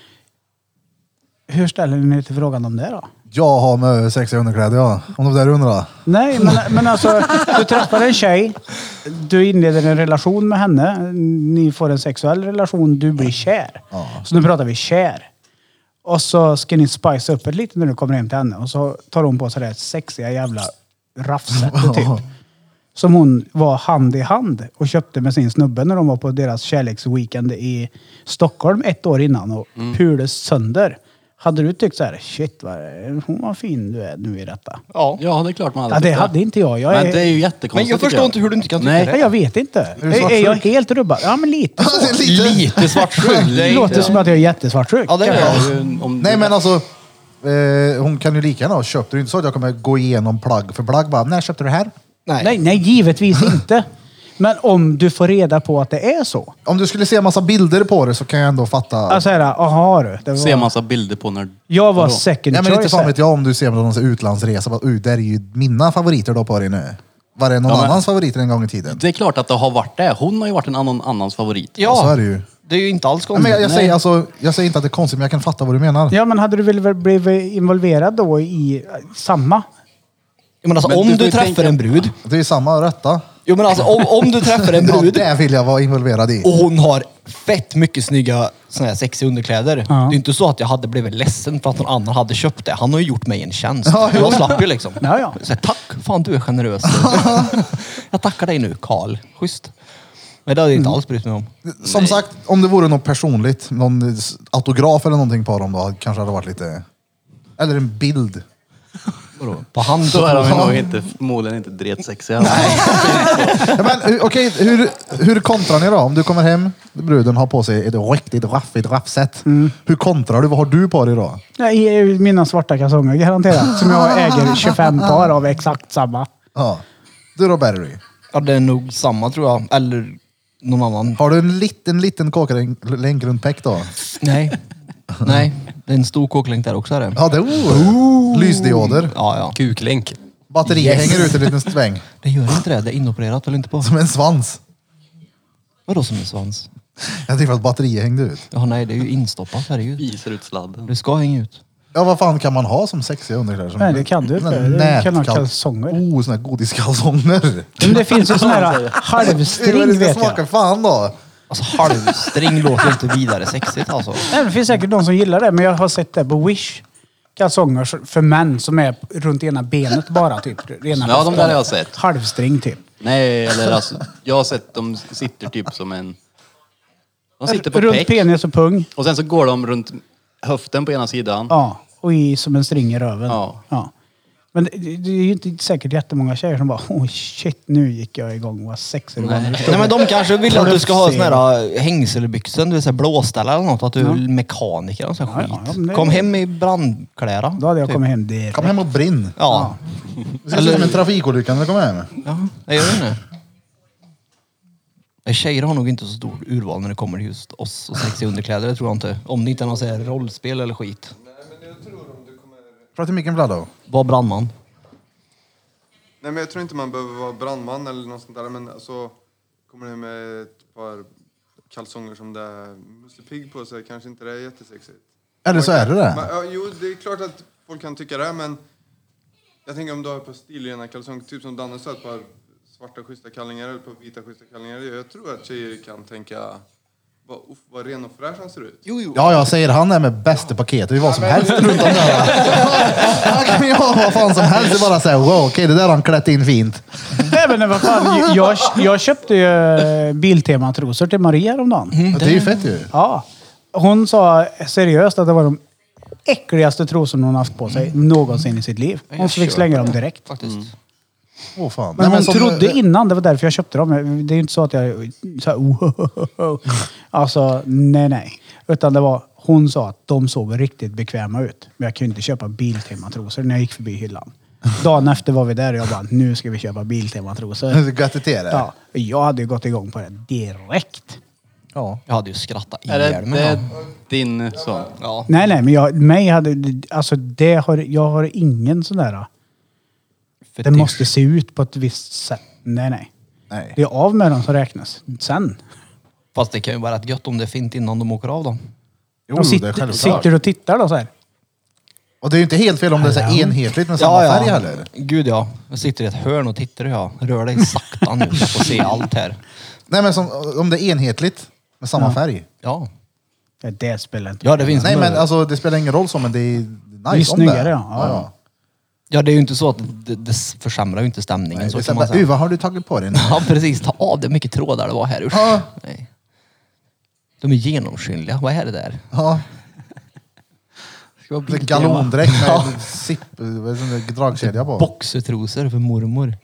Speaker 2: Hur ställer ni er till frågan om det då?
Speaker 1: Jag har med sexiga underkläder, ja. Om det var det du undrade.
Speaker 2: Nej, men, men alltså du träffar en tjej, du inleder en relation med henne, ni får en sexuell relation, du blir kär. Så nu pratar vi kär. Och så ska ni spice upp det lite när du kommer hem till henne och så tar hon på sig det här sexiga jävla rafset typ. Som hon var hand i hand och köpte med sin snubbe när de var på deras kärleksweekend i Stockholm ett år innan och pulade sönder. Hade du tyckt så här, shit vad hon var fin du är nu i detta.
Speaker 4: Ja.
Speaker 3: Ja, det är klart man hade
Speaker 2: Ja, det
Speaker 3: tyckt
Speaker 2: hade inte jag. jag
Speaker 3: Men det är
Speaker 2: är...
Speaker 3: ju jättekonstigt.
Speaker 4: Men jag
Speaker 3: tycker
Speaker 4: förstår inte hur du inte kan tycka
Speaker 3: Nej.
Speaker 2: Nej, jag vet inte.
Speaker 1: du
Speaker 2: Är, är jag helt rubbad? Ja, men lite.
Speaker 1: Alltså, lite-
Speaker 3: Lite svartsjuk.
Speaker 2: Det låter som att jag är jättesvartsjuk.
Speaker 4: Ja, det är det.
Speaker 1: Nej men alltså, eh, hon kan ju lika gärna ha köpt. Det är ju inte så att jag kommer gå igenom plagg för plagg. Bara, när köpte du det här?
Speaker 4: Nej.
Speaker 2: Nej, nej, givetvis inte. Men om du får reda på att det är så.
Speaker 1: Om du skulle se en massa bilder på det så kan jag ändå fatta.
Speaker 2: Alltså här, aha du. Det
Speaker 3: Ser
Speaker 2: var,
Speaker 3: massa bilder på när...
Speaker 2: jag var
Speaker 3: Vadå?
Speaker 2: second
Speaker 1: ja, men inte
Speaker 2: choice.
Speaker 1: fan
Speaker 2: här.
Speaker 1: vet jag om du ser någon sån här utlandsresa. Bara, uh, där är ju mina favoriter då på dig nu. Var det någon
Speaker 3: Ja, men-
Speaker 1: annans favoriter en gång i tiden?
Speaker 3: Det är klart att det har varit det. Hon har ju varit en annan annans favorit.
Speaker 1: Ja, så
Speaker 4: Ja,
Speaker 1: är det ju.
Speaker 4: det är ju inte alls
Speaker 1: Nej,
Speaker 4: konstigt.
Speaker 1: men jag, jag,
Speaker 4: Nej.
Speaker 1: säger, alltså, jag säger inte att det är konstigt, men jag kan fatta vad du menar.
Speaker 2: Ja, men hade du väl blivit involverad då i eh, samma?
Speaker 4: Jag menar, alltså,
Speaker 3: Men
Speaker 4: om
Speaker 3: du
Speaker 4: du,
Speaker 3: får ju
Speaker 4: träffar
Speaker 3: tänka-
Speaker 4: en brud.
Speaker 1: Det är ju samma rätta.
Speaker 4: Jo men alltså om, om du träffar en
Speaker 1: Ja,
Speaker 4: brud
Speaker 1: det vill jag vara involverad i.
Speaker 4: och hon har fett mycket snygga såna här sexiga underkläder.
Speaker 2: Ja.
Speaker 4: Det är inte så att jag hade blivit ledsen för att någon annan hade köpt det. Han har ju gjort mig en tjänst. jag slapp ju liksom.
Speaker 2: Ja, ja.
Speaker 4: Så här, tack, fan du är generös. jag tackar dig nu Karl. Schysst. Men det hade jag
Speaker 2: Mm.
Speaker 4: inte alls brytt mig om.
Speaker 1: Som sagt, om det vore något personligt, någon s- autograf eller någonting på dem då, kanske hade varit lite... Eller en bild.
Speaker 4: Vadå? På hand
Speaker 3: Så är de ju nog inte, förmodligen inte dretsexiga. Nej.
Speaker 1: Ja, men, hu- okej, hur, hur kontrar ni då? Om du kommer hem, bruden har på sig ett riktigt raffigt raffset. Hur kontrar du? Vad har du på dig då?
Speaker 2: Nej, i mina svarta kalsonger garanterat. Som jag äger 25 par av exakt samma.
Speaker 1: Ja. Du då Barry,
Speaker 4: Ja, det är nog samma tror jag. Eller någon annan.
Speaker 1: har du en liten, liten kåklänk runt peck då?
Speaker 4: Nej. Nej. Det är en stor kåklänk där också är det.
Speaker 1: Ja, det oh. Lysdioder.
Speaker 4: Ja, ja.
Speaker 6: Kuklänk.
Speaker 1: Batteriet
Speaker 4: Yes.
Speaker 1: hänger ut en liten sväng.
Speaker 4: Det gör inte det. Det är inopererat, eller inte på?
Speaker 1: Som en svans.
Speaker 4: Vadå som en svans?
Speaker 1: Jag tyckte att batteriet hängde ut.
Speaker 4: Ja, nej, det är ju instoppat. Herregud.
Speaker 3: Isar ut sladden.
Speaker 4: Det ska hänga ut.
Speaker 1: Ja, vad fan kan man ha som sexiga underkläder? Som
Speaker 2: Nej, det kan du inte.
Speaker 1: Såna
Speaker 2: Du kan ha
Speaker 1: nätkal-
Speaker 2: kalsonger.
Speaker 1: Oh, såna här godiskalsonger.
Speaker 2: Men det finns ju sån här
Speaker 1: String,
Speaker 2: halvstring
Speaker 1: det ska
Speaker 2: vet jag.
Speaker 1: smaka fan då.
Speaker 4: Alltså halvstring låter ju inte vidare sexigt alltså.
Speaker 2: Nej, det finns säkert de som gillar det, men jag har sett det på Wish. Kalsonger för män som är runt ena benet bara typ. Ena
Speaker 3: Ja, de där
Speaker 2: höften.
Speaker 3: har jag sett.
Speaker 2: Halvstring typ.
Speaker 3: Nej, eller alltså, jag har sett de sitter typ som en... De sitter på
Speaker 2: runt
Speaker 3: peck.
Speaker 2: penis och pung.
Speaker 3: Och sen så går de runt höften på ena sidan.
Speaker 2: Ja, och i som en string i röven.
Speaker 3: Ja.
Speaker 2: Men det, det är ju inte säkert jättemånga tjejer som bara oh shit, nu gick jag igång, vad sexig du var när du stod
Speaker 4: Nej men
Speaker 2: där."
Speaker 4: de kanske vill att du ska ha sån här eh, hängselbyxor, det vill säga blåställa eller något. Att du är mekaniker och sån
Speaker 2: Ja, ja, men
Speaker 4: skit.
Speaker 2: det-
Speaker 4: Kom hem i brandkläder. Typ.
Speaker 2: Då hade jag kommit hem direkt.
Speaker 1: Kom hem och brinn.
Speaker 4: Ja.
Speaker 1: Det ser ut som en trafikolycka när du kommer hem.
Speaker 4: ja, jag gör det nu. Tjejer har nog inte så stort urval när det kommer till just oss och sexiga underkläder, det tror jag inte. Om det inte är någon sån här rollspel eller skit.
Speaker 1: Prata i micken Vlado.
Speaker 4: Var brandman.
Speaker 9: Nej men jag tror inte man behöver vara brandman eller något sånt där. Men alltså, kommer det med ett par kalsonger som det är Musse Pigg på sig kanske inte det är jättesexigt.
Speaker 1: Eller så är det
Speaker 9: Men,
Speaker 1: det.
Speaker 9: ja, jo, det är klart att folk kan tycka det men jag tänker om du har ett par stilrena kalsonger, typ som Danne sa, ett par svarta schyssta kallingar eller ett par vita schyssta kallingar. Jag tror att tjejer kan tänka Vad, uff, vad ren och fräsch han ser ut.
Speaker 4: Jo, jo.
Speaker 1: Ja, jag säger han är med bästa paketet. Vi vad som helst runt om där. Han kan ju ha vad fan som helst. Det är bara säga wow, okej, det där har han klätt in fint.
Speaker 2: Nej men vad fan, jag, jag köpte ju eh, Biltema-trosor till Maria häromdagen.
Speaker 1: Det är ju fett ju.
Speaker 2: Ja. Hon sa seriöst att det var de äckligaste trosorna hon haft på sig någonsin i sitt liv. Hon fick slänga dem direkt.
Speaker 4: Faktiskt.
Speaker 3: Mm.
Speaker 1: Åh fan.
Speaker 2: Men
Speaker 1: Nej,
Speaker 2: hon
Speaker 1: som- eh,
Speaker 2: trodde innan, det var därför jag köpte dem. Det är ju inte så att jag så här, oh, oh, oh, oh. Alltså, nej, nej. Utan det var, hon sa att de såg riktigt bekväma ut. Men jag kunde inte köpa Biltema-trosor när jag gick förbi hyllan. Dagen efter var vi där och jag bara, nu ska vi köpa Biltema-trosor.
Speaker 1: Gratiterar.
Speaker 2: Ja, jag hade ju gått igång på det direkt.
Speaker 1: ja.
Speaker 4: Jag hade ju skrattat
Speaker 3: Är det,
Speaker 4: ihjäl
Speaker 3: det
Speaker 4: mig.
Speaker 3: är
Speaker 4: då.
Speaker 3: din son?
Speaker 4: Ja.
Speaker 2: Nej, nej, men jag, mig hade, alltså det har, jag har ingen sån där, det
Speaker 4: Fetisch.
Speaker 2: måste se ut på ett visst sätt. Nej, nej.
Speaker 1: Nej.
Speaker 2: Det är av med dem som räknas. Sen.
Speaker 4: Fast det kan ju vara rätt gött om det är fint innan de åker av dem.
Speaker 1: Jo,
Speaker 2: och
Speaker 1: det är
Speaker 2: sitter,
Speaker 1: självklart.
Speaker 2: sitter och tittar då så här.
Speaker 1: Och det är ju inte helt fel om det är så här enhetligt med samma färg heller.
Speaker 4: Gud ja. Jag sitter i ett hörn och tittar ja. Rör dig sakta nu. Jag får se allt här.
Speaker 1: Nej, men som, om det är enhetligt med samma färg.
Speaker 4: Ja.
Speaker 2: Ja, Det spelar inte
Speaker 4: Ja, det finns
Speaker 1: Nej,
Speaker 4: möjlighet.
Speaker 1: men alltså det spelar ingen roll så, men det är nice
Speaker 2: Det är
Speaker 1: om
Speaker 2: snyggare,
Speaker 1: det.
Speaker 2: ja. Ja, ja.
Speaker 4: Ja, det är ju inte så att det, det försämrar ju inte stämningen.
Speaker 1: Nej,
Speaker 4: så
Speaker 1: det är
Speaker 4: kan
Speaker 1: så
Speaker 4: man
Speaker 1: här, bara, "U,
Speaker 4: säga.
Speaker 1: vad har du tagit på dig nu?
Speaker 4: Ja, precis. Ta av det. Mycket trådar det var här. Usch.
Speaker 1: Ja.
Speaker 4: Nej. De är genomskinliga. Vad är det där?
Speaker 1: Ja,
Speaker 4: Ska
Speaker 1: det är galondräkt med en sipp, vad är det, en dragkedja på. Mhm.
Speaker 4: Boxertrosor för mormor.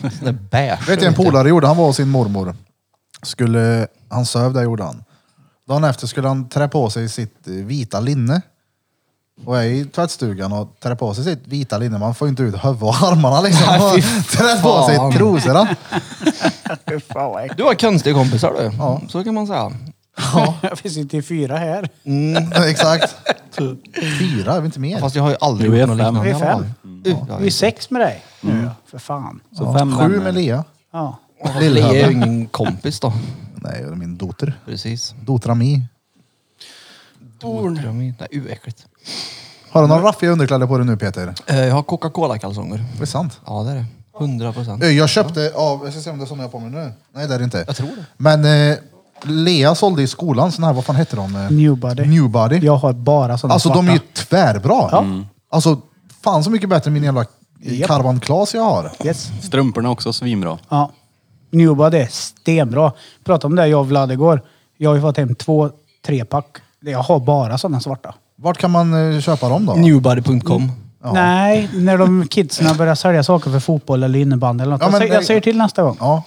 Speaker 4: Sån där beige.
Speaker 1: Vet jag en polare gjorde, han var hos sin mormor. Skulle, han söv där gjorde han. Dagen efter skulle han trä på sig sitt eh, vita linne. Och är i tvättstugan och trä på sig sitt vita linne. Man får ju inte ut huvud och armarna liksom.
Speaker 4: Nej, fy
Speaker 1: Och Trä på sig
Speaker 4: fan.
Speaker 1: trosorna.
Speaker 4: Du har konstiga kompisar du.
Speaker 1: Ja.
Speaker 4: Så kan man säga.
Speaker 2: Vi sitter ju fyra här.
Speaker 1: Exakt. Fyra, är vi inte mer?
Speaker 4: Fast jag har ju aldrig
Speaker 3: Du är
Speaker 4: gjort något
Speaker 3: fem.
Speaker 4: liknande.
Speaker 2: Vi är
Speaker 4: i alla
Speaker 2: fem.
Speaker 4: fall. Ja,
Speaker 2: Vi är sex med dig nu
Speaker 1: Mm.
Speaker 2: ja, för fan.
Speaker 1: Ja,
Speaker 7: fem
Speaker 1: Sju
Speaker 7: vänner.
Speaker 1: med Lea.
Speaker 2: Ja.
Speaker 4: Det
Speaker 1: Lillhöna.
Speaker 4: är ju ingen kompis då.
Speaker 1: Nej, det är min dotter.
Speaker 4: Precis.
Speaker 1: Dotrami.
Speaker 4: Dorn. Det är uäckligt.
Speaker 1: Har du några raffiga underkläder på dig nu Peter? Är
Speaker 4: Eh, Jag har Coca-Cola-kalsonger.
Speaker 1: det sant?
Speaker 4: Ja, det är det. 100 procent.
Speaker 1: Ö, Eh, Jag köpte av, jag ska se om det är sådana jag har på mig nu. Nej det är det inte.
Speaker 4: Jag tror det.
Speaker 1: Men eh, Lea sålde i skolan sådana här, vad fan hette de? Eh,
Speaker 2: Newbody.
Speaker 1: Newbody.
Speaker 2: Jag har bara sådana
Speaker 1: alltså de är ju tvärbra.
Speaker 2: Ja.
Speaker 1: Alltså fan så mycket bättre än min jävla
Speaker 2: Japp.
Speaker 1: Karvan Klas jag har.
Speaker 2: Yes.
Speaker 3: Strumporna också svinbra.
Speaker 2: Ja. Newbody är stenbra. Pratade om det jag och Vlad igår. Jag har ju fått hem två trepack. Jag har bara sådana svarta.
Speaker 1: Vart kan man eh, köpa dem då?
Speaker 4: Newbody.com.
Speaker 2: Nej, när de kidsen börjar sälja saker för fotboll eller innebandy eller något.
Speaker 1: Ja,
Speaker 2: jag,
Speaker 1: men
Speaker 2: säger,
Speaker 1: det-
Speaker 2: jag säger till nästa gång.
Speaker 1: Ja.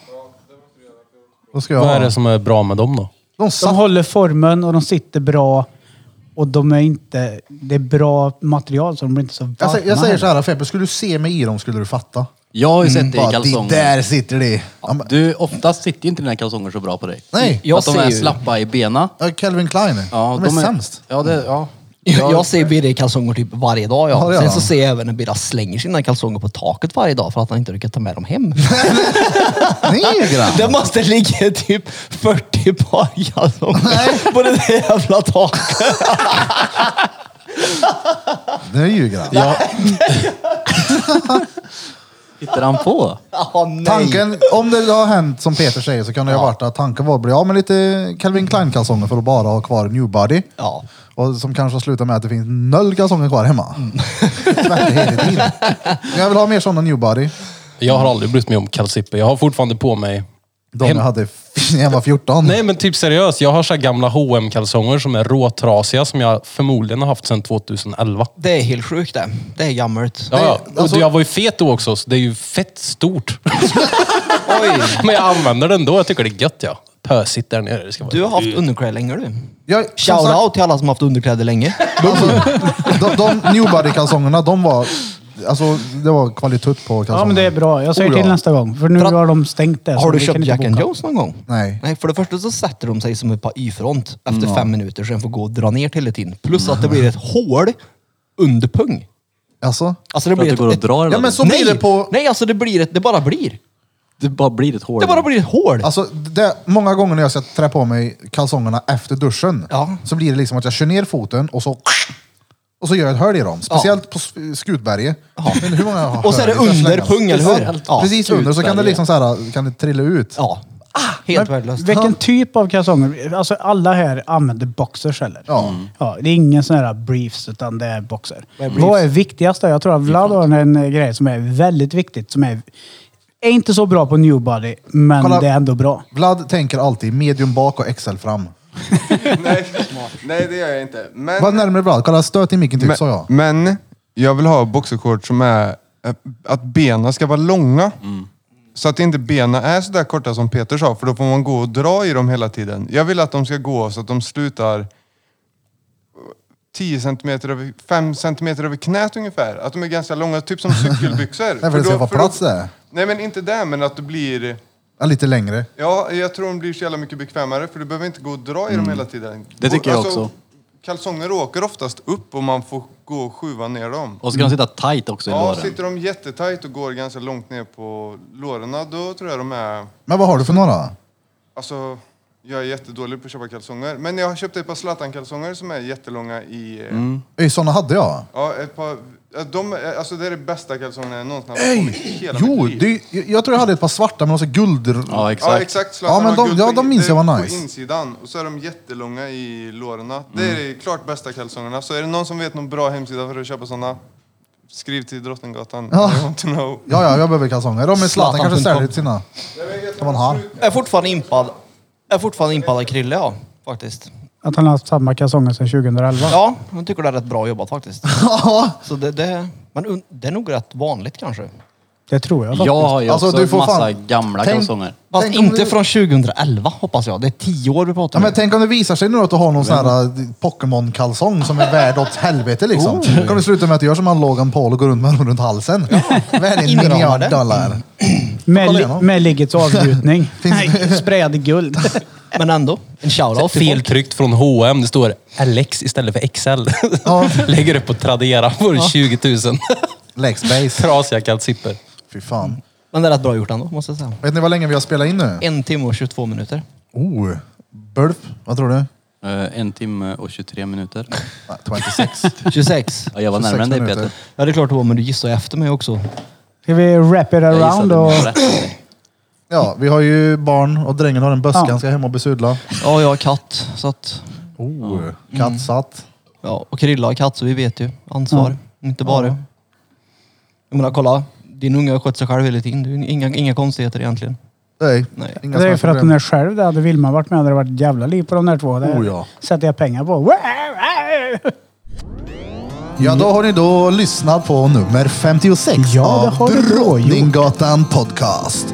Speaker 1: Då ska jag
Speaker 6: Vad är
Speaker 1: ha.
Speaker 6: det som är bra med dem då?
Speaker 1: De
Speaker 2: De
Speaker 1: satt,
Speaker 2: håller formen och de sitter bra. Och de är inte... Det är bra material så de blir inte så varma.
Speaker 1: jag, säger, jag säger så
Speaker 2: heller.
Speaker 1: här Febbe, skulle du se mig i dem skulle du fatta.
Speaker 3: Jag har ju sett dig i
Speaker 1: Mm, Bara, det
Speaker 3: kalsonger.
Speaker 1: där sitter det. Ja, men,
Speaker 3: Du, oftast sitter ju inte dina kalsonger så bra på dig.
Speaker 1: Nej.
Speaker 3: Jag att de
Speaker 4: Jag
Speaker 3: är
Speaker 4: ser ju-
Speaker 3: slappa i benen.
Speaker 1: ja, Calvin Klein. de, är sämst.
Speaker 3: Ja, det, ja.
Speaker 4: Jag, jag ser Birre i kalsonger typ varje
Speaker 1: Ja,
Speaker 4: dag. Ja.
Speaker 1: det gör
Speaker 4: Sen
Speaker 1: han.
Speaker 4: så ser jag även när Birra slänger sina kalsonger på taket varje dag för att han inte lyckas ta med dem hem.
Speaker 1: Nej grabbar.
Speaker 4: Det måste ligga typ 40 par kalsonger på det där jävla taket.
Speaker 1: Nu ljuger han.
Speaker 3: Hittar han på?
Speaker 4: Ja, nej.
Speaker 1: Tanken, om det har hänt som Peter säger så kan det ha varit att tanken var att bli av med lite Calvin Klein-kalsonger för att bara ha kvar Newbody.
Speaker 4: Ja.
Speaker 1: Och som kanske slutar med att det finns noll kalsonger kvar hemma. Tvärt hela tiden. Men Jag vill ha mer sådana Newbody.
Speaker 6: Jag har aldrig brytt mig om kalsipper. Jag har fortfarande på mig...
Speaker 1: De jag hade när jag var 14.
Speaker 6: Nej men typ seriöst, jag har så här gamla hm kalsonger som är råtrasiga som jag förmodligen har haft sedan 2011.
Speaker 4: Det är helt sjukt det. Det är gammalt.
Speaker 6: Ja, ja.
Speaker 1: alltså-
Speaker 6: och jag var ju fet då också, så det är ju fett stort. Men jag använder den då. Jag tycker det är gött ja. Pösigt där nere. Det ska vara...
Speaker 4: Du har haft underkläder länge du.
Speaker 1: Jag, som
Speaker 4: Shout
Speaker 1: sagt,
Speaker 4: out till alla som har haft underkläder länge.
Speaker 1: Alltså, de, de Newbody-kalsongerna, de var... Alltså, det var kvalitet på kalsongerna.
Speaker 2: Ja, men det är bra. Jag säger
Speaker 1: Oh, ja.
Speaker 2: till nästa gång. För nu
Speaker 4: För att-
Speaker 2: har de stängt det. så
Speaker 4: Har du
Speaker 2: vi kan
Speaker 4: köpt
Speaker 2: inte
Speaker 4: Jack and
Speaker 2: boka.
Speaker 4: Jones någon gång?
Speaker 1: Nej.
Speaker 4: Nej, för det första så sätter de sig som ett par Y-front efter fem minuter, sen får gå och dra ner hela tiden. Plus att det blir ett hål under pung.
Speaker 1: Alltså?
Speaker 4: Alltså det
Speaker 3: För att
Speaker 4: blir
Speaker 3: det
Speaker 4: ett,
Speaker 3: går att
Speaker 4: ett,
Speaker 3: dra
Speaker 1: Ja,
Speaker 3: hela
Speaker 1: men
Speaker 3: tiden.
Speaker 1: så blir
Speaker 4: nej,
Speaker 1: det på...
Speaker 4: nej, alltså det blir ett, det bara blir.
Speaker 3: Det bara blir ett hål.
Speaker 4: Det bara blir ett hål.
Speaker 1: Alltså, det, många gånger när jag ska trä på mig kalsongerna efter duschen
Speaker 4: Ja.
Speaker 1: så blir det liksom att jag kör ner foten och så och så gör jag ett hål i dem. Speciellt på S- Skutberget. Men hur många har
Speaker 4: och så är det
Speaker 1: hål i
Speaker 4: under
Speaker 1: kalsongerna?
Speaker 4: pung, eller hur?
Speaker 1: liksom Precis under så kan det liksom så här, kan det trilla ut.
Speaker 4: Ja. Helt värdelöst.
Speaker 2: Vilken typ av kalsonger? Alltså alla här använder boxers eller?
Speaker 1: Ja.
Speaker 2: ja. Det är ingen sån här briefs utan det är boxer.
Speaker 4: Vad är briefs?
Speaker 2: Vad är viktigast då? Jag tror att Vlad har en eh, grej som är väldigt viktigt som är, är inte så bra på newbody men
Speaker 1: Kolla.
Speaker 2: det är ändå bra.
Speaker 1: Vlad tänker alltid medium bak och XL fram.
Speaker 9: Nej, nej, det gör jag inte. Men,
Speaker 1: Var närmare Vlad. Kolla, stöt i micken typ, sa
Speaker 9: men,
Speaker 1: jag.
Speaker 9: men jag vill ha boxershorts som är... eh, Att benen ska vara långa. Så att inte benen är sådär korta som Peter sa, för då får man gå och dra i dem hela tiden. Jag vill att de ska gå så att de slutar 10 centimeter över, 5 centimeter över knät ungefär. Att de är ganska långa, typ som cykelbyxor.
Speaker 1: Nej, för det ska
Speaker 9: då-
Speaker 1: vara
Speaker 9: då-
Speaker 1: plats där.
Speaker 9: Nej, men inte där, men att du blir...
Speaker 1: Ja, lite längre.
Speaker 9: Ja, jag tror de blir så jävla mycket bekvämare för du behöver inte gå och dra i dem hela tiden.
Speaker 3: Mm.
Speaker 9: Alltså,
Speaker 3: Det tycker jag också.
Speaker 9: Kalsonger åker oftast upp och man får gå och skjuva ner dem.
Speaker 3: Och ska de sitta tight också i
Speaker 9: Ja,
Speaker 3: låren.
Speaker 9: sitter de jättetajt och går ganska långt ner på låren, då tror jag de är...
Speaker 1: Men vad har du för några?
Speaker 9: Alltså, jag är jättedålig på att köpa kalsonger. Men jag har köpt ett par Zlatan-kalsonger som är jättelånga i... eh,
Speaker 3: Mm.
Speaker 1: Öj, sådana hade jag.
Speaker 9: Ja, ett par... ja, De, är- alltså det är de bästa kalsongerna jag någonsin har haft på mig i
Speaker 1: Ej!
Speaker 9: hela
Speaker 1: Jo,
Speaker 9: mitt liv.
Speaker 1: det, jag- jag tror jag hade ett par svarta med några så guld...
Speaker 3: Ja,
Speaker 9: Ja,
Speaker 3: exakt.
Speaker 9: exakt. Zlatan
Speaker 1: Ja, men
Speaker 9: har
Speaker 1: de-
Speaker 9: guld
Speaker 1: ja,
Speaker 9: på
Speaker 1: de
Speaker 9: in-
Speaker 1: minns jag
Speaker 9: det är
Speaker 1: var
Speaker 9: på
Speaker 1: nice.
Speaker 9: insidan. Och så är de jättelånga i låren. Det är
Speaker 1: Mm.
Speaker 9: de klart bästa kalsongerna. Så är det någon som vet någon bra hemsida för att köpa sådana, skriv till Drottninggatan.
Speaker 1: Ja.
Speaker 9: I want to know.
Speaker 1: Ja, ja, jag behöver kalsonger. De är Zlatan kanske säljer
Speaker 4: Zlatan.com.
Speaker 1: ut sina. Som man har.
Speaker 4: Jag är fortfarande impad. Jag är fortfarande impad av Krille, ja. Faktiskt.
Speaker 2: Att han har haft samma kalsonger sedan 2011.
Speaker 4: Ja, jag tycker det är rätt bra jobbat faktiskt.
Speaker 1: Ja,
Speaker 4: Så det, det, men un- det är nog rätt vanligt kanske.
Speaker 2: Det tror jag.
Speaker 3: Jag har ju
Speaker 1: Alltså,
Speaker 3: också
Speaker 1: du får
Speaker 3: massa
Speaker 1: fan-
Speaker 3: gamla
Speaker 1: Tänk-
Speaker 3: kalsonger.
Speaker 4: Fast
Speaker 1: Tänk om
Speaker 4: inte
Speaker 1: du-
Speaker 4: från 2011 hoppas jag. Det är tio år vi
Speaker 1: Ja,
Speaker 4: pratar om.
Speaker 1: men tänk om det visar sig nu att du har någon sån
Speaker 3: Mm.
Speaker 1: här eh, Pokémon-kalsong som är värd åt helvete liksom.
Speaker 3: Oh.
Speaker 1: Kan du sluta med att du gör som han Logan Paul och går runt med dem runt halsen. Värd en
Speaker 4: Inramade.
Speaker 1: miljard dollar.
Speaker 2: Med,
Speaker 1: kolla
Speaker 2: li-
Speaker 1: igenom.
Speaker 2: med liggets avgjutning. Nej, Sprayad i guld.
Speaker 4: Men ändå, en shoutout till
Speaker 7: Fel
Speaker 4: folk.
Speaker 7: tryckt från H&M. Det står LX istället för XL. Lägger upp på Tradera. Får du 20 000.
Speaker 1: Legspace.
Speaker 7: Trasiga kalsipper.
Speaker 1: Fy fan.
Speaker 4: Men det är rätt bra gjort ändå, måste jag säga.
Speaker 1: Vet ni vad länge vi har spelat in nu?
Speaker 4: En timme och 22 minuter.
Speaker 1: Oh. Bulf, vad tror du?
Speaker 3: Eh, en timme och 23 minuter.
Speaker 1: Ah, 26.
Speaker 4: 26.
Speaker 3: Ja, jag var
Speaker 1: 26
Speaker 3: närmare än dig
Speaker 1: minuter.
Speaker 3: Peter.
Speaker 4: Ja, det är klart det var, men du gissade ju efter mig också.
Speaker 2: Ska vi wrap it
Speaker 3: Jag
Speaker 2: around?
Speaker 3: gissade
Speaker 2: Och...
Speaker 3: mer rätt.
Speaker 1: Ja, vi har ju barn och drängen har en böska han ska hem och besudla.
Speaker 4: Ja, jag har katt, så att...
Speaker 3: Mm.
Speaker 1: Oh. Katt satt.
Speaker 4: Ja, och Krilla har katt, så vi vet ju. Ansvar. Inte bara. Jag menar, kolla. Din unge har skött sig själv hela tiden. Det är ju Inga, inga konstigheter egentligen.
Speaker 1: Nej,
Speaker 4: Nej.
Speaker 1: inga
Speaker 2: Det är
Speaker 1: som
Speaker 2: ju
Speaker 1: helst
Speaker 2: för att
Speaker 1: problem.
Speaker 2: hon är själv där. Hade Vilma varit med hade det varit ett jävla liv på de där två. Det
Speaker 1: Oh, ja.
Speaker 2: sätter jag pengar på.
Speaker 1: Ja, då har ni då lyssnat på nummer 56
Speaker 2: Ja, det
Speaker 1: av
Speaker 2: har ni då gjort.
Speaker 1: Drottninggatan Podcast.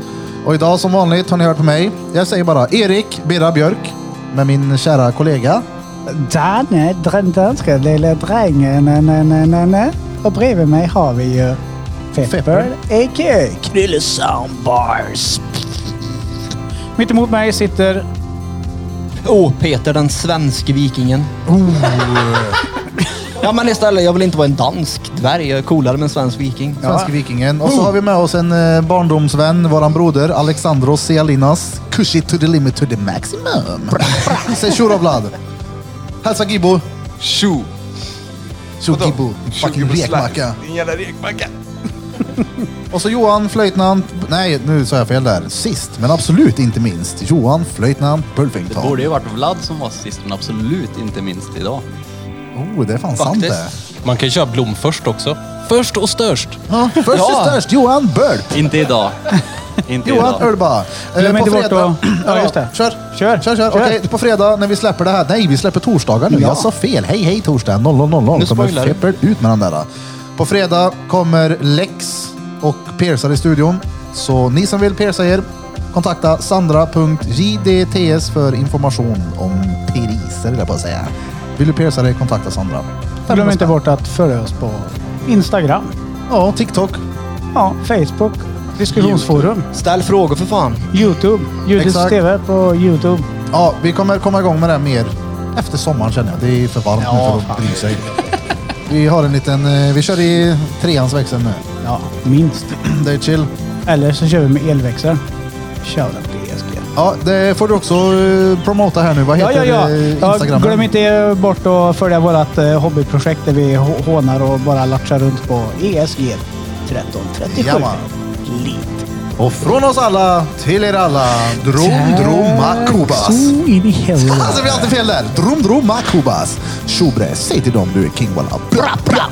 Speaker 1: Och idag som vanligt har ni hört på mig. Jag säger bara Erik Birra Björk med min kära kollega.
Speaker 2: Danne, den danska lilla drängen. Na, na, na, na, na. Och bredvid mig har vi ju Pepper, a.k.a. Krille Soundbars. Mitt emot mig sitter...
Speaker 4: Åh, oh, Peter, den svenske vikingen.
Speaker 1: Oh.
Speaker 4: ja, men istället, jag vill inte vara en dansk dvärg. Jag är coolare med en svensk viking.
Speaker 1: Svenske vikingen. Och så har vi med oss en eh, barndomsvän, våran broder Alexandros Cialinas. Kushi to the limit to the maximum. Säg tjo då Vlad. Hälsa Gibbo.
Speaker 9: Tjo!
Speaker 1: Tjo
Speaker 9: Vadå?
Speaker 1: Gibbo. din Fucking
Speaker 9: Tjo,
Speaker 1: rekmacka.
Speaker 9: Din jävla rekmacka!
Speaker 1: Och så Johan Flöjtnant... Nej, nu sa jag fel där. Sist, men absolut inte minst. Johan Flöjtnant
Speaker 3: Det borde
Speaker 1: Bulfington.
Speaker 3: ju varit Vlad som var sist, men absolut inte minst idag.
Speaker 1: Oh, det är fan sant
Speaker 4: Faktiskt.
Speaker 1: det.
Speaker 7: Man kan ju köra Blom först också. Först och störst.
Speaker 1: Ja, först
Speaker 4: Ja.
Speaker 1: och störst, Johan Bulp.
Speaker 3: Inte idag. inte
Speaker 1: Johan
Speaker 3: idag.
Speaker 1: Ölba.
Speaker 2: Glöm inte bort att-
Speaker 1: Eh, Ja,
Speaker 2: ja, just det.
Speaker 1: Kör.
Speaker 2: Kör.
Speaker 1: Kör, kör.
Speaker 2: Kör.
Speaker 1: Okej, på fredag när vi släpper det här. Nej, vi släpper torsdagar nu.
Speaker 2: Ja.
Speaker 1: Jag sa fel. Hej, hej torsdag. 00.00
Speaker 4: Nu
Speaker 1: kommer
Speaker 4: spoilar du.
Speaker 1: Feppel ut med den där. På fredag kommer Lex och Persar i studion. Så ni som vill pierca er, kontakta sandra.jdts för information om periser, vill jag bara säga. Vill du pierca dig, kontakta Sandra.
Speaker 2: Glöm inte bort att följa oss på Instagram,
Speaker 1: Ja, TikTok.
Speaker 2: ja, Facebook, diskussionsforum,
Speaker 4: Ställ frågor för fan.
Speaker 2: YouTube, Judiths
Speaker 1: Exakt.
Speaker 2: TV på YouTube.
Speaker 1: Ja, vi kommer komma igång med det här mer efter sommaren känner jag. Det är för varmt
Speaker 2: Ja,
Speaker 1: nu för att bry sig. Vi har en liten... eh, Vi kör i treans växel nu.
Speaker 2: Ja, minst.
Speaker 1: Det är chill.
Speaker 2: Eller så kör vi med elväxeln. Shoutout till E ESG.
Speaker 1: Ja, det får du också eh, promota här nu. Vad
Speaker 2: Ja,
Speaker 1: heter
Speaker 2: ja, ja.
Speaker 1: eh,
Speaker 2: ja
Speaker 1: Instagram?
Speaker 2: glöm inte bort att följa vårt eh, hobbyprojekt där vi hå- E hånar och bara latchar runt på ESG 1337.
Speaker 1: Jajamän.
Speaker 2: Lit.
Speaker 1: Och från oss alla till er alla. Drom, droma, kubas.
Speaker 2: Så in i helvete.
Speaker 1: Alltså, det blir alltid fel där. Drom, droma, kubas. Tjobre, säg till dem du är king walla. Bra, bra.